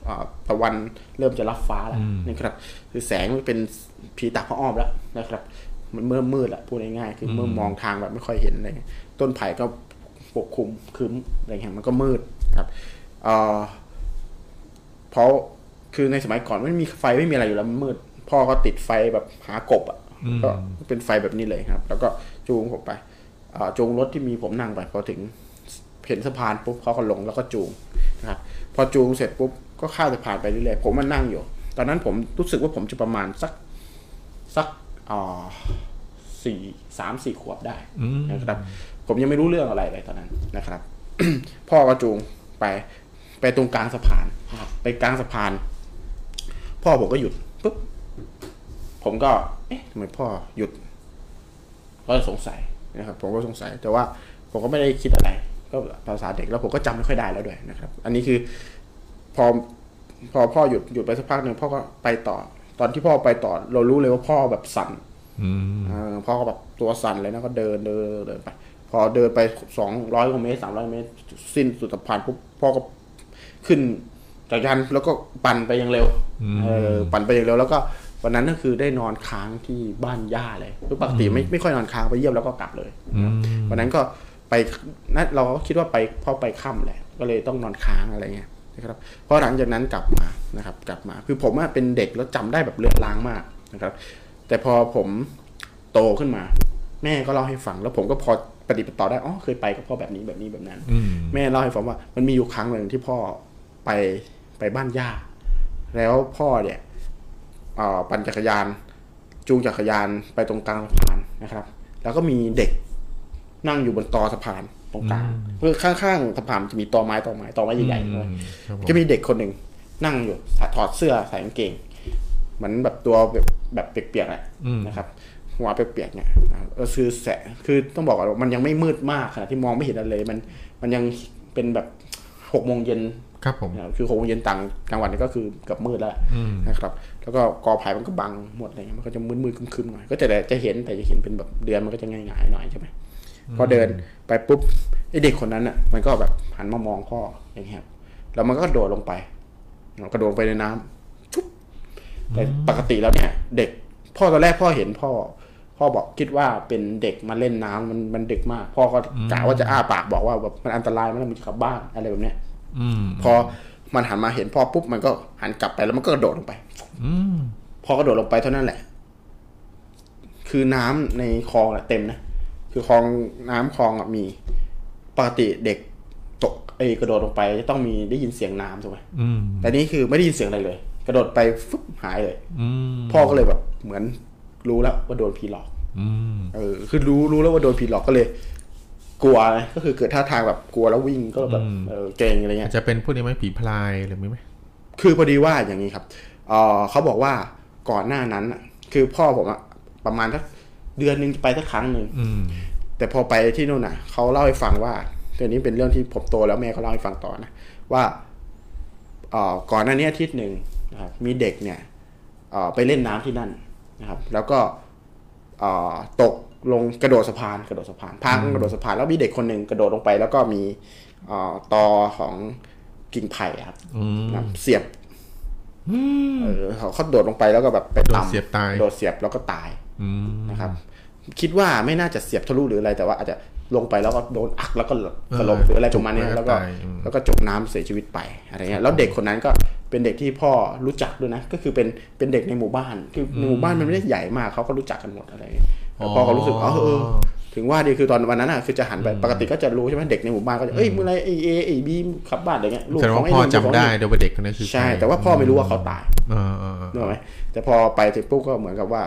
เอ่อตะวันเริ่มจะรับฟ้าแล้วนะครับคือแสงมันเป็นผีตาพระอ้อมแล้วนะครับ มันเมื่อมืดละพูดง่ายๆคือเมื่อมองทางแบบไม่ค่อยเห็นอะไรเงี้ยต้นไผ่ก็ปกคลุมครึ้มอะไรเงี้ยมันก็มืดครับเอ่อ เพราะคือในสมัยก่อนไม่มีไฟไม่มีอะไรอยู่แล้วมันมืด พ่อก็ติดไฟแบบหากบอะ ก็เป็นไฟแบบนี้เลยครับ แล้วก็จูงผมไปเอ่อจูงรถที่มีผมนั่งไปพอถึงเห็นสะพานปุ๊บเขาก็ลงแล้วก็จูงนะครับ พอจูงเสร็จปุ๊บก็ข้ามสะพานไปเรื่อยๆผมมันนั่งอยู่ ตอนนั้นผมรู้สึกว่าผมจะประมาณสักสักเอ่อสี่สามสี่ขวบได้นะครับ ผมยังไม่รู้เรื่องอะไรเลยตอนนั้นนะครับ พ่อก็จูงไปไปตรงกลางสะพานนะครับไปกลางสะพาน พ่อผมก็หยุดปุ๊บ ผมก็ เอ๊ะทำไมพ่อหยุด ก็สงสัยนะครับ ผมก็สงสัย แต่ว่าผมก็ไม่ได้คิดอะไร ก็ภาษาเด็กแล้วผมก็จำไม่ค่อยได้แล้วด้วยนะครับ อันนี้คือ พอพอพ่อหยุดหยุดไปสักพักหนึ่งพ่อก็ไปต่อ ตอนที่พ่อไปต่อ เรารู้เลยว่าพ่อแบบสั่น เออพ่อก็แบบตัวสั่นเลยนะก็เดินเดินเดินไป พอเดินไปสองร้อยกว่าเมตรสามร้อยเมตร สิ้นสุดสะพานปุ๊บพ่อก็ขึ้นจักรยานแล้วก็ปั่นไปอยังเร็วเออปั่นไปอยังเร็วแล้วก็วันนั้นก็คือได้นอนค้างที่บ้านย่าเลยคือปกติไม่ไม่ค่อยนอนค้างไปเยี่ยมแล้วก็กลับเลยนะครับวันนั้นก็ไปนั่นเราก็คิดว่าไปพ่อไปค่ำแหละ ก็เลยต้องนอนค้างอะไรเงี้ยนะครับพอหลังจากนั้นกลับมานะครับ กลับมาคือผมอะเป็นเด็กแล้วจำได้แบบเลือนลางมากนะครับ แต่พอผม โตขึ้นมา แม่ก็เล่าให้ฟัง แล้วผมก็พอปฏิบัติต่อได้อ๋อเคยไปกับพ่อแบบนี้แบบนี้แบบนั้น แม่เล่าให้ฟังว่ามันมีอยู่ครั้งหนึ่งที่พ่อไปไปบ้านย่า แล้วพ่อเนี่ยเอ่อปั่นจักรยาน จูงจักรยานไปตรงกลางสะพานนะครับ แล้วก็มีเด็กนั่งอยู่บนตอสะพานตรงกลางเพื่อข้างๆสะพานมันจะมีตอไม้ตอไม้ตอไม้ใหญ่ๆเลย ก็มีเด็กคนหนึ่งนั่งอยู่ถอดเสื้อใส่กางเกงเหมือนแบบตัวแบบแบบเปียกๆแหละ
อืม
นะครับ หัวเปียกๆเนี่ยนะครับก็คือแสงคือต้องบอกก่อนว่ามันยังไม่มืดมากขนาดที่มองไม่เห็นอะไรเลย มันมันยังเป็นแบบหกโมงเย็น
ครับผม
นะครับคือหกโมงเย็นต่างกลางวันเนี่ยก็คือเกับมืดแล้วล่ะ
อืม
นะครับ แล้วก็กอไผ่มันก็บังหมดอะไรเลยมันก็จะมืดๆคึมๆหน่อยก็จะได้จะเห็นแต่จะเห็นเป็นแบบเดือนมันก็จะง่ายๆหน่อยใช่ไหมพอเดินไปปุ๊บไอเด็กคนนั้นอ่ะมันก็แบบหันมามองพ่ออย่างเงี้ยครับแล้วมันก็กระโดดลงไปกระโดดลงไปในน้ำ แต่ปกติแล้วเนี่ย เด็กพ่อตอนแรกพ่อเห็นพ่อ พ่อบอกคิดว่าเป็นเด็กมาเล่นน้ำมันมันดึกมาก พ่อก็กะว่าจะอ้าปากบอกว่าแบบมันอันตรายมันต้องกลับบ้านอะไรแบบเนี้ย
อืม
พอมันหันมาเห็นพ่อปุ๊บมันก็หันกลับไปแล้วมันก็กระโดดลงไป
อืม
พอกระโดดลงไปเท่านั้นแหละ คือน้ำในคลองอะเต็มนะ คือคลองน้ำคลองอะมีปกติเด็กตกเอยกระโดดลงไปจะต้องมีได้ยินเสียงน้ำถูกไหม
อืม
แต่นี่คือไม่ได้ยินเสียงอะไรเลย กระโดดไปฟึบหายเลย
อืม
พ่อก็เลยแบบเหมือนรู้แล้วว่าโดนผีหลอก
อืม
เออ คือรู้รู้แล้วว่าโดนผีหลอกก็เลย กลัวก็คือเกิดท่าทางแบบกลัวแล้ววิ่งก็แบบเออเกรงอะไรเงี้ย
จะเป็นพวกนี้ไหมผีพลายหรือไม่ไหม
คือพอดีว่าอย่างนี้ครับเอ่อเขาบอกว่าก่อนหน้านั้นน่ะ คือพ่อผมอะประมาณสักเดือนหนึงจะไปสักครั้งหนึ่ง
อืม
แต่พอไปที่นู่นน่ะเขาเล่าให้ฟังว่าเรื่องนี้เป็นเรื่องที่ผมโตแล้วแม่เขาเล่าให้ฟังต่อนะว่าเอ่อก่อนหน้านี้อาทิตย์หนึ่งนะครับมีเด็กเนี่ยเอ่อไปเล่นน้ำที่นั่นนะครับ แล้วก็เอ่อตกลงกระโดดสะพานกระโดดสะพานพังกระโดดสะพานแล้วมีเด็กคนหนึ่งกระโดดลงไป แล้วก็มีเอ่อตอของกิ่งไผ่อะครับ
อืม
นะครับเสียบเออเขาเขาโดดลงไปแล้วก็แบบไป
โดดเสียบตาย
โดดเสียบแล้วก็ตาย
อืม
นะครับคิดว่าไม่น่าจะเสียบทะลุหรืออะไรแต่ว่าอาจจะลงไปแล้วก็โดนอักแล้วก็สลบ
เออ
หรืออะไรประมาณเนี้
จ
ย
มน้ำ
แล้วก็
ตายอืม
แล้วก็จมน้ำเสียชีวิตไปอะไรเงี้ยแล้วเด็กคนนั้นก็เป็นเด็กที่พ่อรู้จักด้วยนะก็คือเป็นเป็นเด็กในหมู่บ้านคือในหมู่บ้านมันไม่ได้ใหญ่มากเขาก็รู้จักกันหมดอะไรเงี้ยแล้วพ่อก็รู้สึกว่าเออเออ ถึงว่าดีคือตอนวันนั้นอ่ะคือจะหันไปปกติก็จะรู้ใช่ไหมเด็กในหมู่บ้านก็จะเอ้ยมึงอะไรไอเอไอบีมขับบ้านอะไรเงี้ย
แสดงว่าพ่อจำได้เดี๋ยวว่าเด็กคนนั้นคือ
ใช่
คร
แต่ว่าพ่อไม่รู้ว่าเขาตาย
เออเออเออ
นึกออกไหมแต่พอไปถึงปุ๊บก็เหมือนกับว่า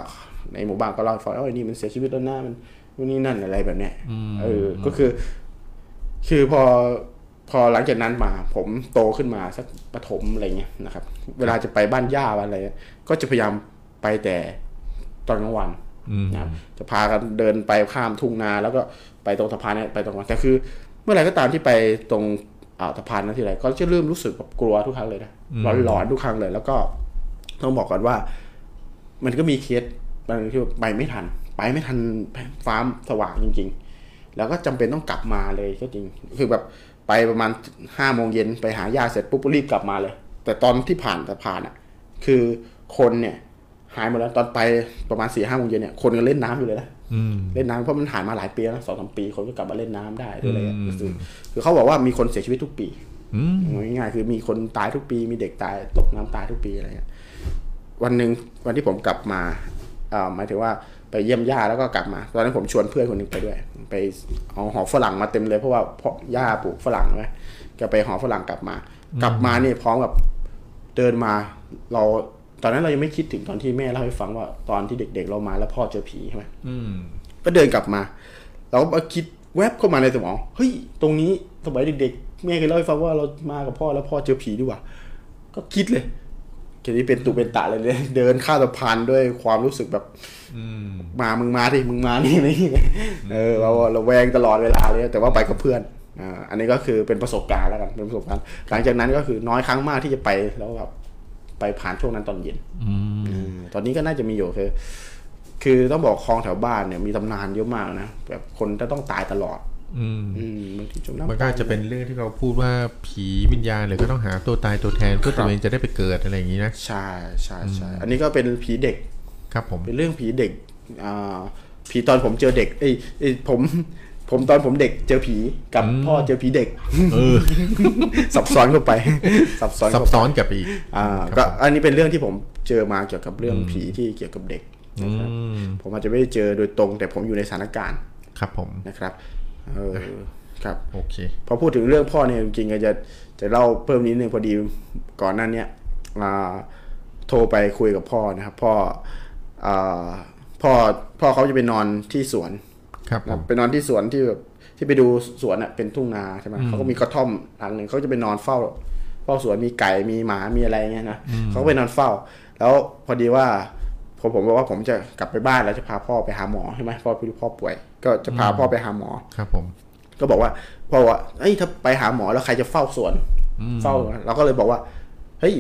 ในหมู่บ้านก็เล่าให้ฟังว่าไอ้ยนี่มันเสียชีวิตแล้วนะมันนู่นนี่นั่นอะไรแบบเนี้ยเออก็คือ คือพอพอหลังจากนั้นมา ผมโตขึ้นมาสักประถมอะไรเงี้ยนะครับ เวลาจะไปบ้านย่าอะไรเงี้ยก็จะพยายามไปแต่ตอนกลางวันนะครับจะพากันเดินไปข้ามทุ่งนาแล้วก็ไปตรงสะพานเนี่ยไปตรงวันแต่คือ เมื่อไหร่ก็ตามที่ไปตรงอ่าวสะพานนั้นทีไรก็จะเริ่มรู้สึกแบบกลัวทุกครั้งเลยนะหลอนๆทุกครั้งเลย แล้วก็ ต้องบอกก่อนว่า มันก็มีเคสบางที่ไปไม่ทัน ไปไม่ทันฟ้าสว่างจริง ๆ แล้วก็จำเป็นต้องกลับมาเลยก็จริง คือแบบไปประมาณห้าโมงเย็นไปหายาเสร็จปุ๊บรีบกลับมาเลย แต่ตอนที่ผ่านสะพานอ่ะ คือคนเนี่ย หายหมดแล้วตอนไปประมาณสี่ห้าโมงเย็นเนี่ยคนก็เล่นน้ำอยู่เลยนะเล่นน้ำเพราะมันหายมาหลายปีแล้วสองสามปีคนก็กลับมาเล่นน้ำได้หรืออะไรเงี้ยคือคือเขาบอกว่ามีคนเสียชีวิตทุกปี
อืม
ง่ายๆคือมีคนตายทุกปี มีเด็กตายตกน้ำตายทุกปีอะไรเงี้ย วันหนึ่งวันที่ผมกลับมาเอ่อหมายถึงว่า ไปเยี่ยมย่าแล้วก็กลับมา ตอนนั้นผมชวนเพื่อนคนหนึงไปด้วย ไปเอาหอฝรั่งมาเต็มเลยเพราะว่าพ่อย่าปลูกฝรั่งใช่ไหมแก็ไปหอฝรั่งกลับมา กลับมานี่พร้อมกับเดินมา เราตอนนั้นเรายังไม่คิดถึงตอนที่แม่เล่าให้ฟังว่าตอนที่เด็ก ๆ เรามาแล้วพ่อเจอผีใช่ไหม
อืม
ก็เดินกลับมา เราก็มาคิดแวบเข้ามาในสมอง เฮ้ย ตรงนี้สมัยเด็กๆ แม่เคยเล่าให้ฟังว่าเรามากับพ่อแล้วพ่อเจอผีดีกว่า ก็คิดเลยทีนี้เป็นตุเป็นตะเลยเนี่ยเดินข้ามสะพานด้วยความรู้สึกแบบ
อืม
มามึงมาดิมึงมานี่ นี่เออเราเราแวงตลอดเวลาเลยแต่ว่าไปกับเพื่อนอ่าอันนี้ก็คือเป็นประสบการณ์แล้วกันเป็นประสบการณ์ หลังจากนั้นก็คือน้อยครั้งมากที่จะไปแล้วแบบไปผ่านช่วงนั้นตอนเย็น
อืม
อืมตอนนี้ก็น่าจะมีอยู่คือ คือต้องบอกคลองแถวบ้านเนี่ยมีตำนานเยอะมากนะแบบคนจะต้องตายตลอด
อืม
อืมบางทีจมน้ำ
มันก็จะเป็นเรื่องที่เขาพูดว่าผีวิญญาณหรือก็ต้องหาตัวตายตัวแทนเพื่อตัวเองจะได้ไปเกิดอะไรอย่างนี้นะ
ใช่ใช่ใช่อันนี้ก็เป็นผีเด็ก
ครับผม
เป็นเรื่องผีเด็กอ่าผีตอนผมเจอเด็กเอ้ยเอ้ยผม ผมตอนผมเด็กเจอผีกับพ่อเจอผีเด็ก
เออ
สั บซ้อนเข้าไป สับซ้อน
ซับ
เข้าไป
ซ้อนกับอีก
อ่า
ครับ
ก็อันนี้เป็นเรื่องที่ผมเจอมาเกี่ยวกับเรื่องผีที่เกี่ยวกับเด็ก
อื
นะครับ
ม
ผมอาจจะไม่ได้เจอโดยตรง แต่ผมอยู่ในสถานการณ์
ครับผม
นะครับเออครับ
โอเค
พอพูดถึงเรื่องพ่อเนี่ยจริงๆก็จะจะเล่าเพิ่มนิดนึงพอดีก่อนหน้าเนี้ยอ่าโทรไปคุยกับพ่อนะครับ พ่ออาพ่อพ่อเขาจะไปนอนที่สวน
ครับผม
ไปนอนที่สวนที่แบบที่ไปดูสวนอ่ะเป็นทุ่งนาใช่ไหมเขาก็มีกระท่อมหลังหนึ่งเขาจะไปนอนเฝ้าเฝ้าสวนมีไก่มีหมามีอะไรเงี้ยนะเขาก็ไปนอนเฝ้า แล้วพอดีว่าผมผมบอกว่าผมจะกลับไปบ้านแล้วจะพาพ่อไปหาหมอใช่ไหมพ่อพี่ลูกพ่อป่วย ก็จะพาพ่อไปหาหมอ
ครับผม
ก็บอกว่าพ่อว่าเอ้ยถ้าไปหาหมอแล้วใครจะเฝ้าสวน เฝ้าสวนเราก็เลยบอกว่า เฮ้ย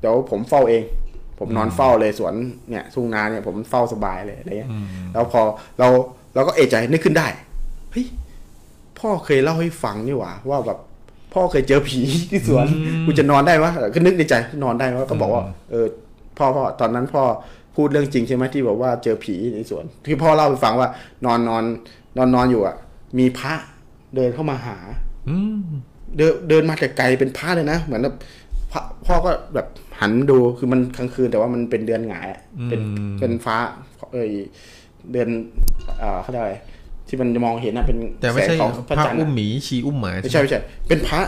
เดี๋ยวผมเฝ้าเอง ผมนอนเฝ้าเลยสวนเนี่ยทุ่งนาเนี่ยผมเฝ้าสบายเลยอะไรเงี้ย แล้วพอเราเราก็เอะใจนึกขึ้นได้ เฮ้ย พ่อเคยเล่าให้ฟังนี่หว่า ว่าแบบพ่อเคยเจอผี ที่สวนกูจะนอนได้วะก็นึกในใจนอนได้วะก็บอกว่า เออพ่อพ่อตอนนั้นพ่อพูดเรื่องจริงใช่ไหมที่บอกว่าเจอผีในสวนที่พ่อเล่าไปฟังว่านอนนอนนอนนอนอยู่อ่ะ มีพระเดินเข้ามาหา
อืม
เดินเดินมาแต่ไกลเป็นพระเลยนะ เหมือนแบบพระพ่อก็แบบหันดูคือมันกลางคืนแต่ว่ามันเป็นเดือนหงายอะเป็นเป็นฟ้าเอยเดือนอ่าเขาเรียกอะไรที่มันจะมองเห็นนะเป็น
แต่ไม่ใช่
แสงของพระ
ผ้า
จันทร์
อุ้
อะ
มหมีชีอุ้มหมา
ไม่
ใช่
ใช่
ไหม
ไม่ใช่ เป็นพระ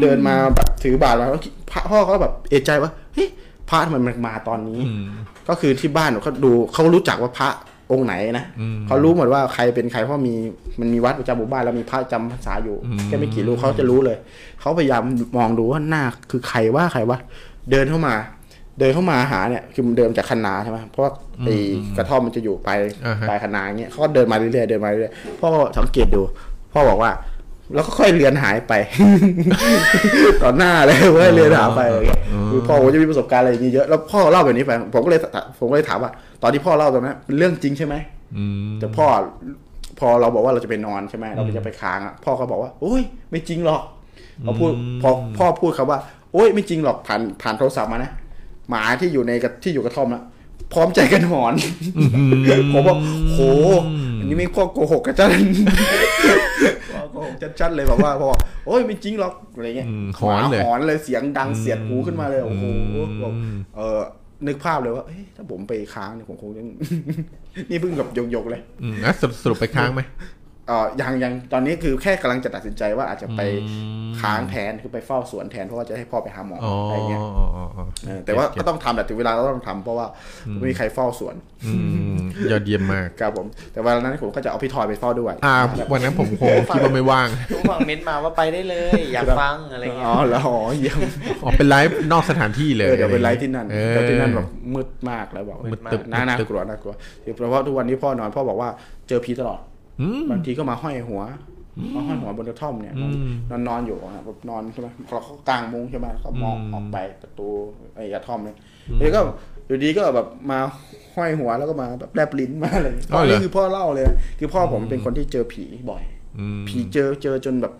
เดินมาแบบถือบาตรมาแล้วพระพ่อเขาแบบเอะใจว่าเฮ้ยพระทำไมมันมาตอนนี้
อืม
ก็คือที่บ้านเขาดูเขารู้จักว่าพระองค์ไหนนะ
อืม
เขารู้หมดว่าใครเป็นใครเพราะมีมันมีวัดประจำหมู่บ้านแล้วมีพระจำพรรษาอยู่
อืม
แค่ไม่กี่รูปเขาจะรู้เลยเขาพยายามมองดูว่าหน้าคือใครว่าใครว่าเดินเข้ามา เดินเข้ามาหาเนี่ยคือเดินจากคันนาใช่ไหมเพราะว่าไอ้กระท่อมมันจะอยู่ไป
อ่าฮะ
ปลายคันนาอย่างเงี้ยเขาก็เดินมาเรื่อยๆเดินมาเรื่อยๆพ่อสังเกตดู พ่อบอกว่า แล้วก็ค่อยเลือนหายไป ต่อหน้าเลยเว่าเลือนหายไปอะไรเงี้ยคือพ่อผมจะมีประสบการณ์อะไรอย่างนี้เยอะแล้วพ่อเล่าแบบนี้ไปผมก็เลยผมก็เลยถามว่า ตอนที่พ่อเล่าตอนนั้นเป็นเรื่องจริงใช่ไหม
อืม
แต่พ่อพอเราบอกว่าเราจะไปนอนใช่ไหมเราจะไปค้างอ่ะพ่อก็บอกว่าโอ้ยไม่จริงหรอกพอพูดพอพ่อพูดคำว่า โอ้ยไม่จริงหรอกผ่านผ่านโทรศัพท์มานะหมาที่อยู่ในกระที่อยู่กระท่อมนะพร้อมใจกันหอนผมบอกโหอันนี้ไม่งพ่อโกหกกันจ้า พ่อก็ชัดๆเลยแบบว่าพ่อบอกโอ้ยไม่จริงหรอกอะไรเงี้ย
อืมหอนเลย
มาหอนเลยเสียงดังเสียดหูขึ้นมาเลยโอ้โห
อืม
บอกเออนึกภาพเลยว่าเอ๊ะถ้าผมไปค้างเนี่ยผมคงจะ นี่เพิ่งกับหยกๆเลย
อืมอ่ะสรุปสรุปไปค้างไหม
เออยังยังตอนนี้คือแค่กำลังจะตัดสินใจว่าอาจจะไปค้างแทนคือไปเฝ้าสวนแทนเพราะว่าจะให้พ่อไปหาหมอ
อ๋อ
อะไรเงี้ย
อ๋ออ๋ออ๋อ
เออแต่ว่าก็ต้องทำแหละถึงเวลาก็ต้องทำเพราะว่าไม่มีใครเฝ้าสวน
อืมยอดเยี่ยมมาก
ครับผม แต่วันนั้นผมก็จะเอาพี่ทอยไปเฝ้าด้วย
อ่า วันนั้นผมคงคิดว่าไม่ว่าง
ทุกฝั่งเม้นต์มาว่าไปได้เลย อยากฟังอะไรเงี้ย
อ๋อแล้วอ๋อเยี่ยม
ออกเป็นไลฟ์นอกสถานที่เลย
เออเดี๋ยวไปไลฟ์ที่นั่น
เออ
แล้วที่นั่นแบบมืดมากแล้วบอก
มืดตึ๊บ
น่าน่า
มืดตึ๊บ
กลัวน่ากลัวเพราะว่าทุกวันนี้พ่อนอนพ่อบอกว่าเจอผีตลอด
อืม
บางทีก็มาห้อยหัวมาห้อยหัวบนกระท่อมเนี่ยนอนนอนอยู่อะแบบนอนใช่ไหมเราก็กางมุ้งใช่ไหมก็มองออกไปประตูไอ้กระท่อมเนี่ยแล้วก็อยู่ดีก็แบบมาห้อยหัวแล้วก็มาแบบแลบลิ้นมาอะไรอย่างเงี้ย
อ๋อเหรอ
นี่คือพ่อเล่าเลยนะคือพ่อผมเป็นคนที่เจอผีบ่อย
อืม
ผีเจอเจอจนแบบ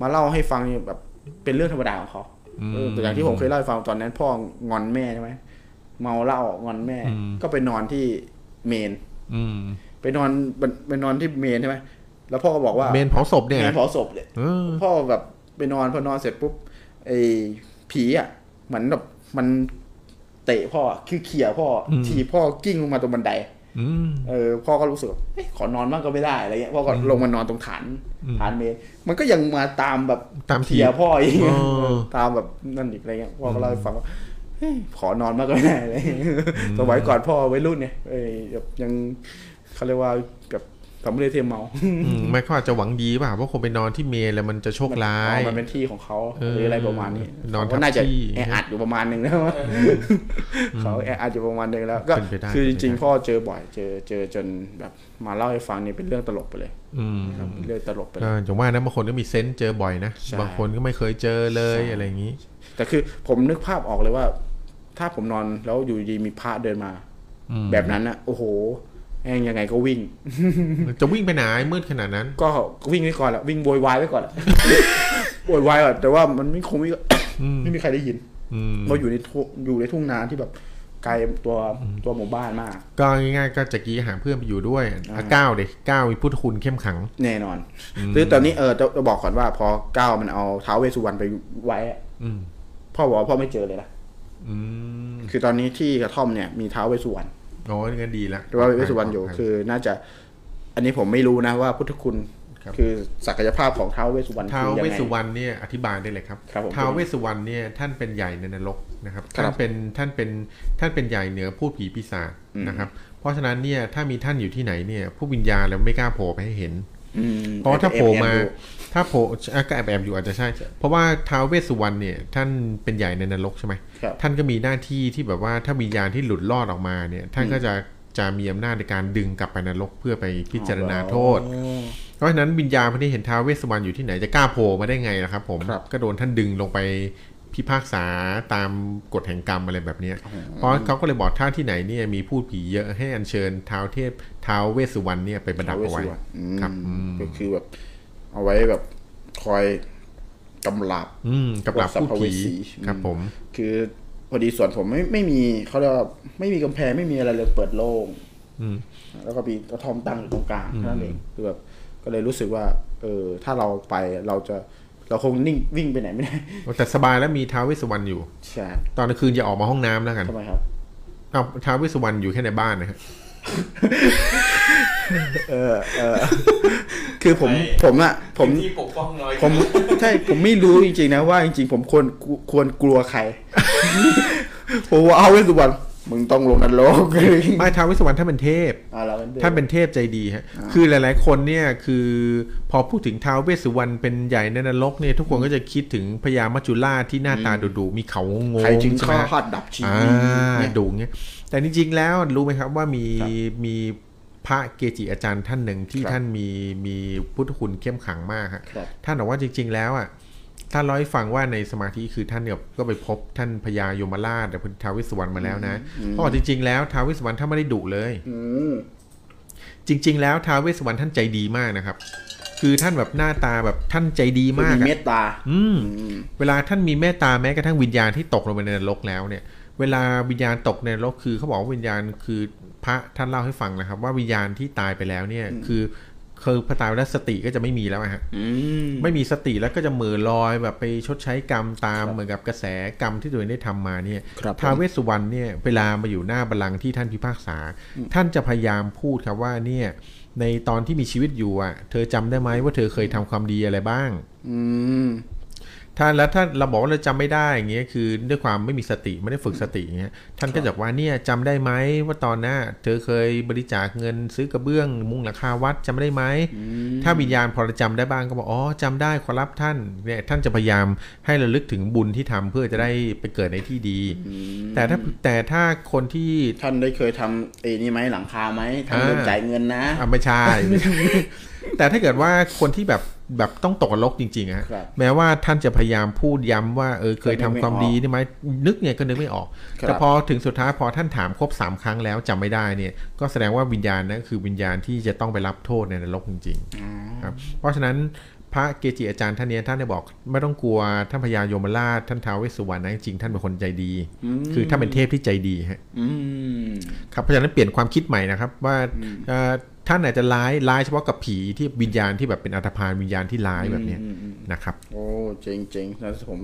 มาเล่าให้ฟังเนี่ยแบบเป็นเรื่องธรรมดาของเขาเออแต่อย่างที่ผมเคยเล่าให้ฟังตอนนั้นพ่องอนแม่ใช่ไหมเมาเหล้างอนแม่ ก็ไปนอนที่เมน
อืม
ไปนอนบนไปนอนที่เมนใช่ไหมแล้วพ่อก็บอกว่า
เมนเผาศพเนี่ย
เม
นะ
นเผาศพเลย
เออ
พ่อแบบไปนอนพอนอนเสร็จปุ๊บไอ้ผีอ่ะเหมือนแบบมันเตะพ่อคือเขี่ยพ่ออถีบพ่อกิ้งลงมาตรงบันได
อืม
เออพ่อก็รู้สึกว่าเอ๊ะขอนอนบ้างก็ไม่ได้อะไรเงี้ยพ่อก็ลงมานอนตรงฐานฐานเมนมันก็ยังมาตามแบบ
ตามถีบ
เถียพ่ออีก
อ๋อ
ตามแบบนั่นอีกอะไรเงี้ยพ่อก็เล่าให้ฟังว่าเฮ้ยขอนอนบ้างก็ไม่ได้อะไรเลยสมัยก่อนพ่อวัยรุ่นเนี่ยเอ้ยแบบยังเขาเรียกว่าแบบสำเร็จเทียมเมา
อืมไม่เขาอาจจะหวังดีเปล่าเพราะคนไปนอนที่เมนแล้วมันจะโชคร้าย
มันเป็นที่ของเขา
เออ
หรืออะไรประมาณนี้
นอนทับ
เขาน่าจะ
ที่
แออัดอยู่ประมาณหนึ่งแล้วมั้ง เขาแออัดอยู่ประมาณหนึ่งแล้ว ก็
เป็นไปได้
คือจ
เป็น
ริง
ไปได้
ๆพ่อเจอบ่อย เจอเจอจนแบบมาเล่าให้ฟังเนี่ยเป็นเรื่องตลกไปเลย
อืม
ครับเรื่องตลกไปเล
ก็
ย
อย่างว่านะบางคนก็มีเซนส์เจอบ่อยนะ
ใช่
บางคนก็ไม่เคยเจอเลย
ใช่
อะไรอย่างนี้
แต่คือผมนึกภาพออกเลยว่า ถ้าผมนอนแล้วอยู่ดีมีพระเดินมา
อืม
แบบนั้นนะโอ้โหแองยังไงก็วิ่ง
จะวิ่งไปไหนมืดขนาดนั้น
ก็วิ่งไว้ก่อนแหละวิ่งโวยวายไว้ก่อนแหละ โวยวายก่อนแต่ว่ามันไม่คงไม่
อืม
ไม่มีใครได้ยิน
อืม
เพราะอยู่ในทุ่งอยู่ในทุ่งนาที่แบบไกลตัวตัวหมู่บ้านมาก
ก็ง่ายๆก็จะกี้หาเพื่อนไปอยู่ด้วย
อ่า
อ่ะก้าวเด็กก้าวมีพุทธคุณเข้มขัง
แน่นอนคือตอนนี้เออจะจะบอกก่อนว่า พอก้าวมันเอาท้าวเวสสุวรรณไปไว้อะ
อืม
พ่อบอกว่าพ่อไม่เจอเลยนะ
อืม
คือตอนนี้ที่กระท่อมเนี่ยมีท้าวเวสสุวรรณ
อ๋องั้นดีละ
แต่ว่าเวสสุวรรณอยู่คือน่าจะ อันนี้ผมไม่รู้นะว่าพุทธคุณ
ครับ
คือศักยภาพของท้าวเวสสุวรรณ
ท้าว
คือยัง
เวส
ไง
สุวรรณเนี่ยอธิบายได้เลยครับ
ครับผม
ท้าวเวสสุวรรณเนี่ยท่านเป็นใหญ่ในนรกนะครับ
ครับ
ท่านเป็นท่านเป็นท่านเป็นใหญ่เหนือผู้ผีปีศาจ
อืม
นะครับเพราะฉะนั้นเนี่ยถ้ามีท่านอยู่ที่ไหนเนี่ยผู้วิญญาณเราไม่กล้าโผล่ไปให้เห็น
อืม
เพราะถ้า
แอบ
โผล่
แอบ
มา
ดู
ถ้าโผล่อ่ะก็แอบแอบอยู่อาจจะใช่ เพราะว่าท้าวเวสสุวรรณเนี่ยท่านเป็นใหญ่ในนรกใช่ไหม
ครับ
ท่านก็มีหน้าที่ที่แบบว่าถ้าวิญญาณที่หลุดรอดออกมาเนี่ยท่านก็จะจะมีอำนาจในการดึงกลับไปนรกเพื่อไปพิจารณาโทษ
อ๋อ
เพราะฉะนั้นวิญญาณพวกนี้เห็นท้าวเวสสวรรณอยู่ที่ไหนจะกล้าโผล่มาได้ไงล่ะครับผม
ครับ
ก็โดนท่านดึงลงไปพิพากษาตามกฎแห่งกรรมอะไรแบบเนี้ยเพราะเขาก็เลยบอกท่าที่ไหนเนี่ยมีผู้ผีเยอะให้อัญเชิญท้าวเทพท้าวเวสสวรรณเนี่ยไปประดั
ท้า
บ
ว
เอา
เวส
ไว้
สุวรรณอืม
ครับ
ก็คือแบบ เอาไว้แบบคอยกำลับ
อืมกับดับผู้
พวกสัมภเว
ผี
สี
ครับผม
คือพอดีสวนผมไม่ไม่มีเขาเรียกว่าไม่มีกำแพงไม่มีอะไรเลยเปิดโล่ง
อืม
แล้วก็มีกระท่อมตั้งอยู่ตรงกลางนั่นเองคือแบบก็เลยรู้สึกว่า เออ ถ้าเราไปเราจะเราคงนิ่งวิ่งไปไหนไม่ได้
แต่สบายแล้วมีท้าวเวสสวรรณอยู่
ใช่
ตอนกลางคืนอย่าออกมาห้องน้ำแล้วกัน
ทำไมครับ
เอาท้าวเวสสวรรณอยู่แค่ในบ้านนะฮะ
เออเออคือผมผมอะผม
ที่ปกป้องน้อย
ผมใช่ผมไม่รู้จริงๆนะว่าจริงๆ ผมควรควรกลัว ใคร ผมว่าเอาไว้สุวรรณมึงต้องลงนรกเลย
ไม่ท้าวเวสสวรรณท่านเป็นเทพ
อ่าแล้วมันดิ
ท่านเป็นเทพใจดีฮะ คือหลาย ๆ คนเนี่ยคือพอพูดถึงท้าวเวสสุวรรณเป็นใหญ่ในนรกเนี่ยทุกคนก็จะคิดถึงพญามัจจุราชที่หน้าตาดุๆมีเขางงๆ
ใครจึง
ใช่ไหม
ข้อ
ฮะ
หอดดับชี
อ่า
วิตเนี่ย
ดุเงี้ย แต่จริง ๆ แล้วรู้ไหมครับว่ามี
ครับ
มีพระเกจิอาจารย์ท่านหนึ่งที่
ครับ
ท่านมีมีพุทธคุณเข้มขลังมากฮะ
ครับ
ท่านบอกว่าจริง ๆ แล้วอ่ะท่านเล่าให้ฟังว่าในสมาธิคือท่านเนี่ยก็ไปพบท่านพญายมราชหรือพระท้าวเวสสุวรรณมาแล้วนะเขาบอกจริง ๆ แล้วท้าวเวสสุวรรณท่านไม่ได้ดุเลย
อืม
จริง ๆ แล้วท้าวเวสสวรรณท่านใจดีมากนะครับ คือท่านแบบหน้าตาแบบท่านใจดี
มาม
าก
เม
อะ
ตตา
อืม
อืม
เวลาท่านมีเมตตาแม้กระทั่งวิญญาณที่ตกลงไปในนรกแล้วเนี่ย เวลาวิญญาณตกในนรกคือเขาบอกว่าวิญญาณคือพระท่านเล่าให้ฟังนะครับ ว่าวิญญาณที่ตายไปแล้วเนี่ย คือคือพอตายไปแล้วสติก็จะไม่มีแล้วอะฮะ
อืม
ไม่มีสติแล้วก็จะเหมือลอยแบบไปชดใช้กรรมตามเหมือนกับกระแสกรรมที่ตัวเองได้ทำมาเนี่ย
ครับผม
ท้าวเวสสุวรรณเนี่ยเวลามาอยู่หน้าบัลลังก์ที่ท่านพิพากษา ท่านจะพยายามพูดครับว่าเนี่ยในตอนที่มีชีวิตอยู่อ่ะ เธอจำได้ไหมว่าเธอเคยทำความดีอะไรบ้าง
อืม
ถ้าแล้วถ้าเราบอกว่าเราจำไม่ได้อย่างเงี้ยคือด้วยความไม่มีสติไม่ได้ฝึกสติอย่างเงี้ยท่านก็จะบอกว่าเนี่ยจำได้ไหมว่าตอนหน้าเธอเคยบริจาคเงินซื้อกระเบื้อง มุงหลังคาวัดจำได้ไหม ถ้าวิญญาณพอเราจำได้บ้างก็บอกอ๋อจำได้ขอรับท่านเนี่ยท่านจะพยายามให้ระลึกถึงบุญที่ทำเพื่อจะได้ไปเกิดในที่ดี แต่ถ้าแต่ถ้าคนที่
ท่านได้เคยทำเอนี่ไหมหลังคาไหมท่าน
อ่า
เริ่มจ่ายเงินนะ
อ่ะไม่ใช่ ไม่ใช่ แต่ถ้าเกิดว่าคนที่แบบแบบต้องตกนรกจริงๆอะฮะ
ครับ
แม้ว่าท่านจะพยายามพูดย้ำว่าเออเคยทำ
นึกไม่
ความ
ออก
ดีได้ไหมนึกเนี่ยก็นึกไม่ออก
ครับ
แต่พอถึงสุดท้ายพอท่านถามครบสามครั้งแล้วจำไม่ได้เนี่ย ก็แสดงว่าวิญญาณนั้นคือวิญญาณที่จะต้องไปรับโทษในนรกจริงๆครับเพราะฉะนั้นพระเกจิอาจารย์ท่านเนี้ยท่านได้บอกไม่ต้องกลัวท่านพญายมราชท่านท้าวเวสสุวรรณนะจริงๆท่านเป็นคนใจดี คือท่านเป็นเทพที่ใจดีฮะ
อืม
ครับเพราะฉะนั้นเปลี่ยนความคิดใหม่นะครับว่าเอ่อท่านอาจจะร้ายร้ายเฉพาะกับผีที่วิญญาณที่แบบเป็นอันธพาลวิญญาณที่ร้ายแบบเนี้ยนะครับ
โอ้เจ๋งเจ๋งแล้วผม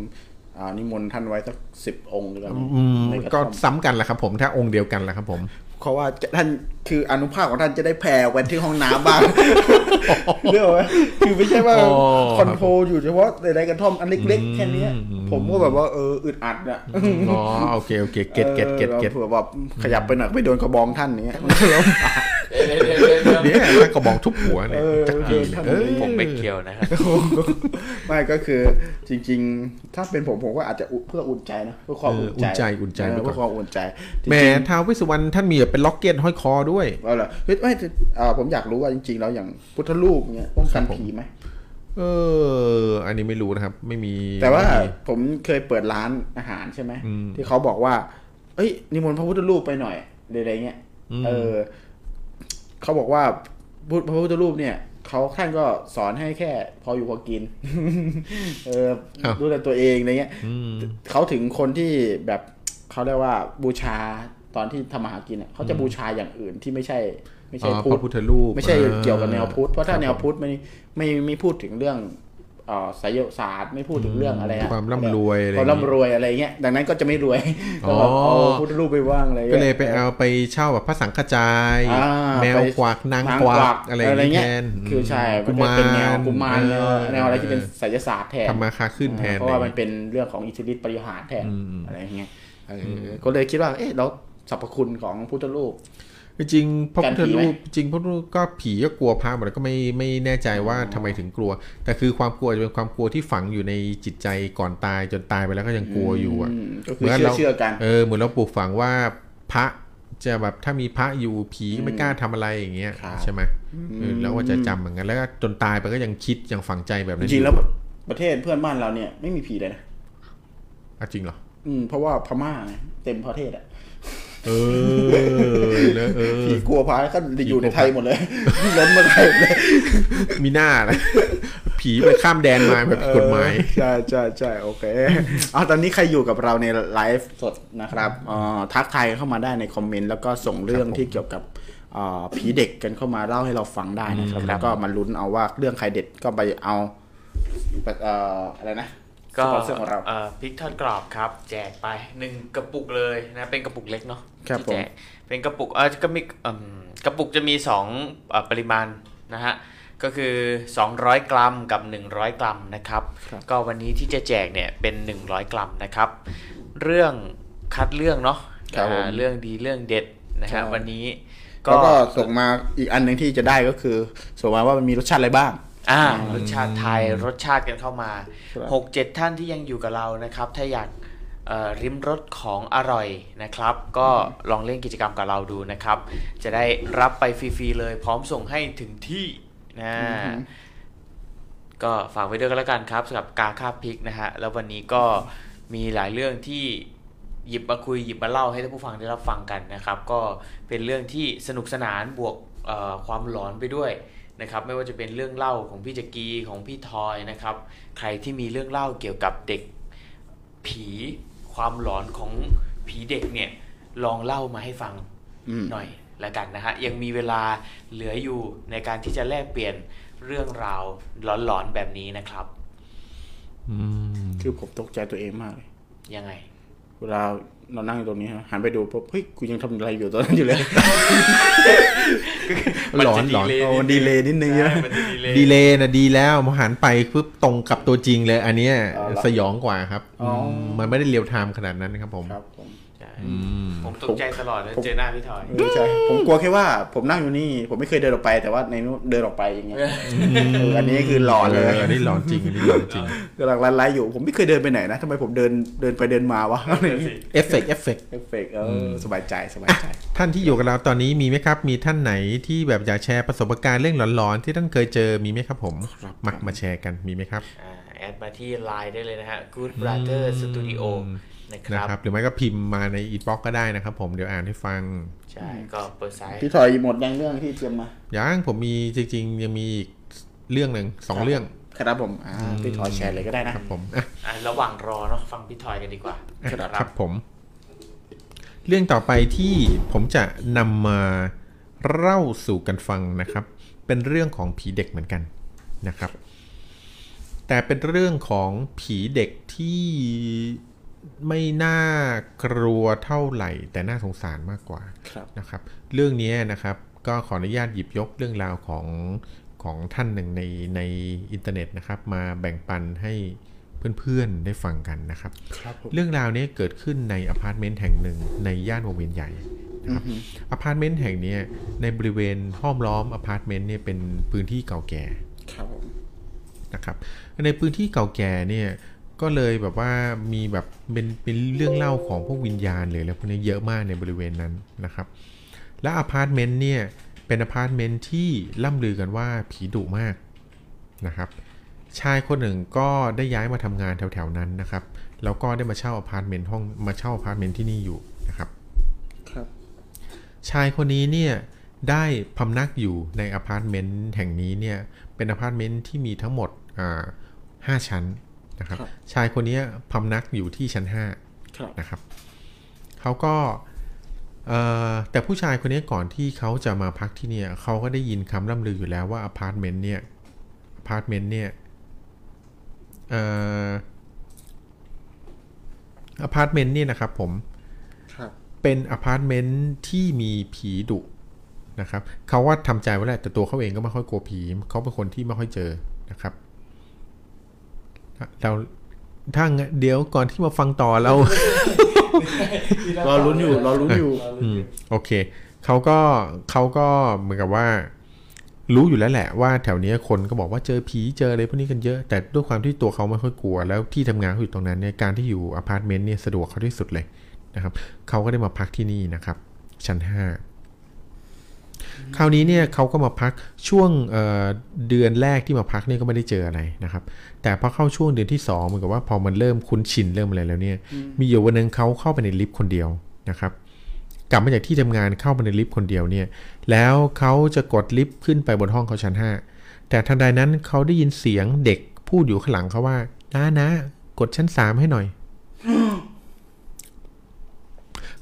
อ่านิมนต์ท่านไว้สักสิบองค์ด้วยกัน
อืม
ในระ
ก็
ท่อม
ซ้ำกันแหละครับผมถ้าองค์เดียวกันแหละครับผม
เพราะว่าท่านคืออนุภาพของท่านจะได้แผ่ไปที่ห้องน้ำบ้าง เรื่องไหมคือไม่ใช่ว่า
โอ้
คอนโทรลอยู่เฉพาะในไร่กระท่อมอันเล็กๆแค่เนี้ย
อืม
ผมก็แบบว่าเอออึดอัดอะ
อ๋อโอเคโอเคเก็ตเก็ตเก็ตเก็ต
เผื่อแบบขยับไปหน่อยไปโดนกระบองท่านเนี้ย
เนี่ยถ้ากระบอกทุบหัวเนี่ย
เออ
จักรีเนี่ย
เอ
เอ้
อ
ย
ผมไม่เกี่ยวนะฮะ
ไม่ก็คือจริง ๆ ถ้าเป็นผมผมก็อาจจะอุเพื่ออุ่นใจนะเพื่อความอุ่น
อุ่นใจอุ่นใจ
เออ
ไว้
เพื่
ก่อน
อความอุ่นใจจริงๆ
แหมท้าวเวิสุวรรณท่านมีแบบเป็นล็อกเก็ตห้อยคอด้วย
เอาล่ะเฮ้ยไม่เอ่อผมอยากรู้ว่าจริงๆแล้วอย่างพุทธรูปเนี่ยป้องกันผีไหม
เออ อันนี้ไม่รู้นะครับ ไม่มี
แต่ว่า
ไม่มี
ผมเคยเปิดร้านอาหารใช่ไหม
อืม
ที่เขาบอกว่า เอ้ยนิมนต์พระพุทธรูปไปหน่อยอะไรๆเงี้ย
อืม
เออเขาบอกว่าพุทธพระพุทธรูปเนี่ยเขาท่านก็สอนให้แค่ พออยู่พอกิน เออดูแลตัวเองอะไรเงี้ย
อืม
เขาถึงคนที่แบบเขาเรียกว่าบูชาตอนที่ทำมาหากินเนี่ยเขาจะบูชาอย่างอื่นที่ไม่ใช่ ไม่ใช่
อ๋อ
พุท
พ
ธ
ระพุทธรูป
ไม่ใช่
อ่า
เกี่ยวกับแนวพุทธเพราะ
ค
ถ้า
รับ
แนวพุทธไม่ไม่ไม่พูดถึงเรื่องเอ่อไสยศาสตร์ไม่พูดถึงเรื่องอะไรอะ
ความร่ำรวยอะไร
ความร่ำรวยอะไรเงี้ยดังนั้นก็จะไม่รวยก็แบบเอาพุทธรูปไปว่างอะไรงี้
ก็เลยไปเอาไปเช่าแบบพระสังฆจาย
อ่า
แมว
ไป
กวักนาง
นาง
ก
กวั
วั
ก
กอะไร
อะไร
อย่าง
เงี้
งี้
ย
แทน
คือใช่
กุ
มันจะเป็นแนวกุมาร
เอ
แนว
อ
แนวอะไรที่เป็นไสยศาสตร์แทน
ทำมาค้าขึ้นแทน
เพราะว่า
อะไร
มัน
เงี้ย
เป็นเรื่องของอิทธิฤทธิปริหารแทน
อืม
อะไรอย่างเงี้ยเอออก็เลยคิดว่า เอ๊ะแล้วสรรพคุณของพุทธรูป
จริงๆพระพุทธรูป
กันผีไหม
จริงพระพุทธรูปก็ผีก็กลัวพระหมดแล้วก็ไม่ไม่แน่ใจว่าทำไมถึงกลัว แต่คือความกลัวจะเป็นความกลัวที่ฝังอยู่ในจิตใจก่อนตายจนตายไปแล้วก็ยังกลัวอยู่อะ
มก็คือเชื่อเชื่อกัน
เออเหมือนเราปลูกฝังว่าพระจะแบบถ้ามีพระอยู่ผีก็ไม่กล้าทำอะไรอย่างเงี้ย
ครับ
ใช่ไหมเออแล้วก็จะจำเหมือนกันแล้วก็จนตายไปก็ยังคิดยังฝังใจแบบ
จ
นั้น
ริงๆแล้วประเทศเพื่อนบ้านเราเนี่ยไม่มีผีเลยนะ
อ่ะจริงเหรอ
อืมเพราะว่าพม่าไงเต็มประเทศอะ
เออเลอะเออ
ผีกลัวพระก็อยู่ใน
ผีกลัวพระ
ไทยหมดเลย ล้นมาไทยหมดเลย
มีหน้านะ ผีไปข้ามแดนมาแบบผิด กฎหมาย
เออใช่ใช่ใช่โอเค เอาตอนนี้ใครอยู่กับเราในไลฟ์สดนะครับเอ่อทักทายเข้ามาได้ในคอมเมนต์แล้วก็ส่งเรื่องที่เกี่ยวกับเอ่อผีเด็กกันเข้ามาเล่าให้เราฟังได้นะครับ แล้วก็มาลุ้นเอาว่าเรื่องใครเด็ดก็ไปเอาเอ่ออะไรนะ
ก็
สปอนเซอร์ของเรา
เอ่อพริกทอดกรอบครับ แจกไปหนึ่งกระปุกเลยนะเป็นกระปุกเล็กเนาะ
ครับ
ที่
ผม
แจกเป็นกระปุกเออก็มีเอิ่มกระปุกจะมีสองเอ่อปริมาณนะฮะก็คือ 200 กรัมกับ 100 กรัมนะครับ ก็วันนี้ที่จะแจกเนี่ยเป็น 100 กรัมนะครับ เรื่องคัดเรื่องเนาะ
ครับผม
อ่าเรื่องดีเรื่องเด็ดนะฮะวันนี้ก็
แล้วก็ส่งมาอีกอันหนึ่งที่จะได้ก็คือส่งมาว่ามันมีรสชาติอะไรบ้าง
อ่ารสชาติไทยรสชาติกันเข้ามา
ครับ
หกเจ็ดท่านที่ยังอยู่กับเรานะครับ ถ้าอยากเอ่อริมรสของอร่อยนะครับ ก็ลองเล่นกิจกรรมกับเราดูนะครับ จะได้รับไปฟรีๆเลย พร้อมส่งให้ถึงที่นะก็ฝากไว้ด้วยกันแล้วกันครับสำหรับกาคาบพริกนะฮะแล้ววันนี้ก็มีหลายเรื่องที่หยิบมาคุยหยิบมาเล่าให้ท่านผู้ฟังได้รับฟังกันนะครับ ก็เป็นเรื่องที่สนุกสนานบวกเอ่อความหลอนไปด้วย นะครับไม่ว่าจะเป็นเรื่องเล่าของพี่จักรีของพี่ทอยนะครับ ใครที่มีเรื่องเล่าเกี่ยวกับเด็กผีความหลอนของผีเด็กเนี่ยลองเล่ามาให้ฟัง
อืม
หน่อยละกันนะฮะยังมีเวลาเหลืออยู่ในการที่จะแลกเปลี่ยนเรื่องราวหลอนๆแบบนี้นะครับ
อืม
คือผมตกใจตัวเองมากเลย
ยังไง
เวลาเรานั่งอยู่ตรงนี้ฮะหันไปดูปุ๊บเฮ้ยกูยังทำอะไรอยู่ตอนนั้นอยู่เลย
มัน
หลอ
จะ
นหลอน
ดีเลย
เอาดีเลยนิดนึงนะ
มันจะดีเลย
ดีเลยนะดีแล้วมหันไปปุ๊บตรงกับตัวจริงเลย อันเนี้ยสยองกว่าครับ
อ๋ออื
มมันไม่ได้เรียวไทม์ขนาดนั้นครับผม
ครับผม
ใช่
อืม
ผมตกใจตลอดเลยเจอหน้าพี่ทอย
ไม่ใช่ผมกลัวแค่ว่าผมนั่งอยู่นี่ผมไม่เคยเดินออกไปแต่ว่าในนู้นเดินออกไปอย่างเงี้ยเอออันนี้คือหลอนเลย
อันนี้หลอนจริงอันนี้หลอนจริง
กำลังไลฟ์อยู่ผมไม่เคยเดินไปไหนนะทำไมผมเดินเดินไปเดินมาวะ
เอฟเฟกต์เอฟเฟกต์
เอฟเฟกต์เอออสบายใจสบายใจ
ท่านที่อยู่กับเราตอนนี้มีไหมครับ มีท่านไหนที่แบบอยากแชร์ประสบการณ์เรื่องหลอนๆ ที่ท่านเคยเจอมีไหมครับผม
ครับ
มามาแชร์กันมีไหมครับ
อ่าแอดมาที่ Line ได้เลยนะฮะ Good Brother Studio นะค
นะ
รับ
ครับ หรือไม่ก็พิมพ์มาในอีบ็อกก็ได้นะครับผมเดี๋ยวอ่านให้ฟัง
ใช่ ก็เปิดสาย
พี่ถอยหมดยังเรื่องที่เตรียมมา
ยังผมมีจริงๆ ยังมีอีกเรื่องหนึ่งสอง
ครับ
เรื่อง
ครับผมอ่าพี่ถอยแชร์เลยก็ได้นะ
ครับผมอ่ะ
อ่ะระหว่างรอเนาะฟังพี่ทอยกันดีกว่า
ครับผม เรื่องต่อไปที่ผมจะนำมาเล่าสู่กันฟังนะครับ เป็นเรื่องของผีเด็กเหมือนกันนะครับ แต่เป็นเรื่องของผีเด็กที่ไม่น่ากลัวเท่าไหร่ แต่น่าสงสารมากกว่า
ครับ
นะครับเรื่องนี้นะครับก็ขออนุญาตหยิบยกเรื่องราวของของท่านหนึ่งในในอินเทอร์เน็ตนะครับมาแบ่งปันให้เพื่อนๆได้ฟังกันนะครับ
ครับผม
เรื่องราวนี้เกิดขึ้นในอพาร์ตเมนต์แห่งหนึ่งในย่านวงเวียนใหญ่นะครับอพาร์ตเมนต์แห่งเนี้ยในบริเวณห้อมล้อมอพาร์ตเมนต์เนี่ยเป็นพื้นที่เก่าแก่
ครับผม
นะครับในพื้นที่เก่าแก่เนี่ยก็เลยแบบว่ามีแบบเป็นเป็นเรื่องเล่าของพวกวิญญาณเลยแล้วพวกนี้เยอะมากในบริเวณนั้นนะครับ และอพาร์ตเมนต์เนี่ยเป็นอพาร์ตเมนต์ที่ล่ำลือกันว่าผีดุมากนะครับชายคนหนึ่งก็ได้ย้ายมาทำงานแถวๆนั้นนะครับแล้วก็ได้มาเช่าอพาร์ตเมนต์ห้องมาเช่าอพาร์ตเมนต์ที่นี่อยู่นะครับ
ครับ
ชายคนนี้เนี่ยได้พำนักอยู่ในอพาร์ตเมนต์แห่งนี้เนี่ยเป็นอพาร์ตเมนต์ที่มีทั้งหมดอ่าห้าชั้นนะครับ
ครับ
ชายคนนี้พำนักอยู่ที่ชั้นห้า
ครับ
นะครับเขาก็เอ่อแต่ผู้ชายคนนี้ก่อนที่เขาจะมาพักที่เนี่ยเขาก็ได้ยินคำร่ำลืออยู่แล้วว่าอพาร์ตเมนต์เนี่ยอพาร์ตเมนต์เนี่ยเอ่ออพาร์ตเมนต์เนี่ยนะครับผม
ครับ
เป็นอพาร์ตเมนต์ที่มีผีดุนะครับเขาว่าทำใจไว้แหละแต่ตัวเขาเองก็ไม่ค่อยกลัวผีเขาเป็นคนที่ไม่ค่อยเจอนะครับเราถ้างั้นเดี๋ยวก่อนที่มาฟังต่อเรา
รอลุ้นอยู่ รอลุ้นอยู่
อืมโอเคเขาก็เขาก็เหมือนกับว่า รู้อยู่แล้วแหละว่าแถวเนี้ยคนก็บอกว่าเจอผีเจออะไรพวกนี้กันเยอะ แต่ด้วยความที่ตัวเขาไม่ค่อยกลัว แล้วที่ทำงานเขาอยู่ตรงนั้นเนี่ยการที่อยู่อพาร์ตเมนต์เนี่ยสะดวกเขาที่สุดเลยนะครับเขาก็ได้มาพักที่นี่นะครับ ชั้นห้าคราวนี้เนี่ยเขาก็มาพักช่วงเอ่อเดือนแรกที่มาพักเนี่ยก็ไม่ได้เจออะไรนะครับ แต่พอเข้าช่วงเดือนที่สองเหมือนกับว่าพอมันเริ่มคุ้นชินเริ่มอะไรแล้วเนี่ย มีอยู่วันหนึ่งเขาเข้าไปในลิฟต์คนเดียวนะครับ กลับมาจากที่ทำงานเข้ามาในลิฟต์คนเดียวเนี่ย แล้วเขาจะกดลิฟต์ขึ้นไปบนห้องเขาชั้น 5 แต่ทันใดนั้นเขาได้ยินเสียงเด็กพูดอยู่ข้างหลังเขาว่าน้านะกดชั้น 3 ให้หน่อย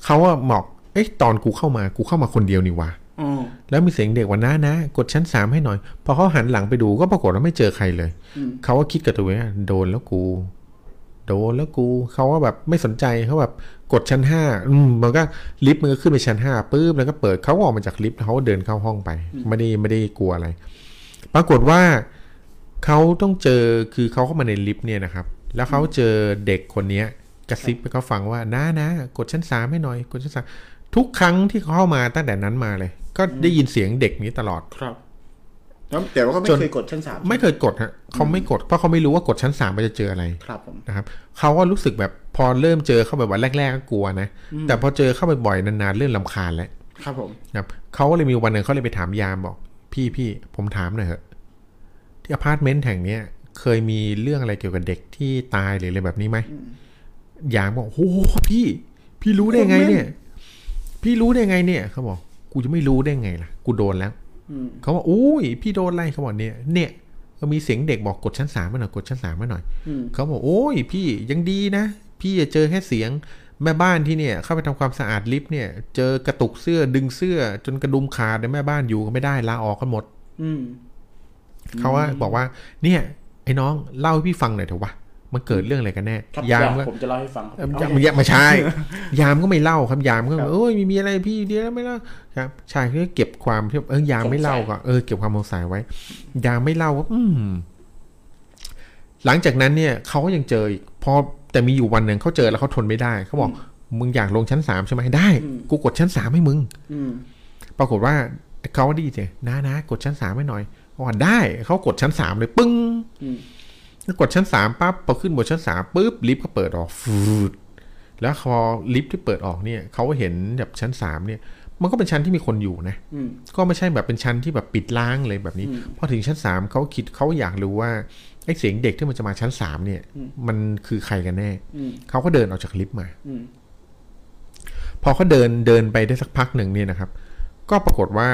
เขาอะบอกเอ๊ะตอนกูเข้ามากูเข้ามาคนเดียวนี่วะ
อืม
แล้วมีเสียงเด็กว่าน้านะกดชั้น 3 ให้หน่อย พอเขาหันหลังไปดูก็ปรากฏว่าไม่เจอใครเลย
อืม
เขาก็คิดกับตัวเองว่าโดนแล้วกู โดนแล้วกูเขาว่าแบบไม่สนใจเขาแบบกดชั้นห้าอืมมันก็ลิฟต์มันก็ขึ้นไปชั้นห้าปุ๊บแล้วก็เปิดเขาก็ออกมาจากลิฟต์แล้วเขาก็เดินเข้าห้องไป ไม่ได้ไม่ได้กลัวอะไร ปรากฏว่าเขาต้องเจอคือเขาเข้ามาในลิฟต์เนี่ยนะครับ แล้วเขาเจอเด็กคนเนี้ย กระซิบไปเขาฟังว่าน้านะกดชั้นสามให้หน่อย กดชั้นสามทุกครั้งที่เขาเข้ามาตั้งแต่นั้นมาเลย ก็ได้ยินเสียงเด็กนี้ตลอด
ครับแล้วแต่ว่าเขาไม่
จน
เคยกดชั้นสาม
ไม่เคยกดฮะเขาไม่กดเพราะเขาไม่รู้ว่ากดชั้นสามมันจะเจออะไร
ครับผม
นะครับเขาก็รู้สึกแบบพอเริ่มเจอเข้าไปวันแรกๆก็กลัวนะ แต่พอเจอเข้าไปบ่อยนานๆเริ่มลำคาญแล้ว
ครับผม
นะครับเขาก็เลยมีวันหนึ่งเขาเลยไปถามยามบอก พี่พี่ผมถามหน่อยเถอะที่อพาร์ตเมนต์แห่งเนี้ยเคยมีเรื่องอะไรเกี่ยวกับเด็กที่ตายหรืออะไรแบบนี้ไหมยามบอกโอ้โหพี่ พี่รู้ได้ไงเนี่ย พี่รู้ได้ไงเนี่ยเขาบอกกูจะไม่รู้ได้ไงล่ะ กูโดนแล้ว
อืม
เขาบอกอุ้ยพี่โดนไล่เขาบอกเนี่ยเนี่ยก็มีเสียงเด็กบอกกดชั้นสามมาหน่อยกดชั้นสามมาหน่อย
อืม
เขาบอกโอ้ยพี่ยังดีนะ พี่จะเจอแค่เสียงแม่บ้านที่เนี่ย เข้าไปทำความสะอาดลิฟต์เนี่ย เจอกระตุกเสื้อดึงเสื้อ จนกระดุมขาดเลยแม่บ้านอยู่ก็ไม่ได้ลาออกกันหมด
อืม
เขาว่าบอกว่าเนี่ยไอ้น้องเล่าให้พี่ฟังหน่อยเถอะวะมันเกิดเรื่องอะไรกันแน่
ครั
ยาย
บาม ม
ก็
ผมจะเล่าให้ฟังครับ
เอ่อยามยามไมาใช่ ยามก็ไม่เล่าครับยามก็
ครับ
เอ้ยมีมีอะไรพี่เดี๋ยวไม่เล่าครับชายก็เก็บความที่เออยามไม่เล่าก็เออเก็บความสงสัยไว้ ยามไม่เล่าก็อืม หลังจากนั้นเนี่ยเขาก็ยังเจออีกพอแต่มีอยู่วันหนึ่งเขาเจอแล้วเขาทนไม่ได้เขาบอกมึงอยากลงชั้นสามใช่ไหมได้ กูกดชั้นสามให้มึง
อืม
ปรากฏว่าเขาก็ได้ยินเสียงนะนะกดชั้นสามให้หน่อยอ๋อได้เขากดชั้นสามเลยปึ้ง
อืม
แล้วกดชั้นสามปั๊บพอขึ้นบนชั้นสามปุ๊บลิฟต์ก็เปิดออกฟูดแล้วพอลิฟต์ที่เปิดออกเนี่ยเขาก็เห็นแบบชั้นสามเนี่ย มันก็เป็นชั้นที่มีคนอยู่นะ
อืม
ก็ไม่ใช่แบบเป็นชั้นที่แบบปิดล้างเลยแบบนี้ พอถึงชั้นสามเขาคิดเขาอยากรู้ว่าไอ้เสียงเด็กที่มันจะมาชั้นสามเนี่ย มันคือใครกันแน่
อืม
เขาก็เดินออกจากลิฟต์มา
อืม
พอเขาเดินเดินไปได้สักพักหนึ่งเนี่ยนะครับ ก็ปรากฏว่า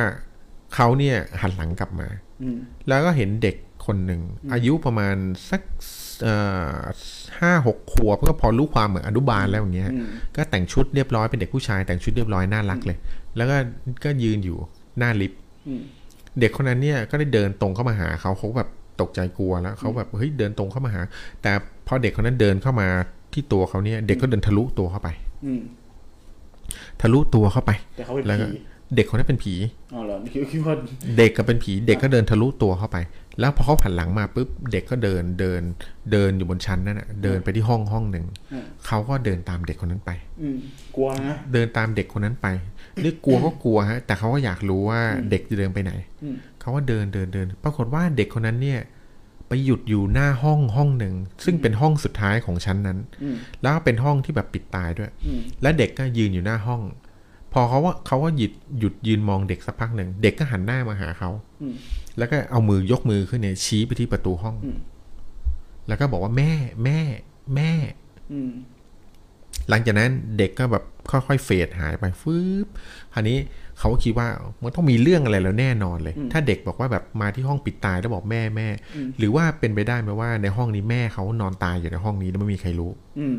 เขาเนี่ยหันหลังกลับมา
อืม
แล้วก็เห็นเด็กคนหนึ่ง อายุประมาณสักเอ่อห้าหกขวบก็พอรู้ความเหมือนอนุบาลแล้วอย่างเงี้ย
อืม
ก็แต่งชุดเรียบร้อยเป็นเด็กผู้ชาย แต่งชุดเรียบร้อยน่ารักเลย แล้วก็ก็ยืนอยู่หน้าลิฟต์
อืม
เด็กคนนั้นเนี่ยก็ได้เดินตรงเข้ามาหาเขาเขาแบบต ตกใจกลัวแล้วเขาแบบเฮ้ยเดินตรงเข้ามาหา แต่พอเด็กคนนั้นเดินเข้ามาที่ตัวเขาเนี่ย เด็กก็เดินทะลุตัวเข้าไป
อืม
ทะลุตัวเข้าไป
แต่เขาเป็น
แล้วก็
ผี
เด็กคนนั้นเป็นผี
อ๋อเหรอคิดคิดว่า
เด็กก็เป็นผี เด็กก็เดินทะลุตัวเข้าไป แล้วพอเขาหันหลังมาปุ๊บเด็กก็เดินเดินเดินอยู่บนชั้นนั่นน่ะเดินไปที่ห้องห้องหนึ่งเขาก็เดินตามเด็กคนนั้นไป
อืมกลัวนะ
เดินตามเด็กคนนั้นไปนึกกลัวก็กลัวฮะ แต่เขาก็อยากรู้ว่าเด็กจะเดินไปไหน
อืม
เขาก็เดินเดินเดิน ปรากฏว่าเด็กคนนั้นเนี่ย ไปหยุดอยู่หน้าห้องห้องหนึ่ง ซึ่งเป็นห้องสุดท้ายของชั้นนั้น
อืม
แล้วก็เป็นห้องที่แบบปิดตายด้วย
อืม
และเด็กก็ยืนอยู่หน้าห้อง พอเขาว่าเขาว่าหยุดหยุดยืนมองเด็กสักพักหนึ่ง เด็กก็หันหน้ามาหาเขา
อืม
แล้วก็เอามือยกมือขึ้นเนี่ยชี้ไปที่ประตูห้อง
อืม
แล้วก็บอกว่าแม่แม่แม่
อืม
หลังจากนั้นเด็กก็แบบค่อยๆเฟดหายไปฟืบคราวนี้เขาก็คิดว่ามันต้องมีเรื่องอะไรแล้วแน่นอนเลย
อืม
ถ้าเด็กบอกว่าแบบมาที่ห้องปิดตายแล้วบอกแม่แม่
อืม
หรือว่าเป็นไปได้ไหมว่าในห้องนี้แม่เขานอนตายอยู่ในห้องนี้แล้วไม่มีใครรู้
อืม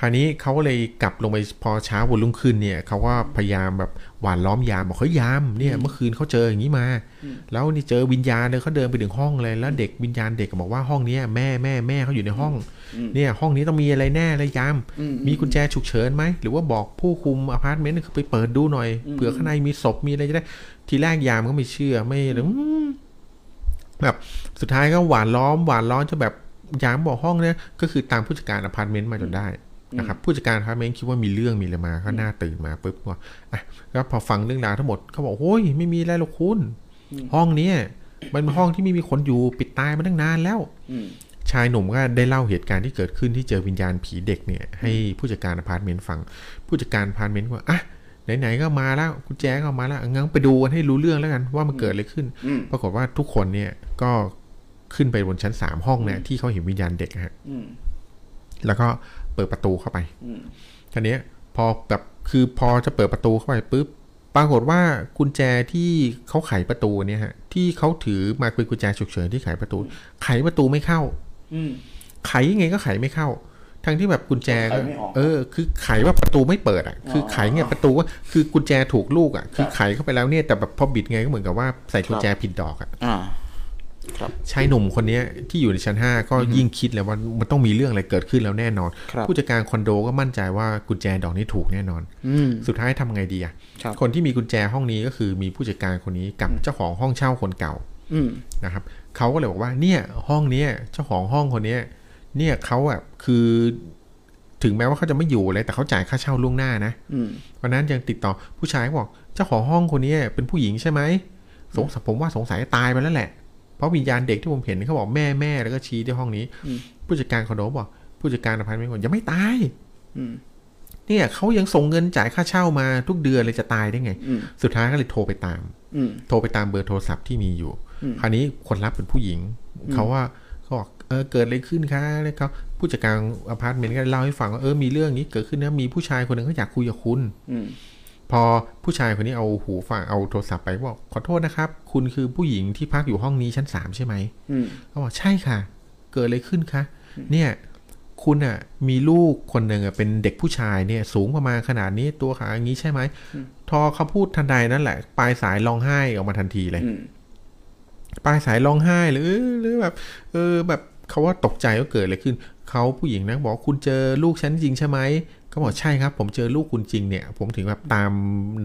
คราวนี้เขาเลยกลับลงไปพอเช้าวันรุ่งขึ้นเนี่ยเขาก็พยายามแบบหวานล้อมยามบอกเฮ้ยยามเนี่ยเมื่อคืนเขาเจออย่างนี้มา
อืม
แล้วนี่เจอวิญญาณเลยเขาเดินไปถึงห้องเลยแล้วเด็กวิญญาณเด็กก็บอกว่าห้องเนี้ยแม่แม่แม่เขาอยู่ในห้อง
อืม
เนี่ยห้องนี้ต้องมีอะไรแน่เลยยาม
อืม
มีกุญแจฉุกเฉินไหม หรือว่าบอกผู้คุมอพาร์ตเมนต์คือไปเปิดดูหน่อย
อืม
เผื่อข้างในมีศพมีอะไรจะได้ ทีแรกยามก็ไม่เชื่อไม่อืมแบบสุดท้ายก็หวานล้อม หวานล้อมจะแบบยามบอกห้องเนี่ยก็คือตามผู้จัดการอพาร์ตเมนต์มาจนได้นะครับผู้จัดการอพาร์ตเมนต์คิดว่ามีเรื่องมีอะไรมาก็หน่าตื่นมาปุ๊บว่าอ่ะก็พอฟังเรื่องราวทั้งหมดเขาบอกโอ้ยไม่มีอะไรหรอกคุณ ห้องเนี้ยมันเป็นห้องที่ไม่มีคนอยู่ปิดตายมาตั้งนานแล้ว
อืม
ชายหนุ่มก็ได้เล่าเหตุการณ์ที่เกิดขึ้นที่เจอวิญญาณผีเด็กเนี่ยให้ผู้จัดการอพาร์ตเมนต์ฟัง ผู้จัดการอพาร์ตเมนต์ก็ว่าอ่ะไหนๆก็มาแล้วกุญแจก็มาแล้วงั้นไปดูกันให้รู้เรื่องแล้วกันว่ามันเกิดอะไรขึ้น
อืม
ปรากฏว่าทุกคนเนี่ยก็ขึ้นไปบนชั้นสามห้องเนี่ยที่เขาเห็นวิญญาณเด็กอะฮะ
อืม
แล้วก็เปิดประตูเข้าไป
อืม
ทีเนี้ยพอแบบคือพอจะเปิดประตูเข้าไปปุ๊บปรากฏว่ากุญแจที่เขาไขประตูเนี่ยฮะที่เขาถือมาคือกุญแจฉุกเฉินที่ไขประตู ไขประตูไม่เข้า
อืม
ไขยังไงก็ไขไม่เข้า ทั้งที่แบบกุญแจก็
ไขไม่ออก
เออ คือไขว่าประตูไม่เปิดอ่ะ คือไขเนี่ยประตูว่าคือกุญแจถูกลูกอ่ะ คือไขเข้าไปแล้วเนี่ย แต่แบบพอบิดไงก็เหมือนกับว่าใส่กุญแจผิดดอกอ่ะ
อ่า
ชายหนุ่มคนเนี้ยที่อยู่ในชั้นห้าก็ยิ่งคิดแล้วว่ามันต้องมีเรื่องอะไรเกิดขึ้นแล้วแน่นอน
ครับ
ผู้จัดการคอนโดก็มั่นใจว่ากุญแจดอกนี้ถูกแน่นอน
อืม
สุดท้ายทำไงดีอ่ะ
ครับ
คนที่มีกุญแจห้องนี้ก็คือมีผู้จัดการคนนี้กับเจ้าของห้องเช่าคนเก่า
อืม
นะครับเขาก็เลยบอกว่าเนี่ยห้องเนี้ยเจ้าของห้องคนเนี้ยเนี่ยเขาอ่ะคือถึงแม้ว่าเขาจะไม่อยู่เลยแต่เขาจ่ายค่าเช่าล่วงหน้านะ
อืม
วันนั้นยังติดต่อผู้ชายก็บอกเจ้าของห้องคนเนี้ยเป็นผู้หญิงใช่ไหมสงสัยผมว่าสงสัยตายไปแล้วแหละ เพราะวิญญาณเด็กที่ผมเห็นเขาบอกแม่แม่แล้วก็ชี้ที่ห้องนี้
อืม
ผู้จัดการคอนโดบอกผู้จัดการอพาร์ตเมนต์บอกยังไม่ตาย
อืม
เนี่ยเขายังส่งเงินจ่ายค่าเช่ามาทุกเดือนเลยจะตายได้ไง
อืม
สุดท้ายก็เลยโทรไปตาม
อืม
โทรไปตามเบอร์โทรศัพท์ที่มีอยู่
อืม
คราวนี้คนรับเป็นผู้หญิง เขาว่าเขาบอกเออเกิดอะไรขึ้นคะแล้วเขาผู้จัดการอพาร์ตเมนต์ก็เล่าให้ฟังว่าเออมีเรื่องนี้เกิดขึ้นนะมีผู้ชายคนหนึ่งเขาอยากคุยกับคุณ
อืม
พอผู้ชายคนนี้เอาหูฟังเอาโทรศัพท์ไปบอกขอโทษนะครับ คุณคือผู้หญิงที่พักอยู่ห้องนี้ชั้นสามใช่ไหม
อืม
เขาบอกใช่ค่ะ เกิดอะไรขึ้นคะเนี่ยคุณอ่ะมีลูกคนหนึ่งอะเป็นเด็กผู้ชายเนี่ยสูงประมาณขนาดนี้ตัวขาอย่างนี้ใช่ไหมทอเขาพูดทันใดนั่นแหละปลายสายร้องไห้ออกมาทันทีเลย
อืม
ปลายสายร้องไห้หรือหรือแบบ เออแบบเขาว่าตกใจว่าเกิดอะไรขึ้นเขาผู้หญิงนะบอกคุณเจอลูกฉันจริงใช่ไหมเขาบอกใช่ครับ ผมเจอลูกคุณจริงเนี่ย ผมถึงแบบตาม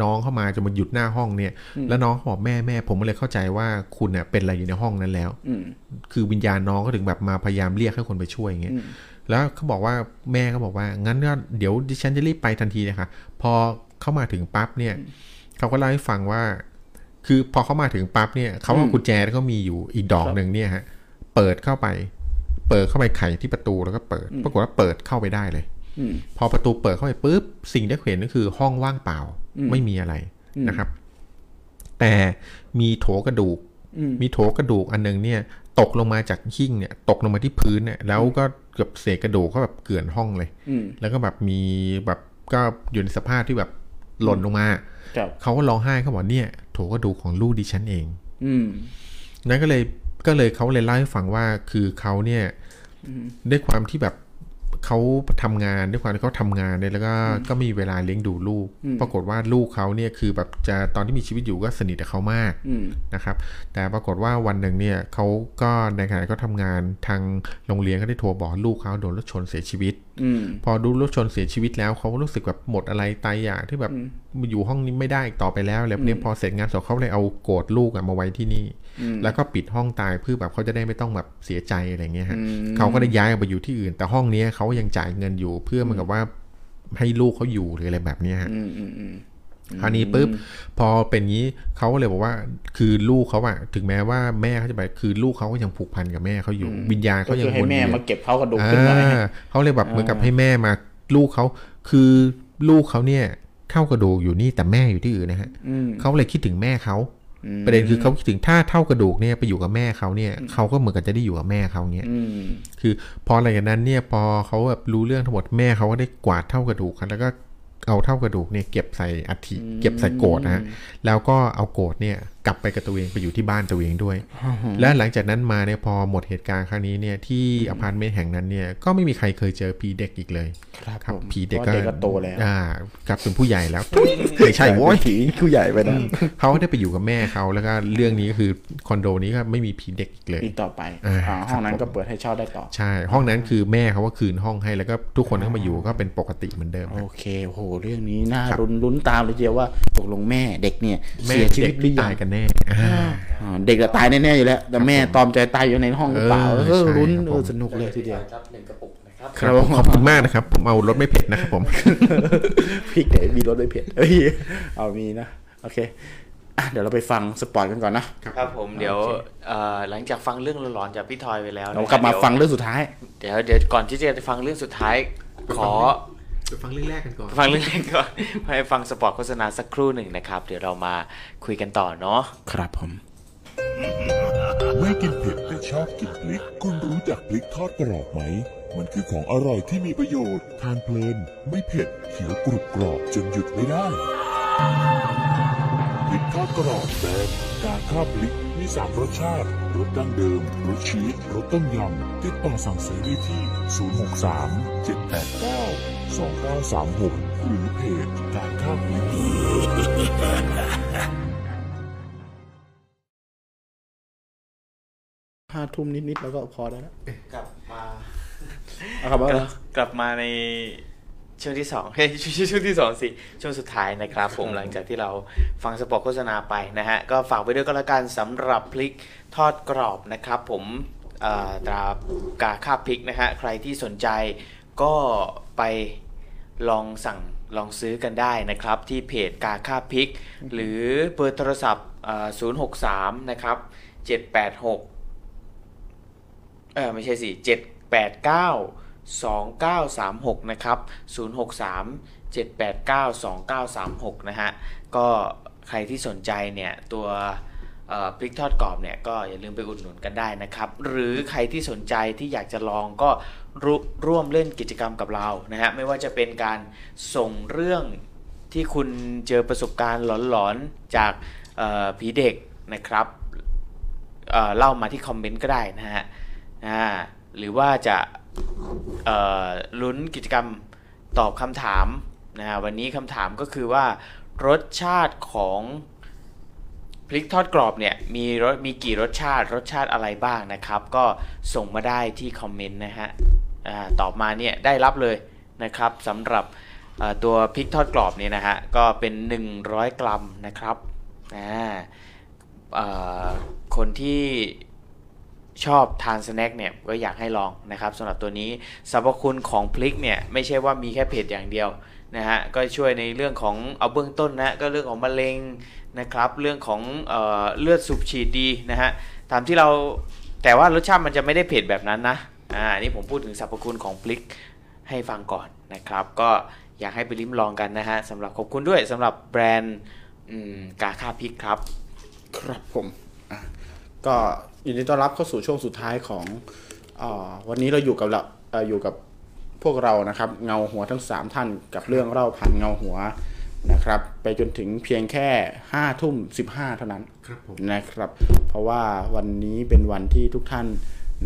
น้องเข้ามาจะมาหยุดหน้าห้องเนี่ย
อืม
แล้วน้องเขาบอกแม่แม่ผมก็เลยเข้าใจว่าคุณเนี่ยเป็นอะไรอยู่ในห้องนั้นแล้ว
อืม
คือวิญญาณน้องก็ถึงแบบมาพยายามเรียกให้คนไปช่วยอย่างเงี้ย
อืม
แล้วเขาบอกว่าแม่ก็บอกว่างั้นก็เดี๋ยวดิฉันจะรีบไปทันทีเลยค่ะพอเข้ามาถึงปั๊บเนี่ยเขาก็เล่าให้ฟังว่า คือพอเขามาถึงปั๊บเนี่ยเขา
อื
เอา
ม
กุญแจแล้วก็มีอยู่อีกดอก
ครับ
หนึ่งเนี่ยฮะเปิดเข้าไป เปิดเข้าไปไขที่ประตูแล้วก็เปิด
อืม
ปรากฏว่าเปิดเข้าไปได้เลย
อืม
พอประตูเปิดเข้าไปปุ๊บสิ่งที่เห็นก็คือห้องว่างเปล่า
อืม
ไม่มีอะไร
อืม
นะครับ แต่มีโถกระดูก
อืม
มีโถกระดูกอันหนึงเนี่ย ตกลงมาจากหิ้งเนี่ย ตกลงมาที่พื้นเนี่ยแล้วก็เกือบเศษกระดูกก็แบบเกลื่อนห้องเลย
อืม
แล้วก็แบบมีแบบก็อยู่ในสภาพที่แบบหล่นลงมา
ครับ
เขาก็ร้องไห้เขาบอกเนี่ยโถกระดูกของลูกดิฉันเอง
อืม
นั่นก็เลยก็เลยเขาเลยเล่าให้ฟังว่าคือเขาเนี่ย
อืม
ด้วยความที่แบบ เขาทำงานด้วยความที่เขาทำงานเนี่ยแล้วก็ก็มีเวลาเลี้ยงดูลูก ปรากฏว่าลูกเขาเนี่ยคือแบบจะตอนที่มีชีวิตอยู่ก็สนิทกับเขามาก
อืม
นะครับ แต่ปรากฏว่าวันหนึ่งเนี่ยเขาก็ในขณะที่เขาทำงานทางโรงเรียนก็ได้โทรบอกลูกเขาโดนรถชนเสียชีวิต
อืม
พอดูรถชนเสียชีวิตแล้วเขาก็รู้สึกแบบหมดอะไรตายอยากที่แบบอยู่ห้องนี้ไม่ได้อีกต่อไปแล้วแล้วเนี่ยพอเสร็จงานศพเขาเลยเอาโกรธลูกอะมาไว้ที่นี่ แล้วก็ปิดห้องตายเพื่อแบบเขาจะได้ไม่ต้องแบบเสียใจอะไรเงี้ยฮะเขาก็ได้ย้ายออกไปอยู่ที่อื่น แต่ห้องเนี้ยเขายังจ่ายเงินอยู่เพื่อเหมือนกับว่าให้ลูกเขาอยู่หรืออะไรแบบเนี้ยฮะ
อืมอืมอืม
คราวนี้ปุ๊บพอเป็นงี้เขาก็เลยบอกว่าคือลูกเขาอะถึงแม้ว่าแม่เขาจะไปคือลูกเขาก็ยังผูกพันกับแม่เขาอยู่วิญญาณ
ก็
เขายั
คื
ง
อให้
วน
แม่
เวียน
มาเก็บเขากระดูกขึ้นมา
อ่าเขาเลยแบบเหมือนกับให้แม่มาลูกเขาคือลูกเขาเนี่ยเข้ากระดูกอยู่นี่แต่แม่อยู่ที่อื่นนะฮะ
อืม
เขาเลยคิดถึงแม่เขาประเด็นคือเขาคิดถึงถ้าเท่ากระดูกเนี่ยไปอยู่กับแม่เขาเนี่ยเขาก็เหมือนกับจะได้อยู่กับแม่เขาเนี่ย
อืม
คือพอหลังจากนั้นเนี่ยพอเขาแบบรู้เรื่องทั้งหมดแม่เขาก็ได้กวาดเท่ากระดูกครับแล้วก็เอาเท่ากระดูกเนี่ยเก็บใส่อัฐิเก็บใส่โกรธนะฮะแล้วก็เอาโกรธเนี่ยกลับไปกับตัวเองไปอยู่ที่บ้านตัวเองด้วย และหลังจากนั้นมาเนี่ยพอหมดเหตุการณ์ครั้งนี้เนี่ยที่อพาร์ตเมนต์แห่งนั้นเนี่ยก็ไม่มีใครเคยเจอผีเด็กอีกเลย
ครับผม
ผีเด็ก
เพราะเด็กก็โตแล้ว
อ่าครับเป็นผู้ใหญ่แล้ว ไม่ใช่โว้ย
ผีผู้ใหญ่ไปนะ
เขาได้ไปอยู่กับแม่เขาแล้วก็เรื่องนี้ก็คือคอนโดนี้ก็ไม่มีผีเด็กอีกเลย
อีกต่อไป
อ่า
อ่าห้องนั้น
ครับผม
ก็เปิดให้เช่าได้ต่อ
ใช่ ห้องนั้นคือแม่เขาว่าคืนห้องให้แล้วก็ทุกคนเข้ามาอยู่ก็เป็นปกติเหมือนเดิม
โอเคโอ้โห เรื่องนี้น่ารุนลุ้นตามเลยทีเดียวว่าตกลงแม่เด็กเนี่ย
แม่
เสียชีวิตหรือยั
ตาง ยกันแน่อ่า
อ่าเด็กจะตายแน่ๆอยู่แล้ว แต่แม่ตอมใจตายอยู่ในห้องหรือเปล่า
เออ
เออ
ใช่
ลุ้น
ครับ
เอ
ผ
อ
ม
สนุกเลยทีเดียว
ครับหนึ่งกระปุกนะครับ
ครับผมขอบคุณมากนะครับ ผมเอารถไม่เผ็ดนะครับผม
พริกเดี๋ยวมีรสด้วยเผ็ด เอ้ยเอามีนะ โอเคอ่ะเดี๋ยวเราไปฟังสปอยกันก่อนนะครับ
ผมเดี๋ยวเอ่อหลังจากฟังเรื่องร้อนๆจากพี่ทอยไปแล้ว
เรา
นะ
กลับมา
เดี๋ยว
ฟังเรื่องสุดท้าย
เดี๋ยวเดี๋ยวก่อนที่จะฟังเรื่องสุดท้าย ขอ
ไปฟังเรื่องแรกกันก่อน
ฟังเรื่องแรกก่อน ให้ฟังสปอตโฆษณาสักครู่หนึ่งนะครับ เดี๋ยวเรามาคุยกันต่อเนาะ
ครับผม
ไม่กินเผ็ดแต่ชอบกินพริก คุณรู้จักพริกทอดกรอบไหม มันคือของอร่อยที่มีประโยชน์ ทานเพลิน ไม่เผ็ดเขียวกรุบกรอบจนหยุดไม่ได้ พริกทอดกรอบแบบการข้าวพริกมีสามรสชาติรสดั้งเดิมรสชีสรสต้มยำติดต่อสั่งซื้อได้ที่ 063 789 2936 หรือเพจการข้าวพริก
ห้าทุ่มนิดๆแล้วก็พอแล้วนะ
กลับมา
เอาครับเอาครับ
กลับมาในช่วงที่สอง เฮ้ยไม่ใช่ช่วงที่สองสิช่วงสุดท้ายนะครับผมหลังจากที่เราฟังสปอตโฆษณาไปนะฮะ ก็ฝากไว้ด้วยก็แล้วกันสำหรับพลิกทอดกรอบนะครับผมเอ่อตรากาค่าพลิกนะฮะ ใครที่สนใจก็ไปลองสั่งลองซื้อกันได้นะครับ ที่เพจกาค่าพลิก หรือเบอร์โทรศัพท์เอ่อ063 นะครับ 786 เออไม่ใช่สิเจ็ดแปดเก้าสองเก้าสามหกนะครับศูนย์หกสามเจ็ดแปดเก้าสองเก้าสามหกนะฮะ ก็ใครที่สนใจเนี่ย ตัวเอ่อพริกทอดกรอบเนี่ย ก็อย่าลืมไปอุดหนุนกันได้นะครับ หรือใครที่สนใจที่อยากจะลองก็ร่วมร่วมเล่นกิจกรรมกับเรานะฮะ ไม่ว่าจะเป็นการส่งเรื่อง ที่คุณเจอประสบการณ์หลอนๆ จากเอ่อผีเด็กนะครับเอ่อเล่ามาที่คอมเมนต์ก็ได้นะฮะอ่าหรือว่าจะเอ่อลุ้นกิจกรรมตอบคำถามนะฮะวันนี้คำถามก็คือว่ารสชาติของพริกทอดกรอบเนี่ยมีรสมีกี่รสชาติรสชาติอะไรบ้างนะครับ ก็ส่งมาได้ที่คอมเมนต์นะฮะอ่าตอบมาเนี่ยได้รับเลยนะครับสำหรับ เอ่อตัวพริกทอดกรอบเนี่ยนะฮะ ก็เป็น 100 กรัมนะครับอ่าเอ่อคนที่ชอบทานสแน็คเนี่ยก็อยากให้ลองนะครับสำหรับตัวนี้สรรพคุณของพริกเนี่ย ไม่ใช่ว่ามีแค่เผ็ดอย่างเดียวนะฮะ ก็ช่วยในเรื่องของเอาเบื้องต้นนะ ก็เรื่องของมะเร็งนะครับ เรื่องของเออเลือดสูบฉีดดีนะฮะ ตามที่เราแต่ว่ารสชาติมันจะไม่ได้เผ็ดแบบนั้นนะอ่านี่ผมพูดถึงสรรพคุณของพริก ให้ฟังก่อนนะครับ ก็อยากให้ไปลิ้มลองกันนะฮะสำหรับขอบคุณด้วยสำหรับแบรนด์อืมกาคาพริกครับ
ครับผมอ่ะก็ยินดีต้อนรับเข้าสู่ช่วงสุดท้ายของเออวันนี้เราอยู่กับเราเอ่ออยู่กับพวกเรานะครับ เงาหัวทั้ง 3 ท่านกับเรื่องเล่าผ่านเงาหัวนะครับ ไปจนถึงเพียงแค่5้าทุ่มสิเท่านั้น
ครับผม
นะครับ เพราะว่าวันนี้เป็นวันที่ทุกท่าน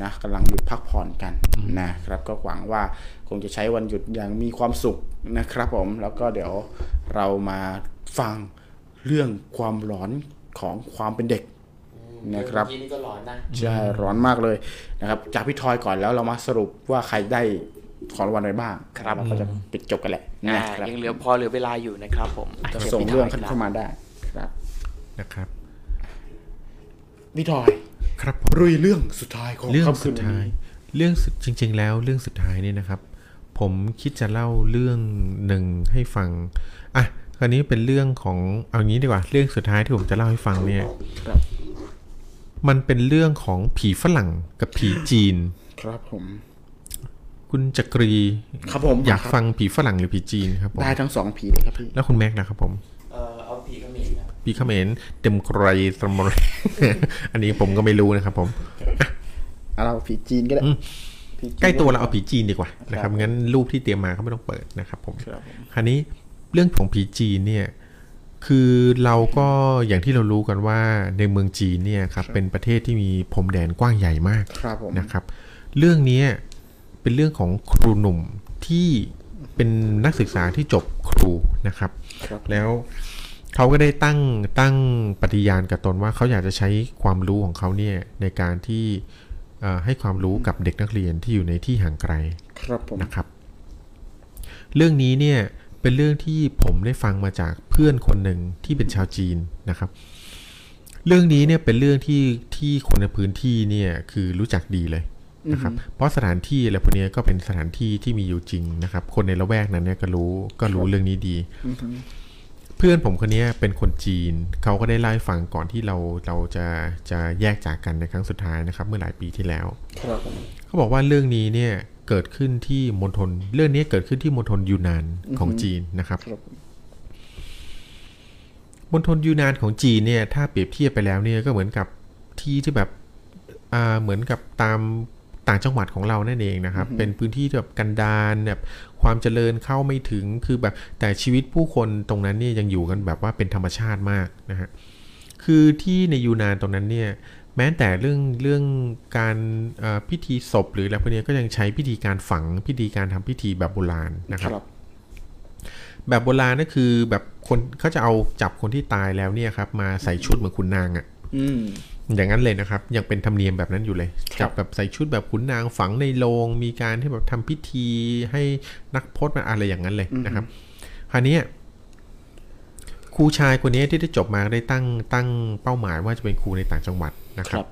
นะกำลังหยุดพักผ่อนกันนะครับ ก็หวังว่าคงจะใช้วันหยุดอย่างมีความสุขนะครับผมแล้วก็เดี๋ยวเรามาฟังเรื่องความหลอนของความเป็นเด็ก นะครับ
เมื่อกี้นี่ก็ร้อนนะ
ใช่ร้อนมากเลยนะครับ จากพี่ทอยก่อนแล้วเรามาสรุปว่าใครได้ของรางวัลอะไรบ้าง
ครับ
เราก็จะปิดจบกันแหละ
อ่า
นะครับ
ยังเหลือพอเหลือเวลาอยู่นะครับผมอ่ะ
จะ
ชิญ
ส่ง
พี่
เรื่อง
ทย
เข้ามาได้ครับ
นะครับ
พี่ทอย
ครับผม
รุยเรื่องสุดท้ายของ
เรื่อง
ค่ำคื
สุด
นวัน
ท้าย
นี้
เรื่องสุดจริง ๆ แล้วเรื่องสุดท้ายเนี่ยนะครับ ผมคิดจะเล่าเรื่องหนึ่งให้ฟังอ่ะคราวนี้เป็นเรื่องของเอางี้ดีกว่า เรื่องสุดท้ายที่ผมจะเล่าให้ฟังเนี่ย
ครับ
มันเป็นเรื่องของผีฝรั่งกับผีจีน
ครับผม
คุณจักรี
ครับผม
อยาก
ครับ
ฟังผีฝรั่งหรือผีจีนครับผม
ได้ทั้งสองผีเลยครับพี่
แล้วคุณแม็กซ์นะครับผม
เออเอาผีเขมรนะ
พี่เขมรเต็มไกรสมร อันนี้ผมก็ไม่รู้นะครับผม
เอาเราผีจีนก็ได้
อืม
ผีจีน
ใกล้ตัวเราเอาผีจีนดีกว่านะค
ครั
รับ
บ
งั้นรูปที่เตรียมมาก็ไม่ต้องเปิดนะครับผม
ครับผม
คราวนี้เรื่องของผีจีนเนี่ยคือเราก็อย่างที่เรารู้กันว่าในเมืองจีนเนี่ยครับเป็นประเทศที่มีพรมแดนกว้างใหญ่มาก
ครับผม
นะครับ เรื่องเนี้ยเป็นเรื่องของครูหนุ่มที่เป็นนักศึกษาที่จบครูนะครับ
ครับ
แล้วเขาก็ได้ตั้งตั้งปฏิญาณกับตนว่าเขาอยากจะใช้ความรู้ของเขาเนี่ยในการที่เอ่อให้ความรู้กับเด็กนักเรียนที่อยู่ในที่ห่างไกล
ครับผม
นะครับ เรื่องนี้เนี่ยเป็นเรื่องที่ผมได้ฟังมาจากเพื่อนคนหนึ่งที่เป็นชาวจีนนะครับ เรื่องนี้เนี่ยเป็นเรื่องที่ที่คนในพื้นที่เนี่ยคือรู้จักดีเลยนะครับ เพราะสถานที่อะไรพวกเนี้ยก็เป็นสถานที่ที่มีอยู่จริงนะครับ คนในละแวกนั้นเนี่ยก็รู้ก็รู้เรื่องนี้ดี เพื่อนผมคนเนี้ยเป็นคนจีนเขาก็ได้เล่าให้ฟังก่อนที่เราเราจะจะแยกจากกันในครั้งสุดท้ายนะครับ เมื่อหลายปีที่แล้ว
ครับผม
เขาบอกว่าเรื่องนี้เนี่ยเกิดขึ้นที่มณฑลเรื่องนี้เกิดขึ้นที่มณฑลยูนานของจีนนะครับ
ครับผม
มณฑลยูนานของจีนเนี่ยถ้าเปรียบเทียบไปแล้วเนี่ยก็เหมือนกับที่ที่แบบอ่าเหมือนกับตามต่างจังหวัดของเรานั่นเองนะครับ เป็นพื้นที่ที่แบบกันดารแบบความเจริญเข้าไม่ถึงคือแบบแต่ชีวิตผู้คนตรงนั้นเนี่ยยังอยู่กันแบบว่าเป็นธรรมชาติมากนะฮะคือที่ในยูนานตรงนั้นเนี่ย แม้แต่เรื่องเรื่องการเอ่อพิธีศพหรืออะไรพวกเนี้ยก็ยังใช้พิธีการฝังพิธีการทำพิธีแบบโบราณนะค
ครับ รับ
แบบโบราณก็คือแบบคนเขาจะเอาจับคนที่ตายแล้วเนี่ยครับมาใส่ชุดเหมือนขุนนางอะ่ะ
อืม
อย่างนั้นเลยนะครับ ยังเป็นธรรมเนียมแบบนั้นอยู่เลย
ค
จั
รับ
บแบบใส่ชุดแบบขุนนางฝังในโรงมีการที่แบบทำพิธีให้นักพจน์มาอะไรอย่างนั้นเลยนะครับคราวเนี้ยครูชายคนเนี้ยที่ได้จบมาก็ได้ตั้งตั้งเป้าหมายว่าจะเป็นครูในต่างจังหวัดนะค
ครับ รับ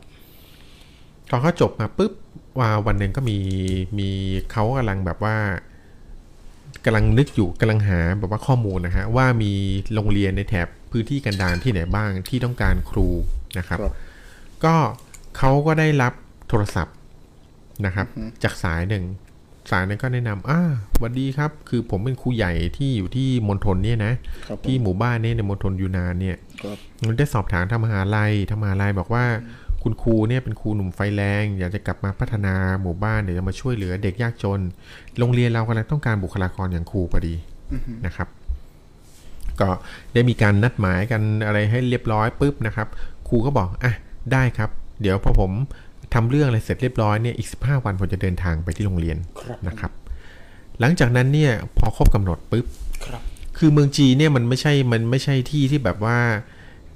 ตอนเขาจบมาปุ๊บว่าวันหนึ่งก็มีมีเขากำลังแบบว่ากำลังนึกอยู่กำลังหาแบบว่าข้อมูลนะฮะว่ามีโรงเรียนในแถบพื้นที่กันดารที่ไหนบ้างที่ต้องการครูนะครับ
ครับ
ก็เขาก็ได้รับโทรศัพท์นะครับ จากสายหนึ่ง สายนั้นก็แนะนำอ่าสวัสดีครับ คือผมเป็นครูใหญ่ที่อยู่ที่มณฑลเนี่ยนะครับ
ผม
ที่หมู่บ้านเนี่ยในมณฑลยูนานเนี่ย
ครับ
มันได้สอบถามทางมหาลัยทางมหาลัยบอกว่า คุณครูเนี่ยเป็นครูหนุ่มไฟแรง อยากจะกลับมาพัฒนาหมู่บ้านเดี๋ยวจะมาช่วยเหลือเด็กยากจน โรงเรียนเรากำลังต้องการบุคลากรอย่างครูพอดีนะครับ ก็ได้มีการนัดหมายกันอะไรให้เรียบร้อยปุ๊บนะครับ ครูก็บอกอ่ะได้ครับ เดี๋ยวพอผมทำเรื่องอะไรเสร็จเรียบร้อยเนี่ยอีก 15 วันผมจะเดินทางไปที่โรงเรียนนะครับ หลังจากนั้นเนี่ยพอครบกำหนดปุ๊บ
ครับ
คือเมืองจีนเนี่ยมันไม่ใช่ มันไม่ใช่ที่ที่แบบว่า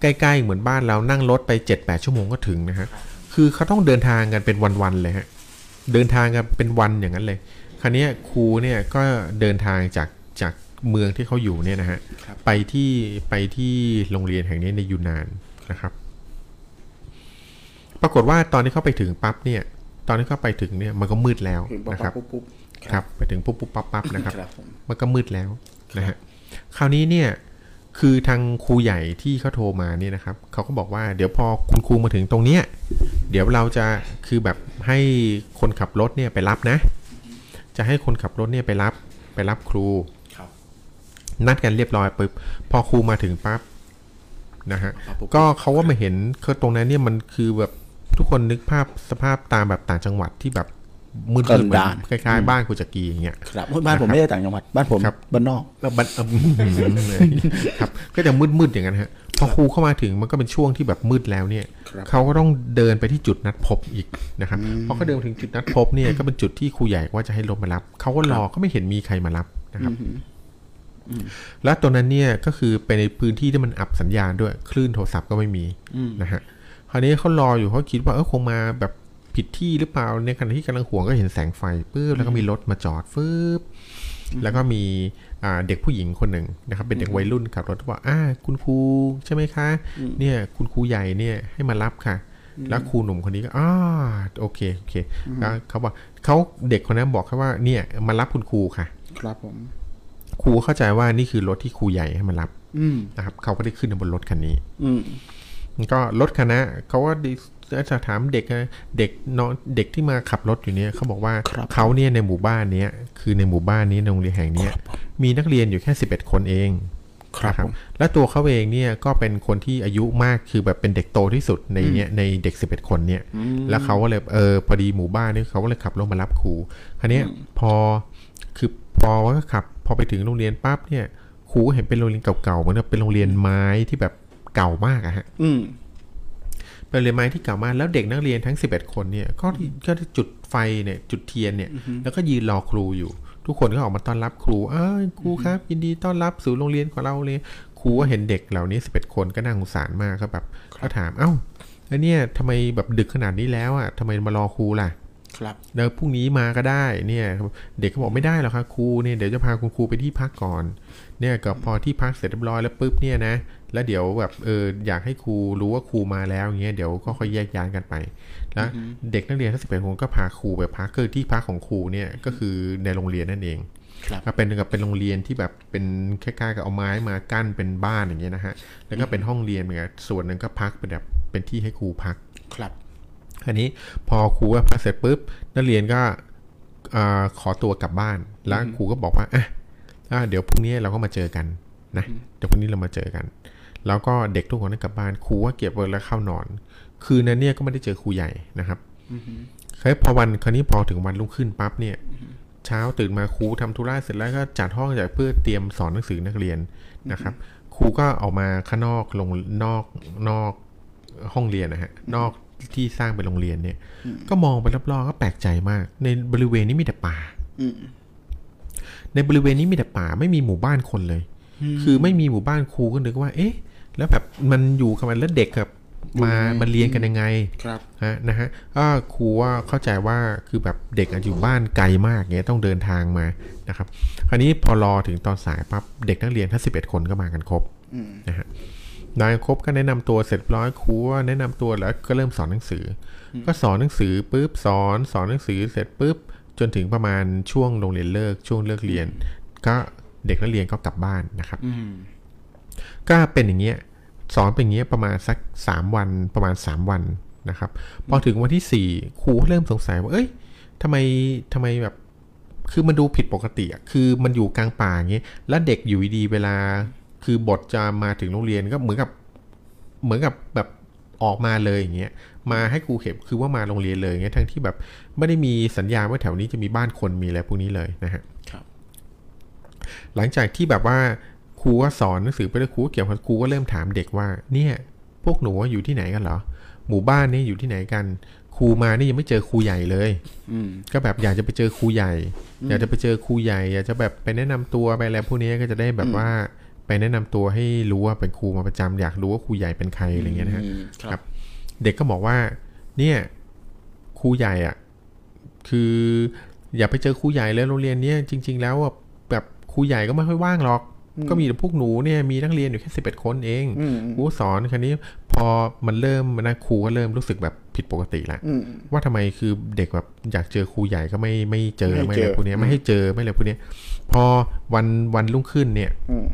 ใกล้ๆเหมือนบ้านเรานั่งรถไป 7-8 ชั่วโมงก็ถึงนะฮะ คือเขาต้องเดินทางกันเป็นวันๆเลยฮะ เดินทางกันเป็นวันอย่างนั้นเลย คราวเนี้ยครูเนี่ยก็เดินทางจากจากเมืองที่เขาอยู่เนี่ยนะฮะ
ครับ
ไปที่ไปที่โรงเรียนแห่งนี้ในยูนานนะครับ ปรากฏว่าตอนที่เขาไปถึงปั๊บเนี่ย ตอนที่เขาไปถึงเนี่ยมันก็มืดแล้ว
เห็นปั๊บ
นะครับ
ปุ๊บปุ๊บ
ครับ ไปถึงปุ๊บปุ๊บปั๊บปั๊บนะครับ
ครับผม
มันก็มืดแล้วนะฮะ คราวนี้เนี่ยคือทางครูใหญ่ที่เขาโทรมาเนี่ยนะครับเขาก็บอกว่าเดี๋ยวพอคุณครูมาถึงตรงเนี้ยเดี๋ยวเราจะคือแบบให้คนขับรถเนี่ยไปรับนะ จะให้คนขับรถเนี่ยไปรับไปรับครู
ครับ
นัดกันเรียบร้อยปุ๊บพอครูมาถึงปั๊บนะฮะ
ปั๊บปุ๊บ
ก็เขาก็มาเห็นคือตรงนั้นเนี่ยมันคือแบบทุกคนนึกภาพสภาพตามแบบต่างจังหวัดที่แบบมืดๆเหมือนคล้ายๆบ้านครูจักรีอย่างเงี้ย
ครับบ้านผมไม่ได้ต่างจังหวัดบ้านผม
ครับ
บ้านนอก
แล้วบัน ครับก็จะมืดๆอย่างนั้นฮะพ อครูเข้ามาถึงมันก็เป็นช่วงที่แบบมืดแล้วเนี่ย
ครับ
เขาก็ต้องเดินไปที่จุดนัดพบอีกนะครับพอเขาเดินถึงจุดนัดพบเนี่ยก็เป็นจุดที่ครูใหญ่ว่าจะให้รถมารับเขาก็รอก็ไม่เห็นมีใครมารับนะครับแล้วตอนนั้นเนี่ยก็คือเป็นในพื้นที่ที่มันอับสัญญาณด้วยคลื่นโทรศัพท์ก็ไม่มี
อืม
นะฮะคราวนี้เขารออยู่เขาคิดว่าเออคงมาแบบผิดที่หรือเปล่าในขณะที่กำลังห่วงก็เห็นแสงไฟปึ๊บแล้วก็มีรถมาจอดฟึบ แล้วก็มีอ่าเด็กผู้หญิงคนหนึ่งนะครับ เป็นเด็กวัยรุ่นขับรถว่าอ่าคุณครูใช่ไหมคะ เนี่ยคุณครูใหญ่เนี่ยให้มารับค่ะ แล้วครูหนุ่มคนนี้ก็อ่าโอเคโอเคแล้วเขาบอกเขาเด็กคนนั้นบอกแค่ว่าเนี่ยมารับคุณครูค่ะ
ครับผม
ครูเข้าใจว่านี่คือรถที่ครูใหญ่ให้มารับ
อืม
นะครับเขาก็ได้ขึ้นบนรถคันนี้
อืม
ก็รถคณะเขาว่าดิจะถามเด็กนะเด็กนอนเด็กที่มาขับรถอยู่เนี่ยเขาบอกว่าเขาเนี่ยในหมู่บ้านเนี้ยคือในหมู่บ้านนี้ในโรงเรียนแห่งเนี้ยมีนักเรียนอยู่แค่ 11 คนเอง
ครับ
นะ
ผม
และตัวเขาเองเนี่ยก็เป็นคนที่อายุมากคือแบบเป็นเด็กโตที่สุดในเนี้ยในเด็ก 11 คนเนี่ยแล้วเขาก็เลยเออพอดีหมู่บ้านเนี่ยเขาก็เลยขับรถมารับครูคันนี้ยพอคือพอว่าขับพอไปถึงโรงเรียนปั๊บเนี่ยครูก็เห็นเป็นโรงเรียนเก่าๆเหมือนกับเป็นโรงเรียนไม้ที่แบบเก่ามากอะฮะ
อืม
เป็นเรียนไม้ที่เก่ามากแล้วเด็กนักเรียนทั้ง 11 คนเนี่ยก็ก็จุดไฟเนี่ยจุดเทียนเนี่ยแล้วก็ยืนรอครูอยู่ ทุกคนก็ออกมาต้อนรับครูอ้าวครูครับ ยินดีต้อนรับสู่โรงเรียนของเราเลยครูก็เห็นเด็กเหล่านี้ 11 คนก็น่าสงสารมากก็แบบก็ถามเอ้าแล้วเนี่ยทำไมแบบดึกขนาดนี้แล้วอ่ะทำไมมารอครูล่ะ
ครับ
เดี๋ยวพรุ่งนี้มาก็ได้เนี่ยเด็กก็บอกไม่ได้หรอกครับครูเนี่ยเดี๋ยวจะพาคุณครูไปที่พักก่อนเนี่ยก็พอที่พักเสร็จเรียบร้อยแล้วปุ๊บเนี่ยนะแล้วเดี๋ยวแบบเอออยากให้ครูรู้ว่าครูมาแล้วอย่างเงี้ยเดี๋ยวก็ค่อยแยกย้ายกันไปแล้วเด็กนักเรียนทั้งสิบแปดคนก็พาครูไปพักคือที่พักของครูเนี่ยก็คือในโรงเรียนนั่นเอง
ครับ
ก็เป็นกับเป็นโรงเรียนที่แบบเป็นคล้ายๆกับเอาไม้มากั้นเป็นบ้านอย่างเงี้ยนะฮะแล้วก็เป็นห้องเรียนเหมือนกันส่วนหนึ่งก็พักเป็นแบบเป็นที่ให้ครูพัก
ครับ
อันนี้พอครูว่าพักเสร็จปุ๊บนักเรียนก็อาขอตัวกลับบ้าน แล้วครูก็บอกว่าอ่ะอ่ะเดี๋ยวพรุ่งนี้เราก็มาเจอกันนะเดี๋ยวพรุ่งนี้เรามาเจอกัน แล้วก็เด็กทุกคนก็กลับบ้านครูก็เก็บไว้แล้วเข้านอน คืนนั้นเนี่ยก็ไม่ได้เจอครูใหญ่นะครับคราวนี้พอวันคราวนี้พอถึงวันรุ่งขึ้นปั๊บเนี่ยเช้าตื่นมาครูทำธุระเสร็จแล้วก็จัดห้องจัดเพื่อเตรียมสอนหนังสือนักเรียนนะครับครูก็ออกมาข้างนอกลงนอกนอก ห้องเรียนนะฮะนอกที่สร้างเป็นโรงเรียนเนี่ย ก็มองไปรอบๆก็แปลกใจมาก ในบริเวณนี้มีแต่ป่า
อืม
ในบริเวณนี้มีแต่ป่าไม่มีหมู่บ้านคนเลย คือไม่มีหมู่บ้านครูก็นึกว่า เอ๊ะ แล้วแบบมันอยู่กับมันแล้วเด็กกับมา
อยู่ยังไง
มันเรียนกันยังไง
ครับ
ฮะนะฮะก็ครูว่าเข้าใจว่าคือแบบเด็กอะอยู่บ้านไกลมากเงี้ยต้องเดินทางมานะครับ คราวนี้พอรอถึงตอนสายปั๊บเด็กนักเรียนทั้งสิบเอ็ดคนก็มากันครบ
อืม
นะฮะนายครบก็แนะนำตัวเสร็จร้อยครูว่าแนะนำตัวแล้วก็เริ่มสอนหนังสืออก็สอนหนังสือปุ๊บสอนสอนหนังสือเสร็จปุ๊บจนถึงประมาณช่วงโรงเรียนเลิกช่วงเลิกเรียน ก็เด็กนักเรียนก็กลับบ้านนะครับ
อืม
ก็เป็นอย่างเงี้ยสอนเป็นอย่างเงี้ยประมาณสักสามวันประมาณสามวันนะครับ พอถึงวันที่สี่ครูเริ่มสงสัยว่าเอ้ยทำไมทำไมแบบ คือมันดูผิดปกติอะคือมันอยู่กลางป่าอย่างเงี้ยแล้วเด็กอยู่ดีๆเวลา คือบทจะมาถึงโรงเรียนก็เหมือนกับ เหมือนกับแบบออกมาเลยอย่างเงี้ยมาให้ครูเข็บคือว่ามาโรงเรียนเลยอย่างเงี้ยทั้งที่แบบไม่ได้มีสัญญาณว่าแถวนี้จะมีบ้านคนมีอะไรพวกนี้เลยนะฮะ
ครับ
หลังจากที่แบบว่าครูก็สอนหนังสือไปแล้วครูก็เกี่ยวกับครูก็เริ่มถามเด็กว่า เนี่ย พวกหนูอยู่ที่ไหนกันเหรอ หมู่บ้านนี่อยู่ที่ไหนกัน ครูมานี่ยังไม่เจอครูใหญ่เลย
อืม
ก็แบบอยากจะไปเจอครูใหญ่ อยากจะไปเจอครูใหญ่อยากจะแบบไปแนะนำตัวไปอะไรพวกนี้ก็จะได้แบบว่าไปแนะนำตัวให้รู้ว่าเป็นครูมาประจำอยากรู้ว่าครูใหญ่เป็นใครอะไรอย่างเงี้ยนะฮะ
อืม
ค
ครั
รั
บบ
เด็กก็บอกว่า เนี่ยครูใหญ่อะคืออย่าไปเจอครูใหญ่เลยโรงเรียนเนี่ยจริง ๆ แล้วอะแบบครูใหญ่ก็ไม่ค่อยว่างหรอก ก็มีแต่พวกหนูเนี่ยมีนักเรียนอยู่แค่สิบเอ็ดคนเอง
อืม
ครูสอนคันนี้พอมันเริ่มนะครูก็เริ่มรู้สึกแบบผิดปกติละ
อืม
ว่าทำไมคือเด็กแบบอยากเจอครูใหญ่ก็ไม่ไม่เจอ
ไม่
ไม่
เจ
อะไร
อ
พวกเนี้ยไม่ให้เจอไม่อะไรพวกเนี้ยพอวันวันรุ่งขึ้นเนี่ย
อืม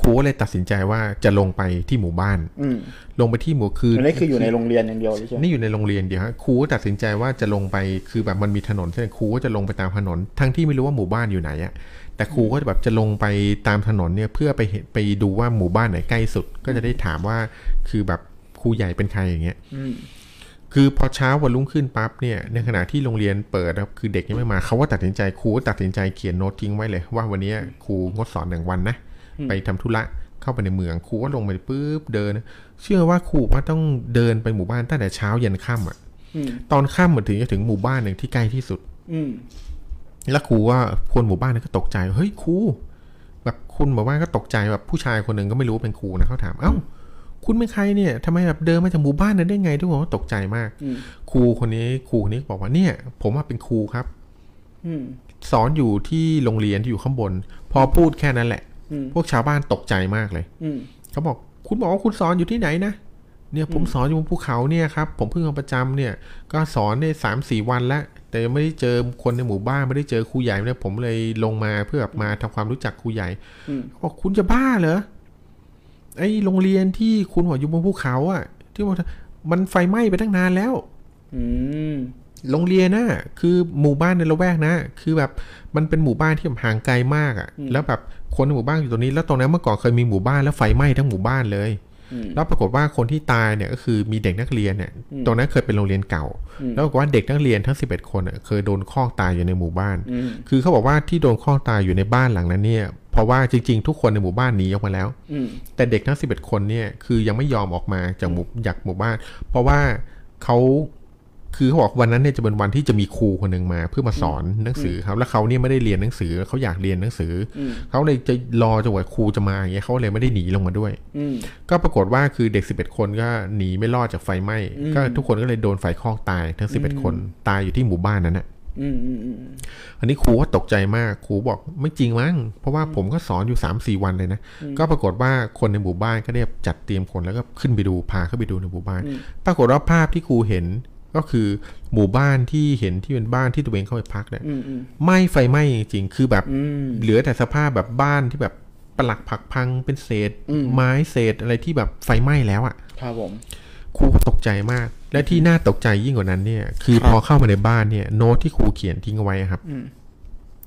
ครูก็เลยตัดสินใจว่าจะลงไปที่หมู่บ้าน
อืม
ลงไปที่หมู่คือ
อันนี้คืออยู่ในโรงเรียนอย่างเดียวเลยใช่ไหม
นี่อยู่ในโรงเรียนเดียวฮะครูก็ตัดสินใจว่าจะลงไปคือแบบมันมีถนนใช่ไหมครูก็จะลงไปตามถนน ทั้งที่ไม่รู้ว่าหมู่บ้านอยู่ไหนอะแต่ครูก็จะแบบจะลงไปตามถนนเนี่ยเพื่อไปเห็นไปดูว่าหมู่บ้านไหนใกล้สุด ก็จะได้ถามว่าคือแบบครูใหญ่เป็นใครอย่างเงี้ย
อืม
คือพอเช้าวันรุ่งขึ้นปั๊บเนี่ยในขณะที่โรงเรียนเปิดนะครับคือเด็กยังไม่มาเขาว่าตัดสินใจครูก็ตัดสินใจเขียนโน้ตทิ้งไว้เลย ว่าวันนี้ครูงดสอนหนึ่งวันนะ ไปทำธุระ เข้าไปในเมืองครูก็ลงไปปุ๊บเดิน เชื่อว่าครูว่าต้องเดินไปหมู่บ้านตั้งแต่เช้ายันค่ำอ่ะ
อืม
ตอนค่ำเหมือนถึงจะถึงหมู่บ้านหนึ่งที่ใกล้ที่สุด
อืม
แล้วครูก็คนหมู่บ้านนั้นก็ตกใจเฮ้ยครูแบบคนหมู่บ้านก็ตกใจแบบผู้ชายคนหนึ่งก็ไม่รู้ว่าเป็นครูนะเขาถามเอ้า คุณเป็นใครเนี่ยทำไมแบบเดินมาจากหมู่บ้านนั้นได้ไงทุกคนก็ตกใจมาก
อืม
ครูคนนี้ครูคนนี้บอกว่าเนี่ย ผมว่าเป็นครูครับ
อืม
สอนอยู่ที่โรงเรียนที่อยู่ข้างบน พอพูดแค่นั้นแหละ
อืม
พวกชาวบ้านตกใจมากเลย
อืม
เขาบอกคุณบอกว่าคุณสอนอยู่ที่ไหนนะเนี่ยผมสอนอยู่บนภูเขาเนี่ยครับผมเพิ่งมาประจำเนี่ย ก็สอนได้สามสี่วันแล้วแต่ยังไม่ได้เจอคนในหมู่บ้านไม่ได้เจอครูใหญ่เลยผมเลยลงมาเพื่อแบบมาทำความรู้จักครูใหญ่
อืม
บอกคุณจะบ้าเหรอไอ้โรงเรียนที่คุณบอกอยู่บนภูเขาอะที่บอกมันไฟไหม้ไปตั้งนานแล้ว
อืม
โรงเรียนน่ะคือหมู่บ้านในละแวกนะคือแบบมันเป็นหมู่บ้านที่แบบห่างไกลมากอะ่ะ แล้วแบบคนในหมู่บ้านอยู่ตรงนี้แล้วตรงนั้นเมื่อก่อนเคยมีหมู่บ้านแล้วไฟไหม้ทั้งหมู่บ้านเลย
อืม
แล้วปรากฏว่าคนที่ตายเนี่ยก็คือมีเด็กนักเรียนเนี่ยตรงนั้นเคยเป็นโรงเรียนเก่า
อืม
แล้วปรากฏว่าเด็กนักเรียนทั้ง 11 คนน่ะเคยโดนข้อกตายอยู่ในหมู่บ้าน
อืม
คือเขาบอกว่าที่โดนข้อกตายอยู่ในบ้านหลังนั้นเนี่ยเพราะว่าจริง ๆ ทุกคนในหมู่บ้านหนีออกมาแล้ว
อืม
แต่เด็กทั้ง 11 คนเนี่ยคือยังไม่ยอมออกมาจากหมู่จากหมู่บ้าน เพราะว่าเขาคือเขาบอกวันนั้นเนี่ยจะเป็นวันที่จะมีครูคนหนึ่งมาเพื่อมาสอนหนังสือครับแล้วเขาเนี่ยไม่ได้เรียนหนังสือเขาอยากเรียนหนังสืออเขาเลยจะรอจนกว่าครูจะมาอย่างเงี้ยเขาเลยไม่ได้หนีลงมาด้วย
อืม
ก็ปรากฏว่าคือเด็ก 11 คนก็หนีไม่รอดจากไฟไหม้ก็ทุกคนก็เลยโดนไฟคลอกตายทั้ง 11 คนตายอยู่ที่หมู่บ้านนั้นน่ะ
อืมอืมอืม
อันนี้ครูก็ตกใจมากครูบอกไม่จริงมั้งเพราะว่าผมก็สอนอยู่3าสี่วันเลยนะ ก็ปรากฏว่าคนในหมู่บ้านก็ได้จัดเตรียมคนแล้วก็ขึ้นไปดูพาเข้าไปดูในหมู่บ้าน ปรากฏว่าภาพที่ครูเห็นก็คือหมู่บ้านที่เห็นที่เป็นบ้านที่ตัวเองเข้าไปพักเนี่ย
อืมอืม
ไหม้ไฟไหม้จริงๆคือแบบ
อืม
เหลือแต่สภาพแบบบ้านที่แบบปลักผักพังเป็นเศษ
อืม
ไม้เศษอะไรที่แบบไฟไหม้แล้วอ่ะ
ครับผม
ครูก็ตกใจมาก และที่น่าตกใจยิ่งกว่านั้นเนี่ย คือ
ครั
พ
บ
อเข้ามาในบ้านเนี่ย โน้ตที่ครูเขียนทิ้งเอาไว้อะครับ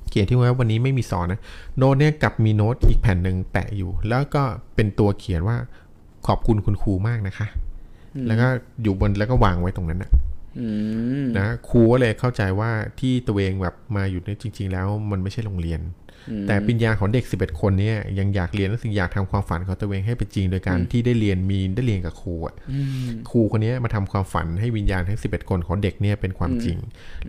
เขียนทิ้งไว้ว่าวันนี้ไม่มีสอนนะ โน้ตเนี่ยกลับมีโน้ตอีกแผ่นหนึ่งแปะอยู่ แล้วก็เป็นตัวเขียนว่าขอบคุณคุณครูมากนะคะ แล้วก็อยู่บนแล้วก็วางไว้ตรงนั้นนะ
อืม
นะครูก็เลยเข้าใจว่าที่ตัวเองแบบมาอยู่เนี่ยจริง ๆ แล้วมันไม่ใช่โรงเรียน แต่ปริญญาของเด็ก 11 คนเนี่ยยังอยากเรียนและสิ่งอยากทำความฝันของตัวเองให้เป็นจริง โดยการที่ได้เรียนมีได้เรียนกับครูอะ
อืม
ครูคนนี้มาทำความฝันให้วิญญาณทั้ง 11 คนของเด็กเนี่ยเป็นความจริง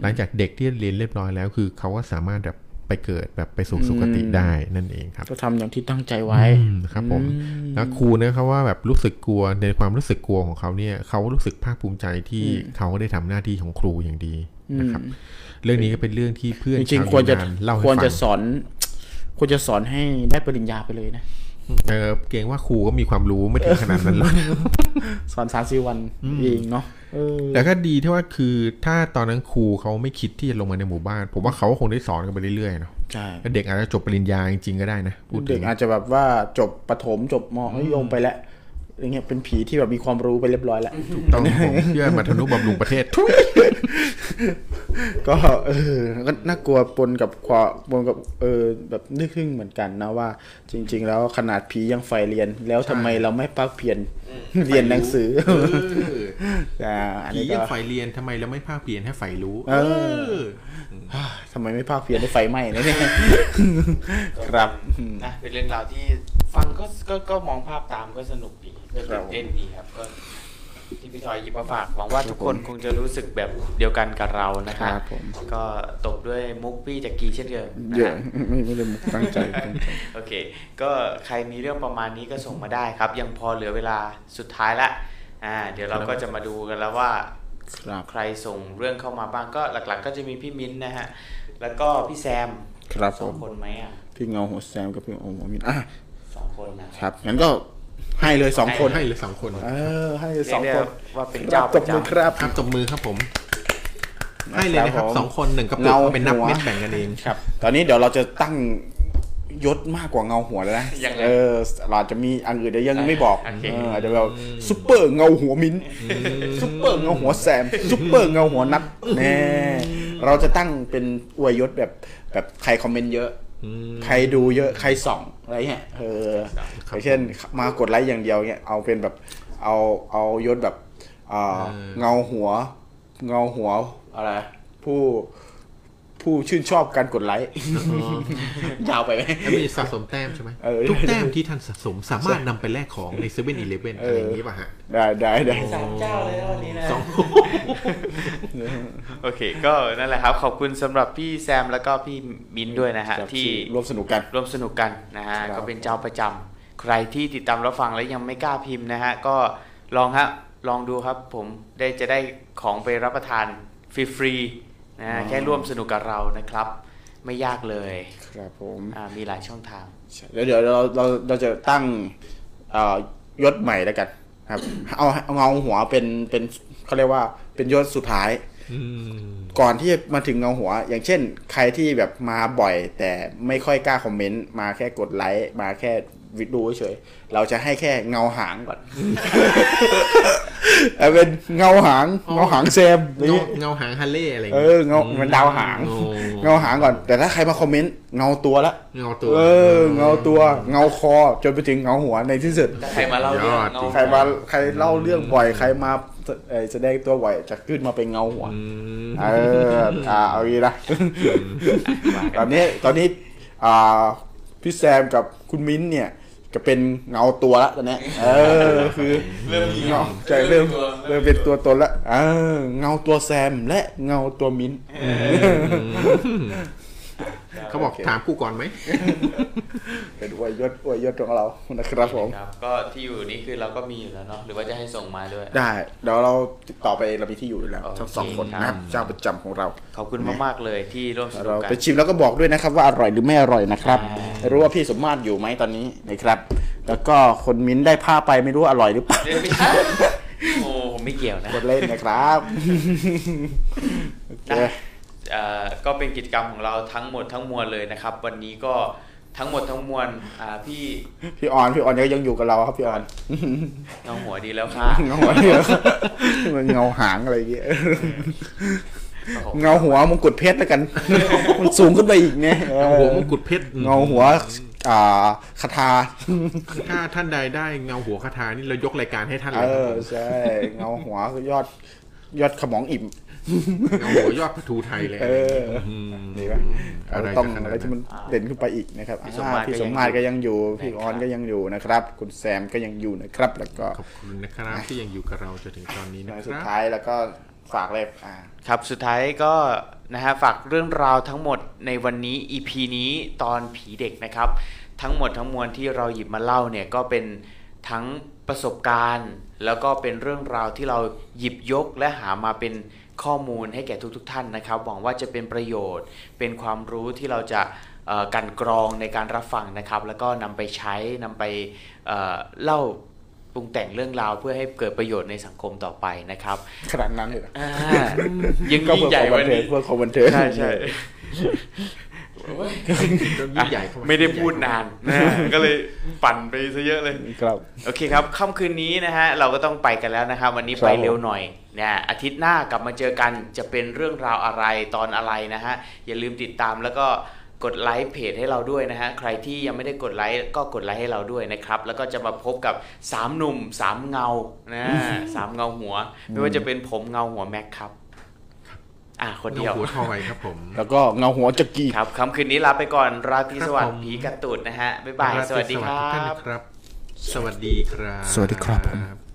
หลังจากเด็กที่เรียนเรียบร้อยแล้วคือเขาก็สามารถแบบไปเกิดแบบไปสู่สุคติ
อืม
ได้นั่นเองครับ
ก็ทำอย่างที่ตั้งใจไว้
อืมครับผมแล้วครูเนี่ยเขาว่าแบบรู้สึกกลัวในความรู้สึกกลัวของเขาเนี่ยเขารู้สึกภาคภูมิใจที่เขาได้ทำหน้าที่ของครูอย่างดีนะครับ เรื่องนี้ก็เป็นเรื่องที่เพื่อน
จริง
ชาว
ๆควรจะ
งานเล่าให้
ควร
ฟั
จะ
ง
สอน ควรจะสอนให้ได้ปริญญาไปเลยนะ
เออเกรงว่าครูก็มีความรู้ไม่ถึงขนาดนั้นหรอก
สอนสามสี่วันเองเนาะเออ
แต่ก็ดีที่ว่าคือถ้าตอนนั้นครูเขาไม่คิดที่จะลงมาในหมู่บ้าน ผมว่าเขาก็คงได้สอนกันไปเรื่อยๆเนาะ
ใช่
แล้วเด็กอาจจะจบปริญญาจริงๆก็ได้นะพูดถึ
เด็ก
ง
อาจจะแบบว่าจบประถมจบมมัธยมไปแล้วอย่างเงี้ยเป็นผีที่แบบมีความรู้ไปเรียบร้อยแล้ว
ต้องผมเชื่อมาทนุบำรุงประเทศ
ก็เออก็น่ากลัวปนกับความปนกับเออแบบนึกถึงเหมือนกันนะว่า จริง ๆ แล้วขนาดผียังไฟเรียน แล้วทำไมเราไม่ป้าคเพียนเรียนหนังสือแต่ อัน
ผี
นี้
ยัง
ก็
ไฟเรียนทำไมเราไม่ภาคเรียนให้ไฟรู้
เอ
อ
ทำไมไม่ป้าคเพียนได้ไฟไหม้นะเนี่ย ครับ
นะเป็นเรื่องราวที่ฟังก็ก็ก็มองภาพตามก็สนุกดีก็ตื่นเต้นดีครับก็ที่พี่ทอยหยิบมาฝากหวังว่าทุกคนคงจะรู้สึกแบบเดียวกันกับเรานะครั
ครับ บผม
ก็ตบด้วยมุกพี่จากกีเช่นเดิมนะ
เย
ฮะ
อะ ไม่ไม่ได้มุกตั้งใจตั้งใจ
โอเค ก็ใครมีเรื่องประมาณนี้ก็ส่งมาได้ครับ ยังพอเหลือเวลาสุดท้ายละอ่า เดี๋ยวเราก็จะมาดูกันแล้วว่า
ครับ
ใครส่งเรื่องเข้ามาบ้างก็หลักๆ ก็จะมีพี่มิ้นท์นะฮะ แล้วก็พี่แซม
ครับ
ส
ผ
อง
ม
คนไหมอ่ะ
พี่เงาหัวแซมกับพี่โอมอมินอ่ะ
สองคนนะครับ
งั้นก็ให้เลยสองคน
ให้เหรือสองคน
เออ ให้เลยสอง
เรีย
ค
กได้
น
ว่าเป็นเจ้าประจำ
ครับ
ครับจบมือครับผม ให้เลยนะครับ
ผม
สองคนหนึ่งกระปุก
เงา
เอาไป็นนับ
หัว
เม็ดแบ่งกันเอง
ครับตอนนี้เดี๋ยวเราจะตั้งยศมากกว่าเงาหัวแล้วนะ
ยังไง
เออเราจะมีอันอื่นเดี๋ยวยังไม่บอก
โอเค
เออเดี๋ยวเราซุปเปอร์เงาหัวมิ้นซุปเปอร์เงาหัวแซมซุปเปอร์เงาหัวนัทแน่เราจะตั้งเป็นอวยยศแบบแบบใครคอมเมนต์เยอะ ใครดูเยอะใครส่องอะไรเงี้ยเอออย่างเช่นมากดไลค์อย่างเดียวเนี่ยเอาเป็นแบบเอาเอายศแบบเอ่อเงาหัว เงาหัวอะไรผู้ ผู้ชื่นชอบการกดไลค์ ย าวไปไหม
แล้วมีสะสมแต้มใช่ไหม
เออ
ทุกแต้มที่ท่านสะสมสามารถนำไปแลกของในเซเว่นอีเลฟเว่นอะไรอย่างนี้ป่ะฮะ
ได้ได้ได้
สามเจ้าเลยนะวันนี้นะ
สอง
โอเค ก็นั่นแหละครับ ขอบคุณสำหรับพี่แซมแล้วก็พี่มิ้นท์ด้วยนะฮะ
ครับ
ที่
ร่วมสนุกกัน
ร่วมสนุกกันนะฮะ
ครับ
ก็เป็นเจ้าประจำใครที่ติดตามรับฟังและยังไม่กล้าพิมพ์นะฮะ ก็ลองฮะ ลองดูครับผมได้จะได้ของไปรับประทานฟรีๆนะฮะแค่ร่วมสนุกกับเรานะครับ ไม่ยากเลย
ครับผม
อ่ามีหลายช่องทาง
แล้วเดี๋ยวเราเราเราจะตั้งเอ่อยศใหม่แล้วกัน ครับ เอาเอาเงาหัวเป็นเป็นเขาเรียกว่าเป็นยศสุดท้าย ก่อนที่จะมาถึงเงาหัว อย่างเช่น ใครที่แบบมาบ่อย แต่ไม่ค่อยกล้าคอมเมนต์มาแค่กดไลค์มาแค่วิดดูเฉยๆเราจะให้แค่เงาหางก่อน เอาเป็นเงาหาง
อ๋อ
เงาหางแซม
เงา
นี่
เงาหางฮัลเล่อะไรย่
เออเงามันดาวหาง
โอ้
เงาหางก่อน แต่ถ้าใครมาคอมเมนต์เงาตัวละ
เงาตัว
เออเงาตัวเงาคอจนไปถึงเงาหัวในที่สุด
ใครมาเล่าเรื่อง
ยอด
เง
จริง
ใครมาใครเล่าเรื่องบ่อยใครมาเอ่อแสดงตัวบ่อยจะขึ้นมาเป็นเงาหัว
อืม
เอออ่าเอางี้นะตอนนี้ตอนนี้อ่าพี่แซมกับคุณมิ้นท์เนี่ยจะเป็นเงาตัวละตอนเนี้ยเออคือเริ่มเงาใช่เริ่มเริ่มเป็นตัวตนละเออเงาตัวแซมและเงาตัวมิ้นท์
เขาบอก
โอเค
ถามกูก่อนไหม
เป็นอวยยศอวยยศของเรานะครับผม
ครับ ก็ที่อยู่นี่คือเราก็มีอยู่แล้วเนาะ หรือว่าจะให้ส่งมาด้วย
ได้เดี๋ยวเราติดต่อไปเองเรามีที่อยู่อยู่แล้ว ทั้งสองคนนะครับ
โอเคครับ
เจ้าประจำของเรา
ขอบคุณมากๆเลยที่ร่วมสนุ
เรา
กกัน
ไปชิมแล้วก็บอกด้วยนะครับ ว่าอร่อยหรือไม่อร่อยนะครับ
อ่า
ไม่รู้ว่าพี่สมมาตรอยู่ไหมตอนนี้นะครับ แล้วก็คนมิ้นได้ผ้าไปไม่รู้อร่อยหรือเปล่า
เอ้ยไม่ใช่ โอ้ผมไม่เกี่ยวนะ
กดเล่นนะครับโอเค
นะเอ่อก็เป็นกิจกรรมของเราทั้งหมดทั้งมวลเลยนะครับ วันนี้ก็ทั้งหมดทั้งมวลอ่าพี่
พี่ออนพี่ออนยังอยู่กับเราครับพี่ออน
เงาหัวดีแล้วค่ะ
เงาหัวเดียวเงาหางอะไรอย่างเงี้ย
ผม
เงาหัวมงกุฎเพชรแล้วกันมันสูงขึ้นไปอีกเนี่ย
เงาหัวมงกุฎเพชร
เงาหัวอ่าคาถา
ถ้าท่านใดได้เงาหัวคาถานี่เรายกรายการให้ท่านเล
เอย
ครับ
อ
ผม
ใช่เงาหัวยอดยอดขมองอิ่ม
เงาหัวยอดปทูไทยเลย
เออ
ม
ดีป่ะ
อะ
เรา
ไร
ต้อง
จะขนาดนั้น
อะไรที่มันเด่นขึ้นไปอีกนะครับ
พี่สมมาตร
อ่าพี่สมมาตรก็ยังอยู่พี่ออนก็ยังอยู่นะครับ คุณแซมก็ยังอยู่นะครับ แล้วก็
ขอบคุณนะครับที่ยังอยู่กับเราจนถึงตอนนี้นะค
สุด
รับ
ท้ายแล้วก็ฝากเลยอ่า
ครับสุดท้ายก็นะฮะฝากเรื่องราวทั้งหมดในวันนี้ EP นี้ตอนผีเด็กนะครับ ทั้งหมดทั้งมวลที่เราหยิบมาเล่าเนี่ยก็เป็นทั้งประสบการณ์ แล้วก็เป็นเรื่องราวที่เราหยิบยกและหามาเป็นข้อมูลให้แก่ทุกๆท่านนะครับหวังว่าจะเป็นประโยชน์ เป็นความรู้ที่เราจะ เอ่อกลันกรองในการรับฟังนะครับ แล้วก็นำไปใช้นำไปเอ่อเล่าปรุงแต่งเรื่องราวเพื่อให้เกิดประโยชน์ในสังคมต่อไปนะครับ
ขนาดนั้นเลยเหรอ
อ่ายิ่ง
ก็
ยิ่ง
เพื่อ
ใหญ่
ความ
วั
บันเทิง
นนี้
เพื่อความบันเทิง
ใช่ใช่
ยิ่งใหญ่เข้าา
ไม่ได้พูดนานนะก็เลยปั่นไปซะเยอะเลย
ครับ
โอเคครับ ค่ำคืนนี้นะฮะ เราก็ต้องไปกันแล้วนะครับ วันนี้
ครับ
ไปเร็วหน่อยนะอาทิตย์หน้ากลับมาเจอกันจะเป็นเรื่องราวอะไรตอนอะไรนะฮะ อย่าลืมติดตามแล้วก็กดไลค์เพจให้เราด้วยนะฮะ ใครที่ยังไม่ได้กดไลค์ก็กดไลค์ให้เราด้วยนะครับ แล้วก็จะมาพบกับ 3 หนุ่ม 3 เงานะสามเงาหัว ไม่ว่าจะเป็นผมเงาหัวแม็กครับ อ่ะคนเดียว
เงาหัวทอยครับผม
แล้วก็เงาหัวจักรี
ครับค่ำคืนนี้ลาไปก่อนราตรีสวัส
ครั
ดิ์
บผม
ผีกระตุดนะฮะบ๊ายบายสวัสดี
ส
ค
วัสดีทุกท่าน
รับ
นะครับ สวัสดีครับ
สวัสดีครับผม